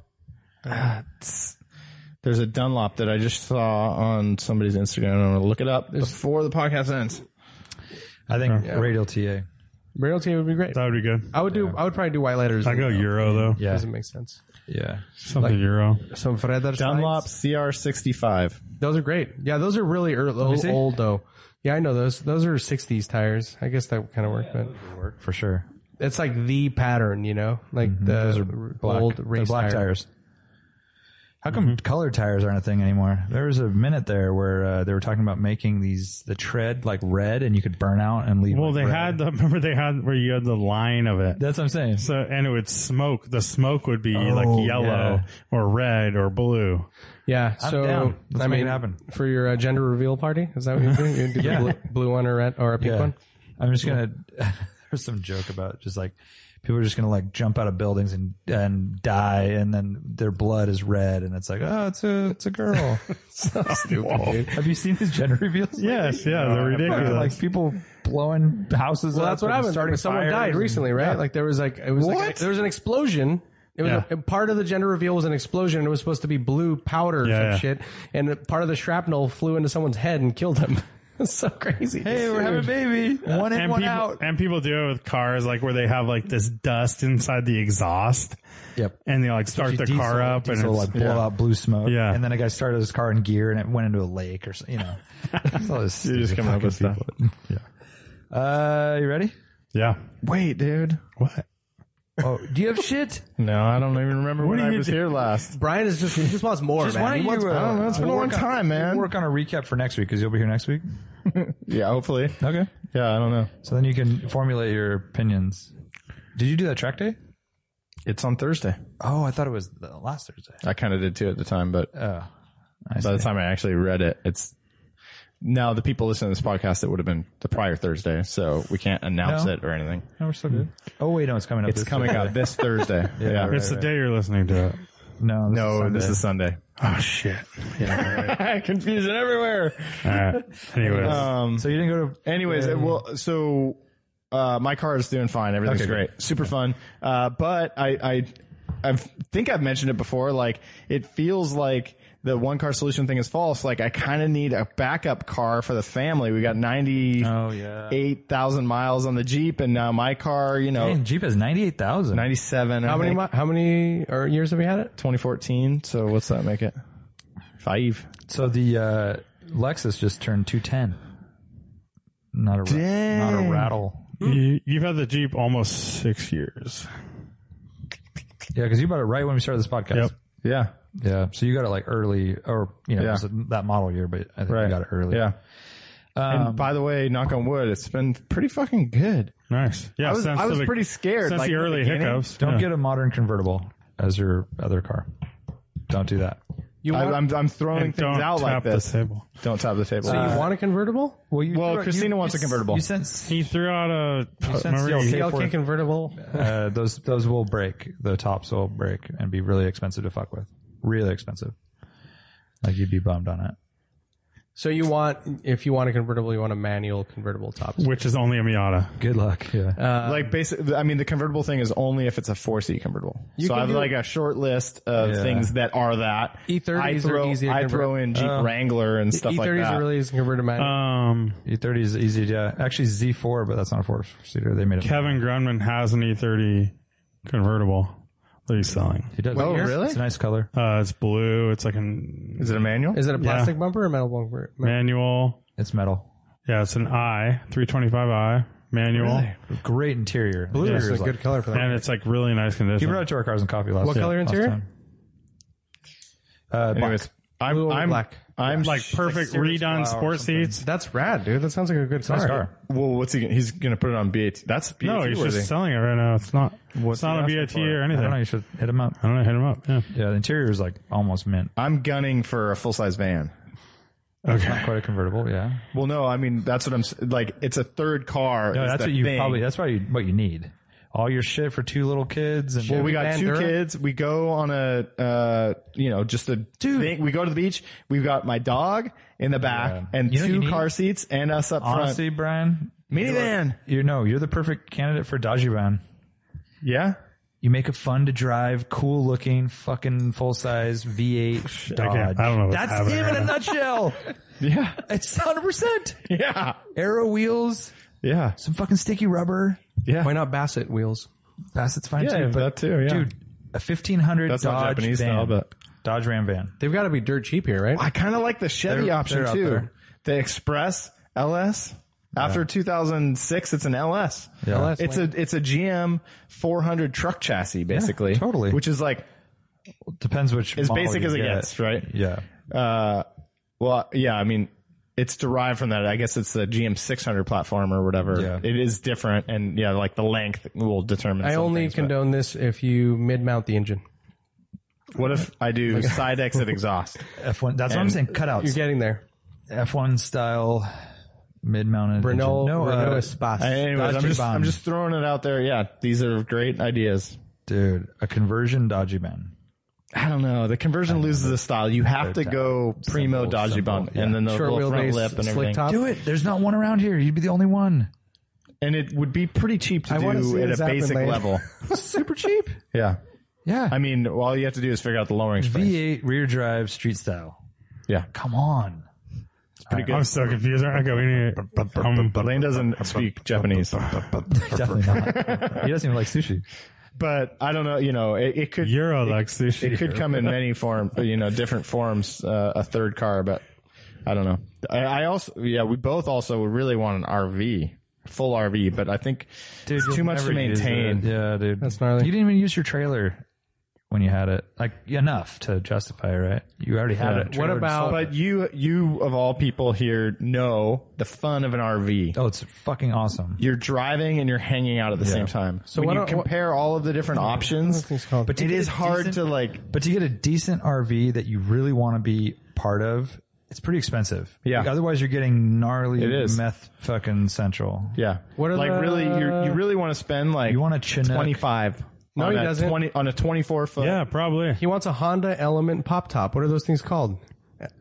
[SPEAKER 3] Ah, it's- there's a Dunlop that I just saw on somebody's Instagram. I'm gonna look it up before the podcast ends.
[SPEAKER 1] I think radial TA.
[SPEAKER 4] Rail team would be great.
[SPEAKER 2] That would be good.
[SPEAKER 4] I would do. I would probably do white letters.
[SPEAKER 2] I go Euro though.
[SPEAKER 1] Yeah.
[SPEAKER 4] Doesn't make sense.
[SPEAKER 1] Yeah.
[SPEAKER 2] Something Euro.
[SPEAKER 4] Some Fredder
[SPEAKER 3] Dunlop CR65.
[SPEAKER 4] Those are great. Yeah, those are really ear- old,
[SPEAKER 1] see.
[SPEAKER 4] old though. Yeah, I know those. Those are '60s tires. I guess that kind of work, but
[SPEAKER 1] Work for sure.
[SPEAKER 4] it's like the pattern, you know, like the those are
[SPEAKER 1] Mm-hmm. Black,
[SPEAKER 4] old
[SPEAKER 1] They're
[SPEAKER 4] race
[SPEAKER 1] black
[SPEAKER 4] tire. Mm-hmm.
[SPEAKER 1] tires. How come colored tires aren't a thing anymore? There was a minute there where uh, they were talking about making these the tread like red, and you could burn out and leave.
[SPEAKER 2] Well,
[SPEAKER 1] like,
[SPEAKER 2] they
[SPEAKER 1] red.
[SPEAKER 2] had the remember they had where you had the line of it.
[SPEAKER 1] That's what I'm saying.
[SPEAKER 2] So and it would smoke. The smoke would be like
[SPEAKER 1] Oh,
[SPEAKER 2] yellow
[SPEAKER 1] yeah.
[SPEAKER 2] or red or blue.
[SPEAKER 4] Yeah, so
[SPEAKER 1] down. Let's
[SPEAKER 4] I
[SPEAKER 1] make
[SPEAKER 4] mean,
[SPEAKER 1] it happen.
[SPEAKER 4] for your uh, gender reveal party, is that what you're doing? You do
[SPEAKER 1] Yeah.
[SPEAKER 4] the blue, blue one or red or a pink
[SPEAKER 1] Yeah.
[SPEAKER 4] one?
[SPEAKER 1] I'm just gonna. there's some joke about just like people are just gonna like jump out of buildings and and die, and then their blood is red, and it's like, oh, it's a it's a girl.
[SPEAKER 4] Stupid, dude.
[SPEAKER 1] Have you seen these gender reveals? lately?
[SPEAKER 2] Yes, yeah, they're
[SPEAKER 1] Fucking,
[SPEAKER 2] ridiculous.
[SPEAKER 1] Like people blowing houses.
[SPEAKER 4] Well,
[SPEAKER 1] up
[SPEAKER 4] that's what
[SPEAKER 1] and
[SPEAKER 4] happened.
[SPEAKER 1] Starting
[SPEAKER 4] someone
[SPEAKER 1] fires
[SPEAKER 4] died
[SPEAKER 1] and-
[SPEAKER 4] recently, right? Like there was like it was like there was an explosion. It was
[SPEAKER 2] Yeah.
[SPEAKER 4] a, part of the gender reveal was an explosion. It was supposed to be blue powder or
[SPEAKER 2] Yeah,
[SPEAKER 4] some
[SPEAKER 2] yeah.
[SPEAKER 4] shit, and part of the shrapnel flew into someone's head and killed him. It's so crazy.
[SPEAKER 1] Hey, we're having a baby. One in,
[SPEAKER 2] And
[SPEAKER 1] one
[SPEAKER 2] people
[SPEAKER 1] out.
[SPEAKER 2] and people do it with cars like where they have like this dust inside the exhaust
[SPEAKER 1] Yep.
[SPEAKER 2] and they like start the
[SPEAKER 1] diesel-
[SPEAKER 2] car up and
[SPEAKER 1] diesel, like
[SPEAKER 2] it's,
[SPEAKER 1] blow out blue smoke.
[SPEAKER 2] Yeah.
[SPEAKER 1] and then a guy started his car in gear and it went into a lake or something. You know, It's all this
[SPEAKER 3] You're just coming up with stuff.
[SPEAKER 1] Uh, you ready?
[SPEAKER 2] yeah.
[SPEAKER 3] Wait, dude.
[SPEAKER 2] What?
[SPEAKER 1] Oh, do you have shit?
[SPEAKER 3] No, I don't even remember
[SPEAKER 2] What
[SPEAKER 3] when
[SPEAKER 2] do
[SPEAKER 3] I
[SPEAKER 2] you
[SPEAKER 3] was
[SPEAKER 2] do?
[SPEAKER 3] here last.
[SPEAKER 4] Brian is just he just wants more. man. He wants-
[SPEAKER 3] I don't know. It's been a
[SPEAKER 1] we'll
[SPEAKER 3] long
[SPEAKER 1] work on-
[SPEAKER 3] time, man.
[SPEAKER 1] uh, Work on a recap for next week because you'll be here next week.
[SPEAKER 3] Yeah, hopefully.
[SPEAKER 1] Okay.
[SPEAKER 3] Yeah, I don't know.
[SPEAKER 1] So then you can formulate your opinions. Did you do that track day?
[SPEAKER 3] It's on Thursday.
[SPEAKER 1] Oh, I thought it was the last Thursday.
[SPEAKER 3] I kind of did too at the time, but
[SPEAKER 1] Oh, I
[SPEAKER 3] by
[SPEAKER 1] see.
[SPEAKER 3] the time I actually read it, it's now the people listening to this podcast, it would have been the prior Thursday, so we can't announce
[SPEAKER 1] No.
[SPEAKER 3] it or anything.
[SPEAKER 1] No, we're still good. Oh wait, no, it's coming up.
[SPEAKER 3] It's
[SPEAKER 1] this
[SPEAKER 3] coming
[SPEAKER 1] Thursday.
[SPEAKER 3] out this Thursday. yeah.
[SPEAKER 2] It's the day you're listening to it.
[SPEAKER 1] No, this
[SPEAKER 3] No,
[SPEAKER 1] is
[SPEAKER 3] this is Sunday.
[SPEAKER 2] Oh shit.
[SPEAKER 3] Confusion everywhere.
[SPEAKER 2] All right. Anyways.
[SPEAKER 3] Um,
[SPEAKER 1] So you didn't go to
[SPEAKER 3] anyways, uh, well, so Uh, my car is doing fine. Everything's
[SPEAKER 1] Okay,
[SPEAKER 3] great.
[SPEAKER 1] great.
[SPEAKER 3] Super fun. Uh, but I, I, I think I've mentioned it before. Like it feels like the one car solution thing is false. Like I kind of need a backup car for the family. We got ninety eight
[SPEAKER 1] Oh,
[SPEAKER 3] thousand
[SPEAKER 1] yeah.
[SPEAKER 3] miles on the Jeep and now my car, you know,
[SPEAKER 1] Man, Jeep has 98,000.
[SPEAKER 3] 97.
[SPEAKER 4] How many? mi- How many or years have you had it?
[SPEAKER 3] 2014. So what's that make it? Five.
[SPEAKER 1] So the uh, Lexus just turned 210. Not a, ra- not a rattle.
[SPEAKER 3] Hmm?
[SPEAKER 2] You, you've had the Jeep almost six years.
[SPEAKER 1] Yeah, because you bought it right when we started this podcast.
[SPEAKER 2] Yep.
[SPEAKER 3] Yeah.
[SPEAKER 1] Yeah. So you got it like early, or, you know,
[SPEAKER 3] Yeah.
[SPEAKER 1] it was that model year, but I think
[SPEAKER 3] Right.
[SPEAKER 1] you got it early.
[SPEAKER 3] Yeah. and by the way, knock on wood, it's been pretty fucking good.
[SPEAKER 2] Nice. Yeah,
[SPEAKER 3] I was,
[SPEAKER 2] since
[SPEAKER 3] I was
[SPEAKER 2] the-
[SPEAKER 3] pretty scared.
[SPEAKER 2] Since
[SPEAKER 3] like,
[SPEAKER 2] the
[SPEAKER 3] in
[SPEAKER 2] early
[SPEAKER 3] beginning.
[SPEAKER 2] hiccups.
[SPEAKER 1] Don't
[SPEAKER 2] Yeah.
[SPEAKER 1] get a modern convertible as your other car. Don't do that.
[SPEAKER 4] You
[SPEAKER 3] I,
[SPEAKER 4] want,
[SPEAKER 3] I'm, I'm throwing
[SPEAKER 2] and
[SPEAKER 3] things
[SPEAKER 2] don't
[SPEAKER 3] out like
[SPEAKER 2] tap
[SPEAKER 3] this.
[SPEAKER 2] the table.
[SPEAKER 3] Don't top the table.
[SPEAKER 4] so you want a convertible?
[SPEAKER 1] Uh, Well, you
[SPEAKER 3] Well, Christina wants a convertible.
[SPEAKER 1] You sent
[SPEAKER 2] He threw out a. remember
[SPEAKER 1] CLK
[SPEAKER 2] he-
[SPEAKER 1] Yeah, for-
[SPEAKER 4] CLK convertible.
[SPEAKER 1] uh, those those will break. The tops will break and be really expensive to fuck with. Really expensive. Like you'd be bummed on it.
[SPEAKER 4] So you want, if you want a convertible, you want a manual convertible top.
[SPEAKER 2] which is only a Miata.
[SPEAKER 1] Good luck. Yeah.
[SPEAKER 4] uh,
[SPEAKER 3] like basically, I mean, the convertible thing is only if it's a four seat convertible. so I
[SPEAKER 4] can
[SPEAKER 3] have
[SPEAKER 4] do- E
[SPEAKER 3] like a short list of
[SPEAKER 1] Yeah.
[SPEAKER 3] things that are that. I
[SPEAKER 4] E30s are
[SPEAKER 3] throw,
[SPEAKER 4] easy to
[SPEAKER 3] I
[SPEAKER 4] convert. Uh,
[SPEAKER 3] throw in Jeep Wrangler and stuff
[SPEAKER 4] E30s
[SPEAKER 3] like that.
[SPEAKER 4] E are really easy to convert to manual.
[SPEAKER 2] Um,
[SPEAKER 1] E30 E is easy. Yeah. Actually Z4, but that's not a four seater. They made it.
[SPEAKER 2] Kevin Grunman has an E30 convertible that he's selling.
[SPEAKER 1] He does.
[SPEAKER 3] Oh, really?
[SPEAKER 1] It's a nice color.
[SPEAKER 2] Uh, it's blue. It's like a
[SPEAKER 3] is it a manual?
[SPEAKER 1] Uh,
[SPEAKER 4] Is it a plastic bumper or metal bumper?
[SPEAKER 2] manual.
[SPEAKER 1] It's metal.
[SPEAKER 2] Yeah, it's an I, 325i manual.
[SPEAKER 1] Great interior. Blue
[SPEAKER 4] That's a good color for that.
[SPEAKER 2] And it's like really nice
[SPEAKER 1] He
[SPEAKER 2] condition.
[SPEAKER 1] brought it to our cars and coffee last.
[SPEAKER 4] What
[SPEAKER 1] yeah,
[SPEAKER 4] color
[SPEAKER 1] last
[SPEAKER 4] interior?
[SPEAKER 1] time. Uh, black.
[SPEAKER 3] Anyways, I'm,
[SPEAKER 4] Blue or
[SPEAKER 3] I'm
[SPEAKER 4] black?
[SPEAKER 3] I'm
[SPEAKER 2] like perfect
[SPEAKER 3] serious flower
[SPEAKER 2] redone
[SPEAKER 3] or
[SPEAKER 2] sports
[SPEAKER 3] something.
[SPEAKER 2] seats.
[SPEAKER 4] That's rad, dude. That sounds like a good car.
[SPEAKER 1] nice car.
[SPEAKER 3] Well, what's he? gonna- He's gonna put it on BAT. That's BAT
[SPEAKER 2] No, he's
[SPEAKER 3] worthy.
[SPEAKER 2] just selling it right now. It's not.
[SPEAKER 3] What's
[SPEAKER 2] it's not a
[SPEAKER 3] he asking
[SPEAKER 2] BAT
[SPEAKER 3] for?
[SPEAKER 2] or
[SPEAKER 1] I
[SPEAKER 2] anything.
[SPEAKER 1] don't know. You should hit him up.
[SPEAKER 2] I don't know. Hit him up. Yeah.
[SPEAKER 1] Yeah, the interior is like almost mint.
[SPEAKER 3] I'm gunning for a full size van.
[SPEAKER 2] Okay.
[SPEAKER 1] Quite a convertible. Yeah.
[SPEAKER 3] Well, no, I mean that's what I'm s- like. It's a third car.
[SPEAKER 1] No,
[SPEAKER 3] is
[SPEAKER 1] that's
[SPEAKER 3] the
[SPEAKER 1] what you
[SPEAKER 3] thing.
[SPEAKER 1] probably. That's probably what you need. All your shit for two little kids and
[SPEAKER 3] Well, we got two
[SPEAKER 4] Bandura?
[SPEAKER 3] kids. We go on a, uh, you know, just a thing. We go to the beach. We've got my dog in the back
[SPEAKER 1] Yeah.
[SPEAKER 3] and
[SPEAKER 1] You know what you
[SPEAKER 3] two
[SPEAKER 1] need?
[SPEAKER 3] car seats and us up
[SPEAKER 1] honestly, Brian.
[SPEAKER 3] front. Minivan.
[SPEAKER 1] You know, you're the perfect candidate for Dajiban.
[SPEAKER 3] Yeah.
[SPEAKER 1] You make a fun to drive, cool looking, fucking full size V8 Dodge.
[SPEAKER 2] I don't know what's
[SPEAKER 1] That's
[SPEAKER 2] happening
[SPEAKER 1] him
[SPEAKER 2] right
[SPEAKER 1] in a
[SPEAKER 2] now.
[SPEAKER 1] nutshell.
[SPEAKER 3] Yeah.
[SPEAKER 1] It's 100. percent
[SPEAKER 3] Yeah.
[SPEAKER 1] Aero wheels,
[SPEAKER 3] Yeah.
[SPEAKER 1] some fucking sticky rubber.
[SPEAKER 3] Yeah.
[SPEAKER 4] Why not Bassett wheels?
[SPEAKER 1] Bassett's fine
[SPEAKER 3] Yeah,
[SPEAKER 1] too. But
[SPEAKER 3] that too, yeah.
[SPEAKER 1] dude, a 1500
[SPEAKER 3] That's not
[SPEAKER 1] Dodge
[SPEAKER 3] Japanese
[SPEAKER 1] van,
[SPEAKER 3] style, but
[SPEAKER 1] Dodge Ram van.
[SPEAKER 4] They've got to be dirt cheap here, right?
[SPEAKER 3] I kind of like the Chevy
[SPEAKER 1] They're-
[SPEAKER 3] option
[SPEAKER 1] they're out
[SPEAKER 3] too.
[SPEAKER 1] there.
[SPEAKER 3] The Express LS. After 2006, it's an LS.
[SPEAKER 1] Yeah.
[SPEAKER 4] LS.
[SPEAKER 3] It's a it's a GM 400 truck chassis basically.
[SPEAKER 1] totally.
[SPEAKER 3] Which is like
[SPEAKER 1] Depends which.
[SPEAKER 3] as
[SPEAKER 1] model
[SPEAKER 3] basic
[SPEAKER 1] you
[SPEAKER 3] as it
[SPEAKER 1] get.
[SPEAKER 3] gets, right?
[SPEAKER 1] Yeah.
[SPEAKER 3] Uh, well, yeah, I mean, it's derived from that. I guess it's the GM 600 platform or whatever.
[SPEAKER 1] Yeah.
[SPEAKER 3] It is different, and yeah, like the length will determine.
[SPEAKER 4] I
[SPEAKER 3] some
[SPEAKER 4] only
[SPEAKER 3] things, but
[SPEAKER 4] condone this if you mid mount the engine.
[SPEAKER 3] What if I do side exit exhaust?
[SPEAKER 1] F1. That's what I'm
[SPEAKER 3] And
[SPEAKER 1] saying.
[SPEAKER 4] You're
[SPEAKER 1] Cutouts.
[SPEAKER 4] getting there.
[SPEAKER 1] F1 style mid mounted.
[SPEAKER 4] Renault,
[SPEAKER 1] No, uh,
[SPEAKER 4] Renault Espace.
[SPEAKER 3] Anyways, I'm
[SPEAKER 1] Dodgy
[SPEAKER 3] just
[SPEAKER 1] bomb.
[SPEAKER 3] I'm just throwing it out there. Yeah, these are great ideas.
[SPEAKER 1] dude, a conversion Dodge van.
[SPEAKER 3] I don't know. The conversion loses the style. You have to go primo
[SPEAKER 1] Simple,
[SPEAKER 3] dodgy
[SPEAKER 1] simple,
[SPEAKER 3] bump,
[SPEAKER 1] yeah.
[SPEAKER 3] and then the
[SPEAKER 4] Short
[SPEAKER 3] little front lip and
[SPEAKER 4] wheelbase,
[SPEAKER 3] everything.
[SPEAKER 4] slick top.
[SPEAKER 1] Do it. There's not one around here. You'd be the only one.
[SPEAKER 3] And it would be pretty cheap to
[SPEAKER 4] I wanna
[SPEAKER 3] do
[SPEAKER 4] see
[SPEAKER 3] at
[SPEAKER 4] this
[SPEAKER 3] a
[SPEAKER 4] happen
[SPEAKER 3] basic
[SPEAKER 4] later.
[SPEAKER 3] level.
[SPEAKER 1] Super cheap.
[SPEAKER 3] yeah,
[SPEAKER 1] Yeah.
[SPEAKER 3] I mean, all you have to do is figure out the lowering springs.
[SPEAKER 1] V8 rear drive street style.
[SPEAKER 3] Yeah,
[SPEAKER 1] Come on.
[SPEAKER 3] pretty good.
[SPEAKER 2] I'm so confused. I'm like, we need to- um,
[SPEAKER 3] Lane doesn't speak Japanese,
[SPEAKER 1] Definitely not. he doesn't even like sushi.
[SPEAKER 3] but I don't know. You know, it, it could
[SPEAKER 2] Euro like sushi.
[SPEAKER 3] it could come in many form, you know, different forms. Uh, a third car, but I don't know. I, I also, yeah, we both also would really want an RV, full RV, but I think it's too much to maintain.
[SPEAKER 1] Yeah, dude.
[SPEAKER 4] That's gnarly.
[SPEAKER 1] You didn't even use your trailer when you had it. Like enough to justify, right? You already had
[SPEAKER 3] Yeah.
[SPEAKER 1] it. Trailer
[SPEAKER 4] What about-
[SPEAKER 1] sold it.
[SPEAKER 3] But you, you of all people here, know the fun of an RV.
[SPEAKER 1] Oh, it's fucking awesome.
[SPEAKER 3] You're driving and you're hanging out at the same time. So
[SPEAKER 4] why
[SPEAKER 3] when you
[SPEAKER 4] don't- why-
[SPEAKER 3] compare all of the different options,
[SPEAKER 4] It's called-
[SPEAKER 1] But to
[SPEAKER 3] it
[SPEAKER 1] get
[SPEAKER 3] is
[SPEAKER 1] a
[SPEAKER 3] hard
[SPEAKER 1] decent-
[SPEAKER 3] to like.
[SPEAKER 1] But to get a decent RV that you really want to be part of, it's pretty expensive.
[SPEAKER 3] Yeah.
[SPEAKER 1] Like, otherwise, you're getting gnarly
[SPEAKER 3] It is.
[SPEAKER 1] meth fucking central.
[SPEAKER 3] Yeah.
[SPEAKER 4] What are
[SPEAKER 3] like
[SPEAKER 4] the-
[SPEAKER 3] really you you really want to spend like
[SPEAKER 1] You want a Chinook.
[SPEAKER 3] 25
[SPEAKER 4] No,
[SPEAKER 3] on
[SPEAKER 4] he
[SPEAKER 3] a
[SPEAKER 4] doesn't.
[SPEAKER 3] 20 on a 24 foot.
[SPEAKER 2] Yeah, probably.
[SPEAKER 4] he wants a Honda Element pop top. What are those things called?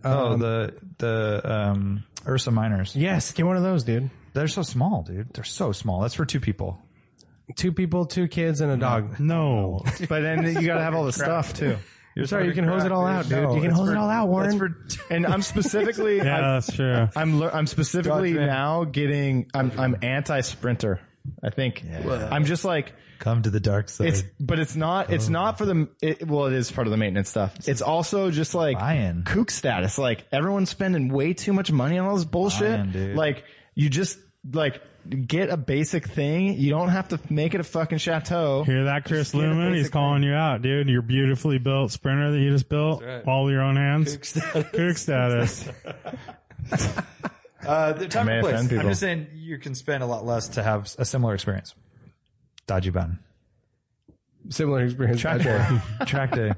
[SPEAKER 1] Oh, the the um, Ursa Miners.
[SPEAKER 4] Yes, get one of those, dude.
[SPEAKER 1] They're so small, dude. They're so small. That's for two people.
[SPEAKER 4] Two people, two kids, and a dog.
[SPEAKER 2] No.
[SPEAKER 3] But then you got to have all the stuff too. You're
[SPEAKER 4] Sorry, you can hose it all out, dude.
[SPEAKER 3] No,
[SPEAKER 4] you can
[SPEAKER 3] it's
[SPEAKER 4] hose
[SPEAKER 3] for-
[SPEAKER 4] it all out,
[SPEAKER 3] it's
[SPEAKER 4] Warren.
[SPEAKER 3] for- and I'm specifically,
[SPEAKER 2] Yeah,
[SPEAKER 3] I'm-
[SPEAKER 2] that's true.
[SPEAKER 3] I'm lear- I'm specifically now getting I'm I'm anti sprinter. I think I'm just like
[SPEAKER 1] Come to the dark side.
[SPEAKER 3] it's, but it's not it's not for the it, well it is part of the maintenance stuff. It's also just like
[SPEAKER 1] Buy-in.
[SPEAKER 3] kook status. Like everyone's spending way too much money on all this bullshit.
[SPEAKER 1] Buy-in, dude.
[SPEAKER 3] like you just like get a basic thing. You don't have to make it a fucking chateau.
[SPEAKER 2] Hear that, Chris
[SPEAKER 3] get a
[SPEAKER 2] Lumen? He's
[SPEAKER 3] basic
[SPEAKER 2] calling you out, dude. Your beautifully built sprinter that you just built, all with your own hands. Kook status.
[SPEAKER 1] uh, the time
[SPEAKER 3] May
[SPEAKER 1] and
[SPEAKER 3] offend
[SPEAKER 1] place. I'm
[SPEAKER 3] people.
[SPEAKER 1] just saying you can spend a lot less to have a similar experience. Dodgy bun.
[SPEAKER 4] Similar experience.
[SPEAKER 1] Track day. Track day.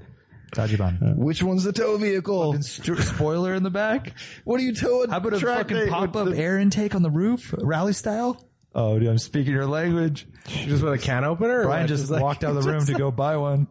[SPEAKER 1] Dodgy bun.
[SPEAKER 3] Which one's the tow vehicle?
[SPEAKER 1] Spoiler in the back.
[SPEAKER 3] What are you towing?
[SPEAKER 1] How about a
[SPEAKER 3] Track
[SPEAKER 1] fucking
[SPEAKER 3] day
[SPEAKER 1] pop
[SPEAKER 3] with
[SPEAKER 1] up
[SPEAKER 3] the-
[SPEAKER 1] air intake on the roof, rally style? Oh, dude, I'm speaking your language.
[SPEAKER 4] Just with a can opener? or
[SPEAKER 1] Brian
[SPEAKER 4] what?
[SPEAKER 1] just
[SPEAKER 4] like-
[SPEAKER 1] walked out of the room to go buy one.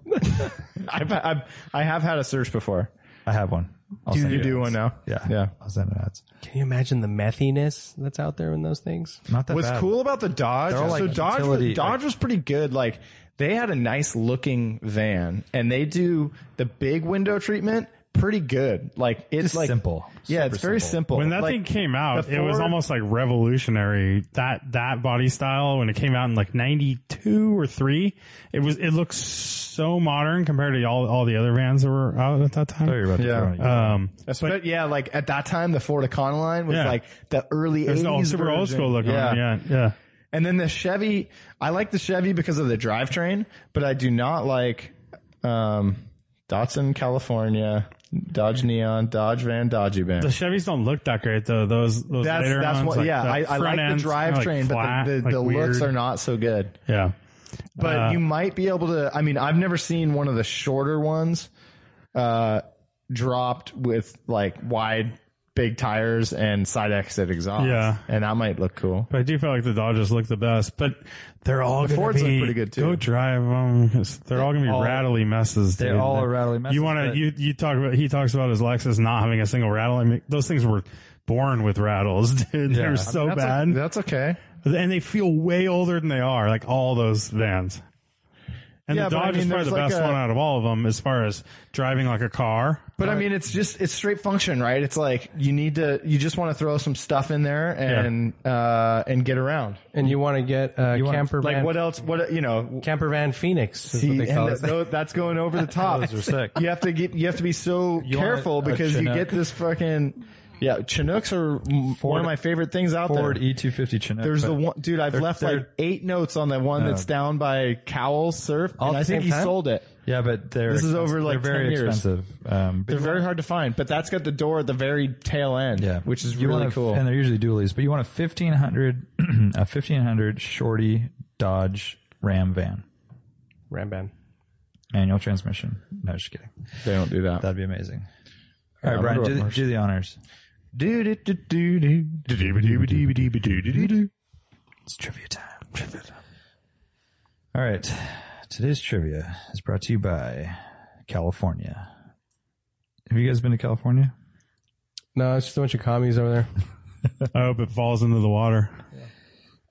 [SPEAKER 3] I've, I've I have had a search before.
[SPEAKER 1] I have one. I'll send
[SPEAKER 3] You
[SPEAKER 1] it.
[SPEAKER 3] do one now.
[SPEAKER 1] Yeah.
[SPEAKER 3] Yeah.
[SPEAKER 1] I'll send it out.
[SPEAKER 4] Can you imagine the methiness that's out there in those things?
[SPEAKER 1] Not that
[SPEAKER 3] What's
[SPEAKER 1] bad.
[SPEAKER 3] cool about the Dodge?
[SPEAKER 1] They're all,
[SPEAKER 3] so
[SPEAKER 1] like,
[SPEAKER 3] Dodge,
[SPEAKER 1] utility-
[SPEAKER 3] Dodge was pretty good. Like they had a nice looking van, and they do the big window treatment pretty good. Like it's
[SPEAKER 1] Just
[SPEAKER 3] like
[SPEAKER 1] simple.
[SPEAKER 3] Yeah,
[SPEAKER 1] Super
[SPEAKER 3] it's very simple.
[SPEAKER 2] When that
[SPEAKER 3] Like,
[SPEAKER 2] thing came out,
[SPEAKER 3] the
[SPEAKER 2] it was
[SPEAKER 3] Ford-
[SPEAKER 2] almost like revolutionary. That that body style when it came out in like '92 or three, it was it looks so modern compared to all all the other vans that were out at that
[SPEAKER 1] Oh, you're
[SPEAKER 2] time.
[SPEAKER 1] about to
[SPEAKER 3] Yeah.
[SPEAKER 1] throw it.
[SPEAKER 2] Um,
[SPEAKER 3] But, yeah, like at that time, the Ford Econoline was
[SPEAKER 2] Yeah.
[SPEAKER 3] like the early
[SPEAKER 2] it was
[SPEAKER 3] 80s
[SPEAKER 2] all super old
[SPEAKER 3] version.
[SPEAKER 2] school looking. Yeah, yeah. yeah.
[SPEAKER 3] And then the Chevy, I like the Chevy because of the drivetrain, but I do not like um, Datsun California, Dodge Neon, Dodge Van, Dodgy Van.
[SPEAKER 2] The Chevys don't look that great though. Those those
[SPEAKER 3] that's
[SPEAKER 2] later
[SPEAKER 3] that's
[SPEAKER 2] ones,
[SPEAKER 3] what.
[SPEAKER 2] like
[SPEAKER 3] yeah,
[SPEAKER 2] the
[SPEAKER 3] I, I like
[SPEAKER 2] front end's
[SPEAKER 3] the
[SPEAKER 2] kinda, like,
[SPEAKER 3] drivetrain,
[SPEAKER 2] flat,
[SPEAKER 3] but the, the,
[SPEAKER 2] like,
[SPEAKER 3] the looks
[SPEAKER 2] weird.
[SPEAKER 3] are not so good.
[SPEAKER 2] yeah.
[SPEAKER 3] But
[SPEAKER 2] Uh,
[SPEAKER 3] you might be able to. I mean, I've never seen one of the shorter ones uh, dropped with like wide, big tires and side exit exhaust.
[SPEAKER 2] Yeah.
[SPEAKER 3] and that might look cool.
[SPEAKER 2] But I do feel like the Dodges look the best, but they're all the
[SPEAKER 3] Fords look pretty good, too.
[SPEAKER 2] Go drive them. 'cause They're all gonna be rattly messes.
[SPEAKER 1] They're
[SPEAKER 2] dude.
[SPEAKER 1] all a rattly mess.
[SPEAKER 2] You want to? You you talk about? He talks about his Lexus not having a single rattle. I mean, those things were born with rattles, dude. They were so bad,
[SPEAKER 3] That's okay.
[SPEAKER 2] and they feel way older than they are. Like all those vans. And
[SPEAKER 3] Yeah,
[SPEAKER 2] the
[SPEAKER 3] but I
[SPEAKER 2] Dodge
[SPEAKER 3] mean,
[SPEAKER 2] is probably
[SPEAKER 3] there's
[SPEAKER 2] the
[SPEAKER 3] like
[SPEAKER 2] best
[SPEAKER 3] a-
[SPEAKER 2] one out of all of them as far as driving like a car.
[SPEAKER 3] But I mean, it's just it's straight function, right? It's like you need to you just want to throw some stuff in there and uh and get around.
[SPEAKER 4] And you want to get a
[SPEAKER 1] wanna-
[SPEAKER 4] camper
[SPEAKER 3] Like
[SPEAKER 4] van,
[SPEAKER 3] what else? What you know?
[SPEAKER 4] camper van Phoenix is
[SPEAKER 3] See,
[SPEAKER 4] what they call
[SPEAKER 3] and
[SPEAKER 4] it.
[SPEAKER 3] th- tho- that's going over the top.
[SPEAKER 1] Those are sick.
[SPEAKER 3] You have to get you have to be so
[SPEAKER 1] You want a-
[SPEAKER 3] careful
[SPEAKER 1] a
[SPEAKER 3] because you
[SPEAKER 1] Chinook.
[SPEAKER 3] get this fucking yeah. Chinooks are m- one of my favorite things out
[SPEAKER 1] Ford
[SPEAKER 3] there.
[SPEAKER 1] E250 Chinook.
[SPEAKER 3] There's the
[SPEAKER 1] but-
[SPEAKER 3] one dude I've left like
[SPEAKER 1] they're-
[SPEAKER 3] eight notes on that one that's down by Cowell Surf, and
[SPEAKER 4] at
[SPEAKER 3] I think
[SPEAKER 4] the same
[SPEAKER 3] he
[SPEAKER 4] time?
[SPEAKER 3] sold it.
[SPEAKER 1] Yeah, but they're
[SPEAKER 3] This is
[SPEAKER 1] expensive.
[SPEAKER 3] over, like,
[SPEAKER 1] they're
[SPEAKER 3] 10
[SPEAKER 1] very
[SPEAKER 3] years.
[SPEAKER 1] expensive. Um, but
[SPEAKER 3] They're very hard to find, but that's got the door at the very tail end,
[SPEAKER 1] yeah,
[SPEAKER 3] which is
[SPEAKER 1] You
[SPEAKER 3] really
[SPEAKER 1] want a-
[SPEAKER 3] cool.
[SPEAKER 1] And they're usually dualies, but you want a fifteen hundred, a fifteen hundred shorty Dodge Ram van,
[SPEAKER 4] Ram van.
[SPEAKER 1] manual transmission. No, just kidding.
[SPEAKER 3] They don't do that.
[SPEAKER 1] That'd be amazing. All right,
[SPEAKER 3] I
[SPEAKER 1] Brian,
[SPEAKER 3] wonder what
[SPEAKER 1] do, the-
[SPEAKER 3] Mars-
[SPEAKER 1] do the honors. It's trivia time. Trivia time. All right, today's trivia is brought to you by California. Have you guys been to California?
[SPEAKER 4] No, it's just a bunch of commies over there.
[SPEAKER 2] I hope it falls into the water.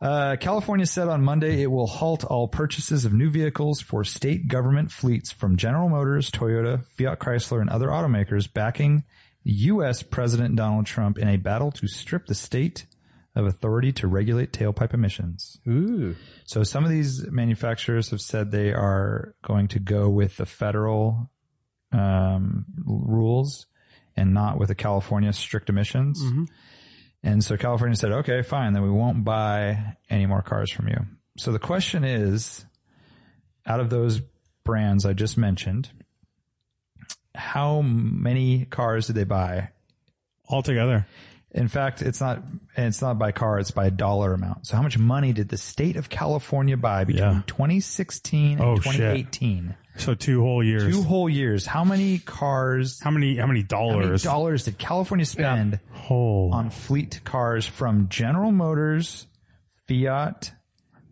[SPEAKER 1] Uh, California said on Monday it will halt all purchases of new vehicles for state government fleets from General Motors, Toyota, Fiat Chrysler, and other automakers backing U.S. President Donald Trump in a battle to strip the state of authority to regulate tailpipe emissions.
[SPEAKER 4] Ooh.
[SPEAKER 1] So some of these manufacturers have said they are going to go with the federal um, rules and not with the California strict emissions. And so California said, okay, fine, then we won't buy any more cars from you. So the question is out of those brands I just mentioned, how many cars did they buy?
[SPEAKER 2] Altogether,
[SPEAKER 1] In fact, it's not and it's not by car, it's by dollar amount. So how much money did the state of California buy between
[SPEAKER 2] Yeah.
[SPEAKER 1] 2016 and
[SPEAKER 2] Oh, shit.
[SPEAKER 1] 2018?
[SPEAKER 2] so two whole years.
[SPEAKER 1] Two whole years. How many cars
[SPEAKER 2] how many? How many
[SPEAKER 1] how many
[SPEAKER 2] dollars?
[SPEAKER 1] dollars did California spend?
[SPEAKER 2] oh,
[SPEAKER 1] on fleet cars from General Motors, Fiat,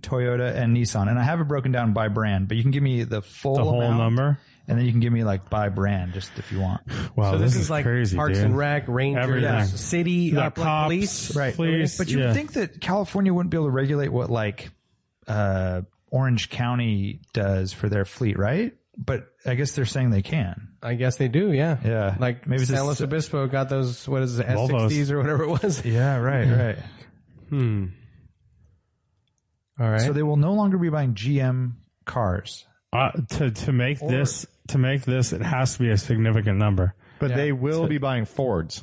[SPEAKER 1] Toyota, and Nissan. And I have it broken down by brand, but you can give me the full
[SPEAKER 2] The whole
[SPEAKER 1] amount,
[SPEAKER 2] number?
[SPEAKER 1] and then you can give me like by brand, just if you want.
[SPEAKER 2] Wow,
[SPEAKER 4] So this, is, like
[SPEAKER 2] crazy,
[SPEAKER 4] Parks
[SPEAKER 2] dude.
[SPEAKER 4] and Rec, Rangers,
[SPEAKER 2] Everything.
[SPEAKER 4] City,
[SPEAKER 2] Yeah,
[SPEAKER 4] uh, like
[SPEAKER 2] cops,
[SPEAKER 4] police.
[SPEAKER 1] Right.
[SPEAKER 2] Police,
[SPEAKER 1] But you
[SPEAKER 2] yeah.
[SPEAKER 1] would think that California wouldn't be able to regulate what like uh, Orange County does for their fleet, right? But I guess they're saying they can.
[SPEAKER 4] I guess they do. Yeah.
[SPEAKER 1] Yeah.
[SPEAKER 4] Like
[SPEAKER 1] Maybe
[SPEAKER 4] maybe
[SPEAKER 1] it's
[SPEAKER 4] San
[SPEAKER 1] a-
[SPEAKER 4] Luis Obispo got those. What is it,
[SPEAKER 2] Volvos.
[SPEAKER 4] S60s or whatever it was?
[SPEAKER 1] Yeah, right, right.
[SPEAKER 4] All right.
[SPEAKER 1] So they will no longer be buying GM cars.
[SPEAKER 2] Uh, to to make this to make this, it has to be a significant number.
[SPEAKER 3] But they will be buying Fords,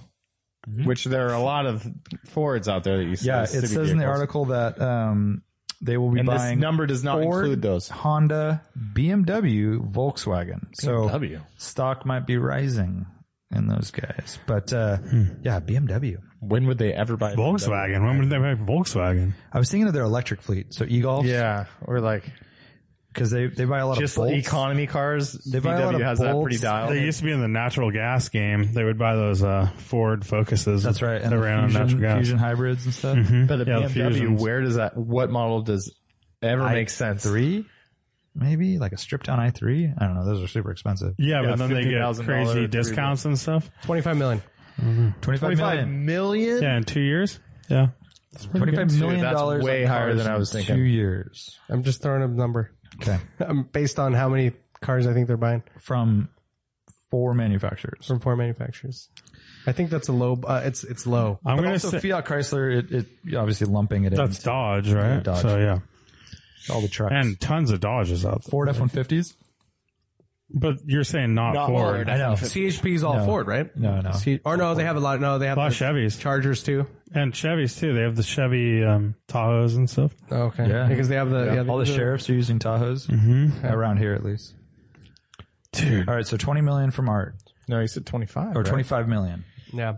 [SPEAKER 3] which there are a lot of Fords out there that you see.
[SPEAKER 1] Mm-hmm. Yeah, it
[SPEAKER 3] as
[SPEAKER 1] says
[SPEAKER 3] city
[SPEAKER 1] in the
[SPEAKER 3] vehicles.
[SPEAKER 1] article that um, they will be
[SPEAKER 3] And this
[SPEAKER 1] buying
[SPEAKER 3] number does not
[SPEAKER 1] Ford,
[SPEAKER 3] include those.
[SPEAKER 1] Honda, BMW, Volkswagen. So
[SPEAKER 3] BMW.
[SPEAKER 1] stock might be rising in those guys. But uh, yeah, BMW.
[SPEAKER 3] When would they ever buy a
[SPEAKER 2] Volkswagen. When would they buy Volkswagen?
[SPEAKER 1] I was thinking of their electric fleet. So e-Golf,
[SPEAKER 3] BMW? Yeah, or like
[SPEAKER 1] because they, they buy a lot
[SPEAKER 3] just
[SPEAKER 1] of bolts.
[SPEAKER 3] economy cars. They
[SPEAKER 1] buy a lot of
[SPEAKER 3] has that pretty
[SPEAKER 1] Bolts.
[SPEAKER 3] dialed.
[SPEAKER 2] They used to be in the natural gas game. They would buy those uh, Ford Focuses.
[SPEAKER 1] That's right.
[SPEAKER 2] That
[SPEAKER 1] the
[SPEAKER 2] ran on
[SPEAKER 1] fusion,
[SPEAKER 2] natural gas.
[SPEAKER 1] fusion hybrids and stuff.
[SPEAKER 3] but a
[SPEAKER 2] Yeah, the
[SPEAKER 3] BMW,
[SPEAKER 2] Fusions.
[SPEAKER 3] where does that? What model does ever make sense?
[SPEAKER 1] Three, maybe like a stripped down i three. I don't know. Those are super expensive.
[SPEAKER 2] Yeah,
[SPEAKER 3] Yeah,
[SPEAKER 2] but then they get
[SPEAKER 3] $50,000
[SPEAKER 2] crazy
[SPEAKER 3] three
[SPEAKER 2] discounts and stuff.
[SPEAKER 4] 25 million.
[SPEAKER 1] Twenty five
[SPEAKER 3] Twenty-five
[SPEAKER 1] million.
[SPEAKER 3] million.
[SPEAKER 2] Yeah, in two years. Yeah.
[SPEAKER 1] Twenty five million
[SPEAKER 3] Dude, that's
[SPEAKER 1] dollars.
[SPEAKER 3] way
[SPEAKER 1] on
[SPEAKER 3] higher
[SPEAKER 1] cars
[SPEAKER 3] than I
[SPEAKER 1] in
[SPEAKER 3] was thinking.
[SPEAKER 1] Two years.
[SPEAKER 4] I'm just throwing a number.
[SPEAKER 1] Okay,
[SPEAKER 4] Um, based on how many cars I think they're buying
[SPEAKER 1] from four manufacturers.
[SPEAKER 4] from four manufacturers. I think that's a low. Uh, it's it's low.
[SPEAKER 2] I'm
[SPEAKER 1] But
[SPEAKER 2] going to
[SPEAKER 1] also
[SPEAKER 2] say
[SPEAKER 1] Fiat Chrysler, it, it you're obviously lumping it
[SPEAKER 2] that's
[SPEAKER 1] in
[SPEAKER 2] Dodge, right?
[SPEAKER 1] Dodge.
[SPEAKER 2] So, yeah.
[SPEAKER 1] all the trucks
[SPEAKER 2] And tons of Dodges out there.
[SPEAKER 1] Ford F one fifties.
[SPEAKER 2] But you're saying not,
[SPEAKER 4] Uh,
[SPEAKER 3] Not
[SPEAKER 2] Ford.
[SPEAKER 3] Ford.
[SPEAKER 1] I know.
[SPEAKER 4] CHP is all Ford, right?
[SPEAKER 1] No, no.
[SPEAKER 4] C- or no, they have a lot. No, they have
[SPEAKER 2] A lot of
[SPEAKER 4] the
[SPEAKER 2] Chevys.
[SPEAKER 4] Chargers too.
[SPEAKER 2] And Chevys, too. They have the Chevy um, Tahoes and stuff.
[SPEAKER 4] Oh, okay.
[SPEAKER 1] Yeah.
[SPEAKER 4] Because they have the yeah, they
[SPEAKER 1] all the
[SPEAKER 4] have
[SPEAKER 1] sheriffs are using Tahoes around here at least.
[SPEAKER 2] Dude.
[SPEAKER 1] All right, so twenty million from Art
[SPEAKER 3] No, you said twenty-five
[SPEAKER 1] or twenty five million.
[SPEAKER 4] Yeah.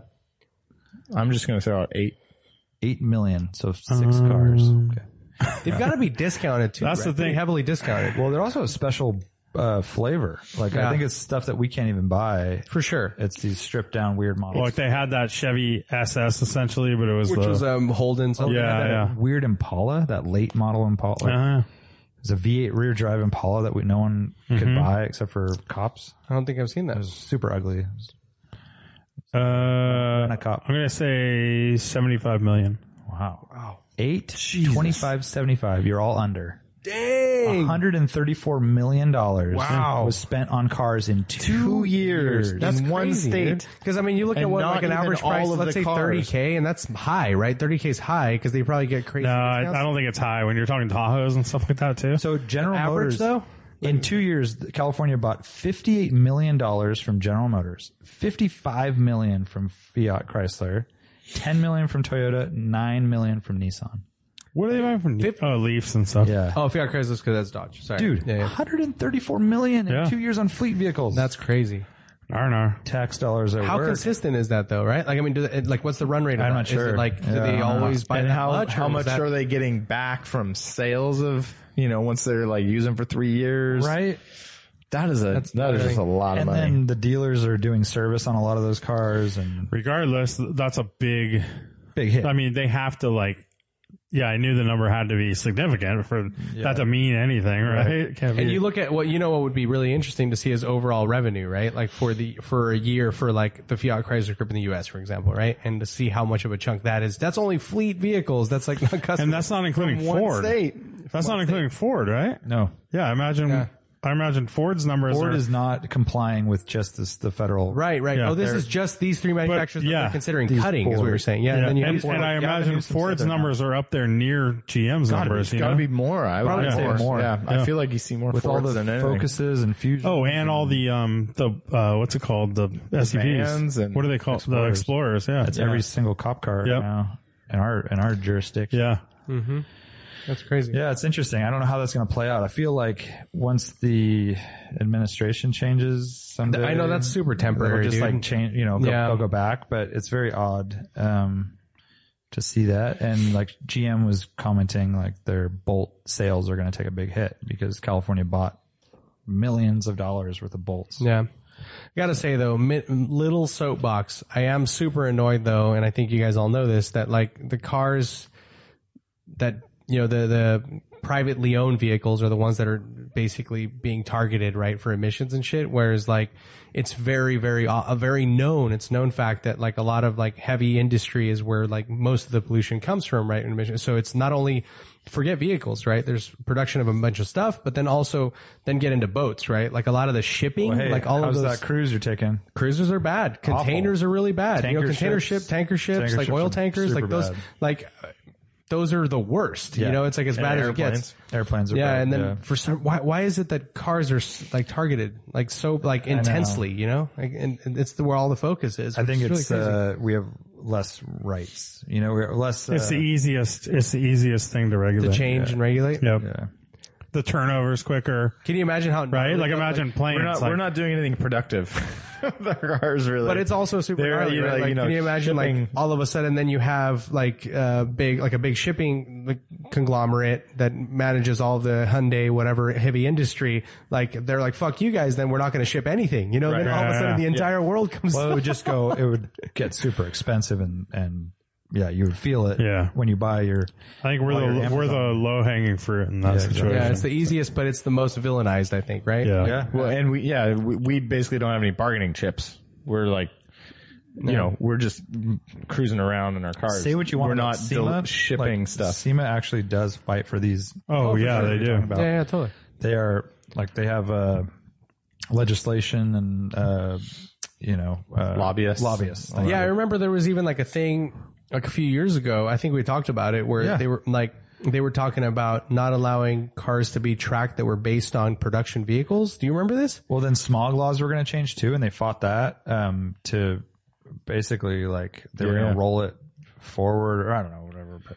[SPEAKER 3] I'm just gonna throw out eight.
[SPEAKER 1] Eight million, so six cars. Okay.
[SPEAKER 4] They've got to be discounted too.
[SPEAKER 2] That's the
[SPEAKER 4] right? Pretty
[SPEAKER 2] thing.
[SPEAKER 4] Heavily discounted.
[SPEAKER 1] Well, they're also a special uh, flavor. Like I
[SPEAKER 4] Yeah.
[SPEAKER 1] think it's stuff that we can't even buy.
[SPEAKER 4] For sure.
[SPEAKER 1] It's these stripped down weird models.
[SPEAKER 2] Like they had that Chevy SS essentially, but it was
[SPEAKER 4] Which
[SPEAKER 2] the Oh,
[SPEAKER 4] was um Holden's.
[SPEAKER 2] yeah, yeah.
[SPEAKER 1] Weird Impala, that late model Impala. Like,
[SPEAKER 2] Uh-huh.
[SPEAKER 1] It's a V8 rear drive Impala that we, no one could buy except for cops.
[SPEAKER 4] I don't think I've seen that.
[SPEAKER 1] Super ugly.
[SPEAKER 2] Uh,
[SPEAKER 1] Not a cop.
[SPEAKER 2] I'm gonna say 75 million.
[SPEAKER 1] Wow. Wow. 8, 25, 75. You're all under.
[SPEAKER 4] Dang.
[SPEAKER 1] $134 million wow. was spent on cars in two, years.
[SPEAKER 4] That's
[SPEAKER 3] in one state.
[SPEAKER 4] Because I mean, you look at
[SPEAKER 3] And
[SPEAKER 4] what
[SPEAKER 3] not
[SPEAKER 4] like an
[SPEAKER 3] even
[SPEAKER 4] average
[SPEAKER 3] all
[SPEAKER 4] price.
[SPEAKER 3] of
[SPEAKER 4] Let's
[SPEAKER 3] the
[SPEAKER 4] say
[SPEAKER 3] cars.
[SPEAKER 4] thirty k, and that's high, right? Thirty k is high because they probably get crazy.
[SPEAKER 2] No, I,
[SPEAKER 4] discounts.
[SPEAKER 2] I don't think it's high when you're talking Tahoes and stuff like that too.
[SPEAKER 1] So General Motors,
[SPEAKER 4] Average though.
[SPEAKER 1] in two years, California bought $58 million from General Motors, $55 million from Fiat Chrysler, $10 million from Toyota, $9 million from Nissan.
[SPEAKER 2] what are they buying from? Oh, Leafs and stuff.
[SPEAKER 1] Yeah.
[SPEAKER 4] Oh, Fiat Chrysler's because that's Dodge. Sorry,
[SPEAKER 1] Dude,
[SPEAKER 4] Yeah, yeah.
[SPEAKER 1] 134 million in
[SPEAKER 2] Yeah.
[SPEAKER 1] two years on fleet vehicles.
[SPEAKER 4] that's crazy.
[SPEAKER 2] Arnar.
[SPEAKER 1] tax dollars at
[SPEAKER 4] How
[SPEAKER 1] work.
[SPEAKER 4] consistent is that though? Right? Like, I mean, do they, like what's the run rate? Of
[SPEAKER 1] I'm
[SPEAKER 4] that?
[SPEAKER 1] not
[SPEAKER 4] Is
[SPEAKER 1] sure.
[SPEAKER 4] it, like, do
[SPEAKER 1] Yeah, I
[SPEAKER 4] they
[SPEAKER 1] don't know.
[SPEAKER 4] always buy
[SPEAKER 3] and
[SPEAKER 4] that
[SPEAKER 3] how
[SPEAKER 4] much? or
[SPEAKER 3] how
[SPEAKER 4] is
[SPEAKER 3] much
[SPEAKER 4] that-
[SPEAKER 3] are they getting back from sales of you know once they're like using for three years?
[SPEAKER 1] right?
[SPEAKER 3] That is a that is just a lot of
[SPEAKER 1] And
[SPEAKER 3] money.
[SPEAKER 1] then the dealers are doing service on a lot of those cars and
[SPEAKER 2] Regardless, th- that's a big.
[SPEAKER 1] big hit.
[SPEAKER 2] I mean, they have to like. Yeah, I knew the number had to be significant for that to mean anything, right? Can't
[SPEAKER 4] And
[SPEAKER 2] be-
[SPEAKER 4] you look at what you know what would be really interesting to see is overall revenue, right? Like for the for a year for like the Fiat Chrysler Group in the U.S., for example, right? And to see how much of a chunk that is. That's only fleet vehicles. That's like not custom.
[SPEAKER 2] and that's not including Ford. That's not including Ford, right?
[SPEAKER 1] no,
[SPEAKER 2] Yeah, I imagine. I imagine Ford's numbers
[SPEAKER 1] Ford
[SPEAKER 2] are
[SPEAKER 1] is not complying with just this, the federal.
[SPEAKER 4] right, right.
[SPEAKER 2] Yeah,
[SPEAKER 4] oh, this
[SPEAKER 2] they're-
[SPEAKER 4] is just these three manufacturers that
[SPEAKER 2] yeah,
[SPEAKER 4] they're considering cutting, is what we
[SPEAKER 1] four.
[SPEAKER 4] were saying. Yeah,
[SPEAKER 2] Yeah,
[SPEAKER 4] and then you
[SPEAKER 2] and,
[SPEAKER 4] have four.
[SPEAKER 2] and I imagine Ford's numbers are up there near GM's numbers.
[SPEAKER 3] It's
[SPEAKER 2] you
[SPEAKER 3] got to
[SPEAKER 2] know?
[SPEAKER 3] be more. I would
[SPEAKER 1] Probably
[SPEAKER 3] say
[SPEAKER 1] more.
[SPEAKER 3] more. Yeah.
[SPEAKER 1] Yeah.
[SPEAKER 3] I feel like you see more
[SPEAKER 1] with all
[SPEAKER 3] Fords
[SPEAKER 1] the
[SPEAKER 3] than anything.
[SPEAKER 1] focuses and fusions.
[SPEAKER 2] Oh, and all the um the uh what's it called the,
[SPEAKER 3] vans
[SPEAKER 2] SUVs?
[SPEAKER 3] and
[SPEAKER 2] what are they called? The explorers. Yeah,
[SPEAKER 1] that's every single cop car
[SPEAKER 2] Yep.
[SPEAKER 1] now in our in our jurisdiction.
[SPEAKER 2] yeah.
[SPEAKER 4] That's crazy.
[SPEAKER 1] Yeah, it's interesting. I don't know how that's going to play out. I feel like once the administration changes, someday,
[SPEAKER 4] I know that's super temporary,
[SPEAKER 1] It'll just
[SPEAKER 4] dude.
[SPEAKER 1] like change, you know, they'll,
[SPEAKER 4] Yeah.
[SPEAKER 1] they'll go back, but it's very odd um, to see that. And like GM was commenting, like their Bolt sales are going to take a big hit because California bought millions of dollars worth of bolts.
[SPEAKER 4] Yeah. Gotta say though, mi- little soapbox. I am super annoyed though, and I think you guys all know this that like the cars that you know the the privately owned vehicles are the ones that are basically being targeted, right, for emissions and shit. Whereas like it's very, very, uh, a very known, it's known fact that like a lot of like heavy industry is where like most of the pollution comes from, right? in emissions. So it's not only forget vehicles, right? There's production of a bunch of stuff, but then also then get into boats, right? Like a lot of the shipping,
[SPEAKER 1] Hey,
[SPEAKER 4] like all of
[SPEAKER 1] how's
[SPEAKER 4] those
[SPEAKER 1] that cruise you're taking?
[SPEAKER 4] cruisers are bad. Containers are really bad. you know,
[SPEAKER 1] Tanker
[SPEAKER 4] container
[SPEAKER 1] ships-
[SPEAKER 4] ship, tanker ships,
[SPEAKER 1] tanker
[SPEAKER 4] like
[SPEAKER 1] ships
[SPEAKER 4] oil
[SPEAKER 1] are
[SPEAKER 4] tankers,
[SPEAKER 1] super
[SPEAKER 4] like those,
[SPEAKER 1] bad.
[SPEAKER 4] like uh, those are the worst. You know, it's like as bad as it gets.
[SPEAKER 1] Airplanes are
[SPEAKER 4] Yeah,
[SPEAKER 1] bad,
[SPEAKER 4] and then
[SPEAKER 1] yeah.
[SPEAKER 4] for some, why why is it that cars are s- like targeted like so like intensely? You know, like, and, and it's the, where all the focus is.
[SPEAKER 1] I think
[SPEAKER 4] which is
[SPEAKER 1] it's
[SPEAKER 4] really crazy.
[SPEAKER 1] uh, we have less rights. You know, we have less. Uh,
[SPEAKER 2] It's the easiest. It's the easiest thing to regulate.
[SPEAKER 4] change and regulate.
[SPEAKER 2] Yep.
[SPEAKER 1] yeah.
[SPEAKER 2] The turnovers quicker.
[SPEAKER 4] Can you imagine how
[SPEAKER 2] Right. Like imagine planes.
[SPEAKER 3] We're not,
[SPEAKER 2] like,
[SPEAKER 3] we're not doing anything productive. the cars really.
[SPEAKER 4] But it's also super
[SPEAKER 3] They're,
[SPEAKER 4] gnarly,
[SPEAKER 3] you know,
[SPEAKER 4] right?
[SPEAKER 3] like,
[SPEAKER 4] Like,
[SPEAKER 3] you know,
[SPEAKER 4] can you imagine like
[SPEAKER 3] shipping-
[SPEAKER 4] all of a sudden then you have like a big like a big shipping like, conglomerate that manages all the Hyundai whatever heavy industry like they're like fuck you guys then we're not going to ship anything you know then all of a
[SPEAKER 2] Yeah,
[SPEAKER 4] sudden
[SPEAKER 2] yeah.
[SPEAKER 4] the entire world comes
[SPEAKER 1] Well, it would just go. It would get super expensive, and and yeah, you would feel it.
[SPEAKER 2] Yeah.
[SPEAKER 1] when you buy your.
[SPEAKER 2] I think we're
[SPEAKER 1] While you're
[SPEAKER 2] the we're the
[SPEAKER 1] Amazon.
[SPEAKER 2] low hanging fruit in that situation.
[SPEAKER 4] yeah it's the easiest but it's the most villainized I think right
[SPEAKER 2] Yeah.
[SPEAKER 3] yeah. Well, and we yeah we, we basically don't have any bargaining chips. We're like, you know, we're just cruising around in our cars.
[SPEAKER 1] Say what you want.
[SPEAKER 3] We're
[SPEAKER 1] about
[SPEAKER 3] not del-
[SPEAKER 1] SEMA,
[SPEAKER 3] shipping
[SPEAKER 1] like,
[SPEAKER 3] stuff.
[SPEAKER 1] SEMA actually does fight for these.
[SPEAKER 2] Oh,
[SPEAKER 1] for
[SPEAKER 2] yeah,
[SPEAKER 1] sure,
[SPEAKER 2] they
[SPEAKER 1] you're
[SPEAKER 2] do.
[SPEAKER 1] talking about.
[SPEAKER 4] yeah, yeah totally
[SPEAKER 1] They are like they have uh, legislation and uh, you know uh,
[SPEAKER 3] Lobbyists.
[SPEAKER 1] lobbyists.
[SPEAKER 4] Yeah, I remember there was even like a thing like a few years ago. I think we talked about it where
[SPEAKER 1] Yeah.
[SPEAKER 4] they were like they were talking about not allowing cars to be tracked that were based on production vehicles. Do you remember this?
[SPEAKER 1] Well, then smog laws were going to change too, and they fought that um, to basically like they were going
[SPEAKER 3] Yeah.
[SPEAKER 1] to roll it forward, or I don't know, whatever. But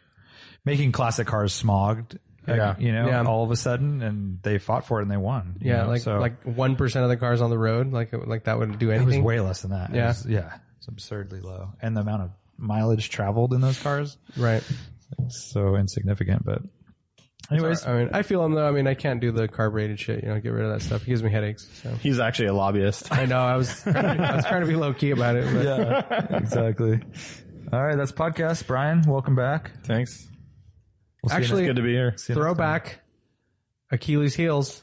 [SPEAKER 1] making classic cars smogged, like,
[SPEAKER 3] Yeah.
[SPEAKER 1] you know,
[SPEAKER 4] Yeah.
[SPEAKER 1] all of a sudden, and they fought for it and they won. you
[SPEAKER 4] Yeah,
[SPEAKER 1] know,
[SPEAKER 4] like
[SPEAKER 1] so
[SPEAKER 4] like one percent of the cars on the road, like like that would do
[SPEAKER 1] it was
[SPEAKER 4] anything.
[SPEAKER 1] way less than that. It
[SPEAKER 4] Yeah.
[SPEAKER 1] was- yeah, it's absurdly low, and the amount of mileage traveled in those cars
[SPEAKER 4] right.
[SPEAKER 1] so insignificant. But anyways,
[SPEAKER 4] I mean, I feel them though. I mean, I can't do the carbureted shit. You know, get rid of that stuff. It gives me headaches. So.
[SPEAKER 3] He's actually a lobbyist.
[SPEAKER 4] I know. I was trying to, I was trying to be low key about it. But.
[SPEAKER 1] yeah, exactly. All right, that's podcast. Brian, welcome back.
[SPEAKER 3] Thanks.
[SPEAKER 1] We'll see you
[SPEAKER 4] Actually-
[SPEAKER 3] Good to be here.
[SPEAKER 1] next- see you next time.
[SPEAKER 4] Throwback. Achilles heels.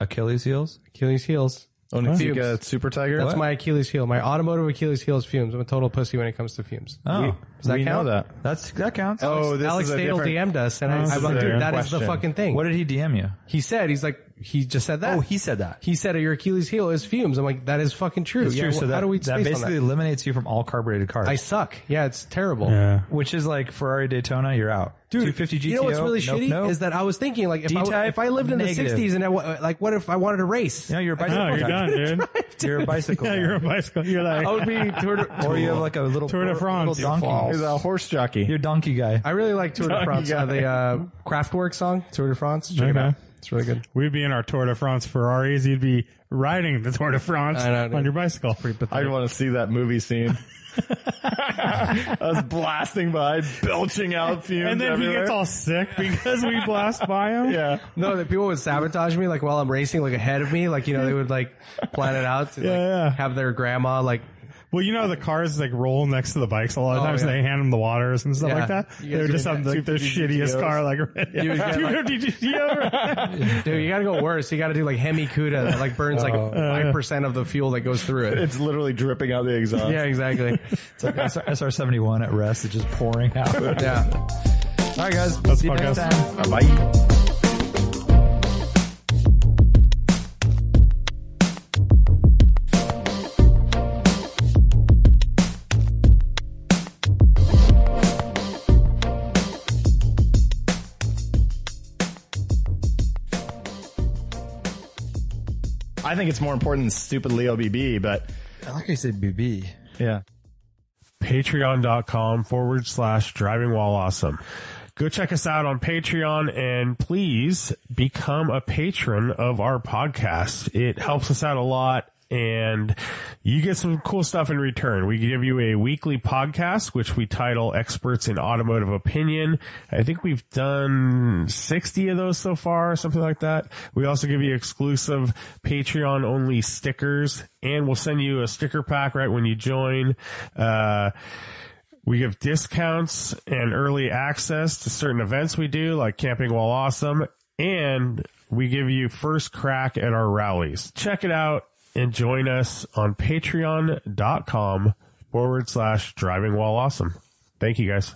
[SPEAKER 1] Achilles heels.
[SPEAKER 4] Achilles heels.
[SPEAKER 3] Onitsika Super Tiger.
[SPEAKER 4] That's my Achilles heel. My automotive Achilles heel is fumes. I'm a total pussy when it comes to fumes.
[SPEAKER 1] Oh,
[SPEAKER 4] Does that
[SPEAKER 3] we
[SPEAKER 4] count?
[SPEAKER 3] know that.
[SPEAKER 1] That's that counts.
[SPEAKER 3] Oh, this
[SPEAKER 4] Alex
[SPEAKER 3] is a
[SPEAKER 4] Dale
[SPEAKER 3] different-
[SPEAKER 4] DM'd us, and I,
[SPEAKER 2] this
[SPEAKER 4] I'm
[SPEAKER 2] is
[SPEAKER 4] like,
[SPEAKER 2] a
[SPEAKER 4] dude,
[SPEAKER 2] different
[SPEAKER 4] that is the
[SPEAKER 3] question.
[SPEAKER 4] fucking thing.
[SPEAKER 1] what did he DM you?
[SPEAKER 4] he said, he's like, he just said that.
[SPEAKER 1] Oh, he said that.
[SPEAKER 4] he said your Achilles heel is fumes. I'm like, that is fucking true.
[SPEAKER 1] It's
[SPEAKER 4] yeah,
[SPEAKER 1] true.
[SPEAKER 4] wh-
[SPEAKER 1] So
[SPEAKER 4] how
[SPEAKER 1] that,
[SPEAKER 4] do we
[SPEAKER 1] that
[SPEAKER 4] space
[SPEAKER 1] basically
[SPEAKER 4] on
[SPEAKER 1] eliminates you from all carbureted cars,
[SPEAKER 4] that? I suck. Yeah, it's terrible.
[SPEAKER 2] Yeah.
[SPEAKER 1] which is like Ferrari Daytona. You're out. Dude, 250 GTO.
[SPEAKER 4] You know what's really
[SPEAKER 1] nope,
[SPEAKER 4] shitty
[SPEAKER 1] nope.
[SPEAKER 4] is that I was thinking like if I,
[SPEAKER 1] D-type,
[SPEAKER 4] if I lived in
[SPEAKER 1] negative.
[SPEAKER 4] the '60s and I, wa- like what if I wanted to race?
[SPEAKER 1] you know, you're a bicycle.
[SPEAKER 2] No, you're
[SPEAKER 1] guy.
[SPEAKER 2] done, dude.
[SPEAKER 1] You're a bicycle.
[SPEAKER 2] yeah,
[SPEAKER 1] guy.
[SPEAKER 2] you're a bicycle. You're like
[SPEAKER 4] I would be Tour de,
[SPEAKER 1] or you have like a little
[SPEAKER 2] Tour de
[SPEAKER 1] little
[SPEAKER 2] France.
[SPEAKER 1] donkey.
[SPEAKER 3] He's a horse jockey.
[SPEAKER 1] You're a donkey guy.
[SPEAKER 4] I really like Tour de France. Uh, the uh, Kraftwerk song Tour de France. Check it
[SPEAKER 2] Okay.
[SPEAKER 4] out. It's really good.
[SPEAKER 2] we'd be in our Tour de France Ferraris. You'd be riding the Tour de France
[SPEAKER 4] I know, dude.
[SPEAKER 2] on your bicycle. Pretty
[SPEAKER 3] I want to see that movie scene. I was blasting by, belching out fumes.
[SPEAKER 2] and then he
[SPEAKER 3] everywhere.
[SPEAKER 2] gets all sick because we blast by him.
[SPEAKER 3] yeah.
[SPEAKER 4] No, that people would sabotage me, like while I'm racing, like ahead of me, like you know they would like plan it out to like,
[SPEAKER 2] yeah.
[SPEAKER 4] have their grandma like
[SPEAKER 2] Well, you know the cars like roll next to the bikes a lot of
[SPEAKER 4] Oh,
[SPEAKER 2] times.
[SPEAKER 4] yeah.
[SPEAKER 2] and They hand them the waters and stuff
[SPEAKER 4] Yeah.
[SPEAKER 2] like that.
[SPEAKER 4] You guys
[SPEAKER 2] They're just
[SPEAKER 4] would
[SPEAKER 2] on like the
[SPEAKER 3] 250
[SPEAKER 2] shittiest
[SPEAKER 3] GTOs.
[SPEAKER 2] car, like
[SPEAKER 4] You would get, like-
[SPEAKER 2] 250 GTO.
[SPEAKER 4] dude, you gotta go worse. You gotta do like Hemi Cuda that like burns like five percent of the fuel that goes through it.
[SPEAKER 3] It's literally dripping out the exhaust.
[SPEAKER 4] Yeah, exactly.
[SPEAKER 1] It's like SR, SR71 at rest. It's just pouring out. All
[SPEAKER 4] Yeah.
[SPEAKER 1] right, guys.
[SPEAKER 2] That's
[SPEAKER 1] see you next
[SPEAKER 2] podcast.
[SPEAKER 1] time.
[SPEAKER 3] Bye. I think it's more important than stupid Leo BB, but
[SPEAKER 1] I like I said BB.
[SPEAKER 3] yeah.
[SPEAKER 5] patreon.com forward slash driving while awesome. Go check us out on Patreon and please become a patron of our podcast. It helps us out a lot and you get some cool stuff in return. We give you a weekly podcast, which we title Experts in Automotive Opinion. I think we've done 60 of those so far, something like that. We also give you exclusive Patreon only stickers and we'll send you a sticker pack right when you join. Uh, We give discounts and early access to certain events we do, like Camping While Awesome, and we give you first crack at our rallies. Check it out and join us on patreon.com forward slash driving while awesome. Thank you guys.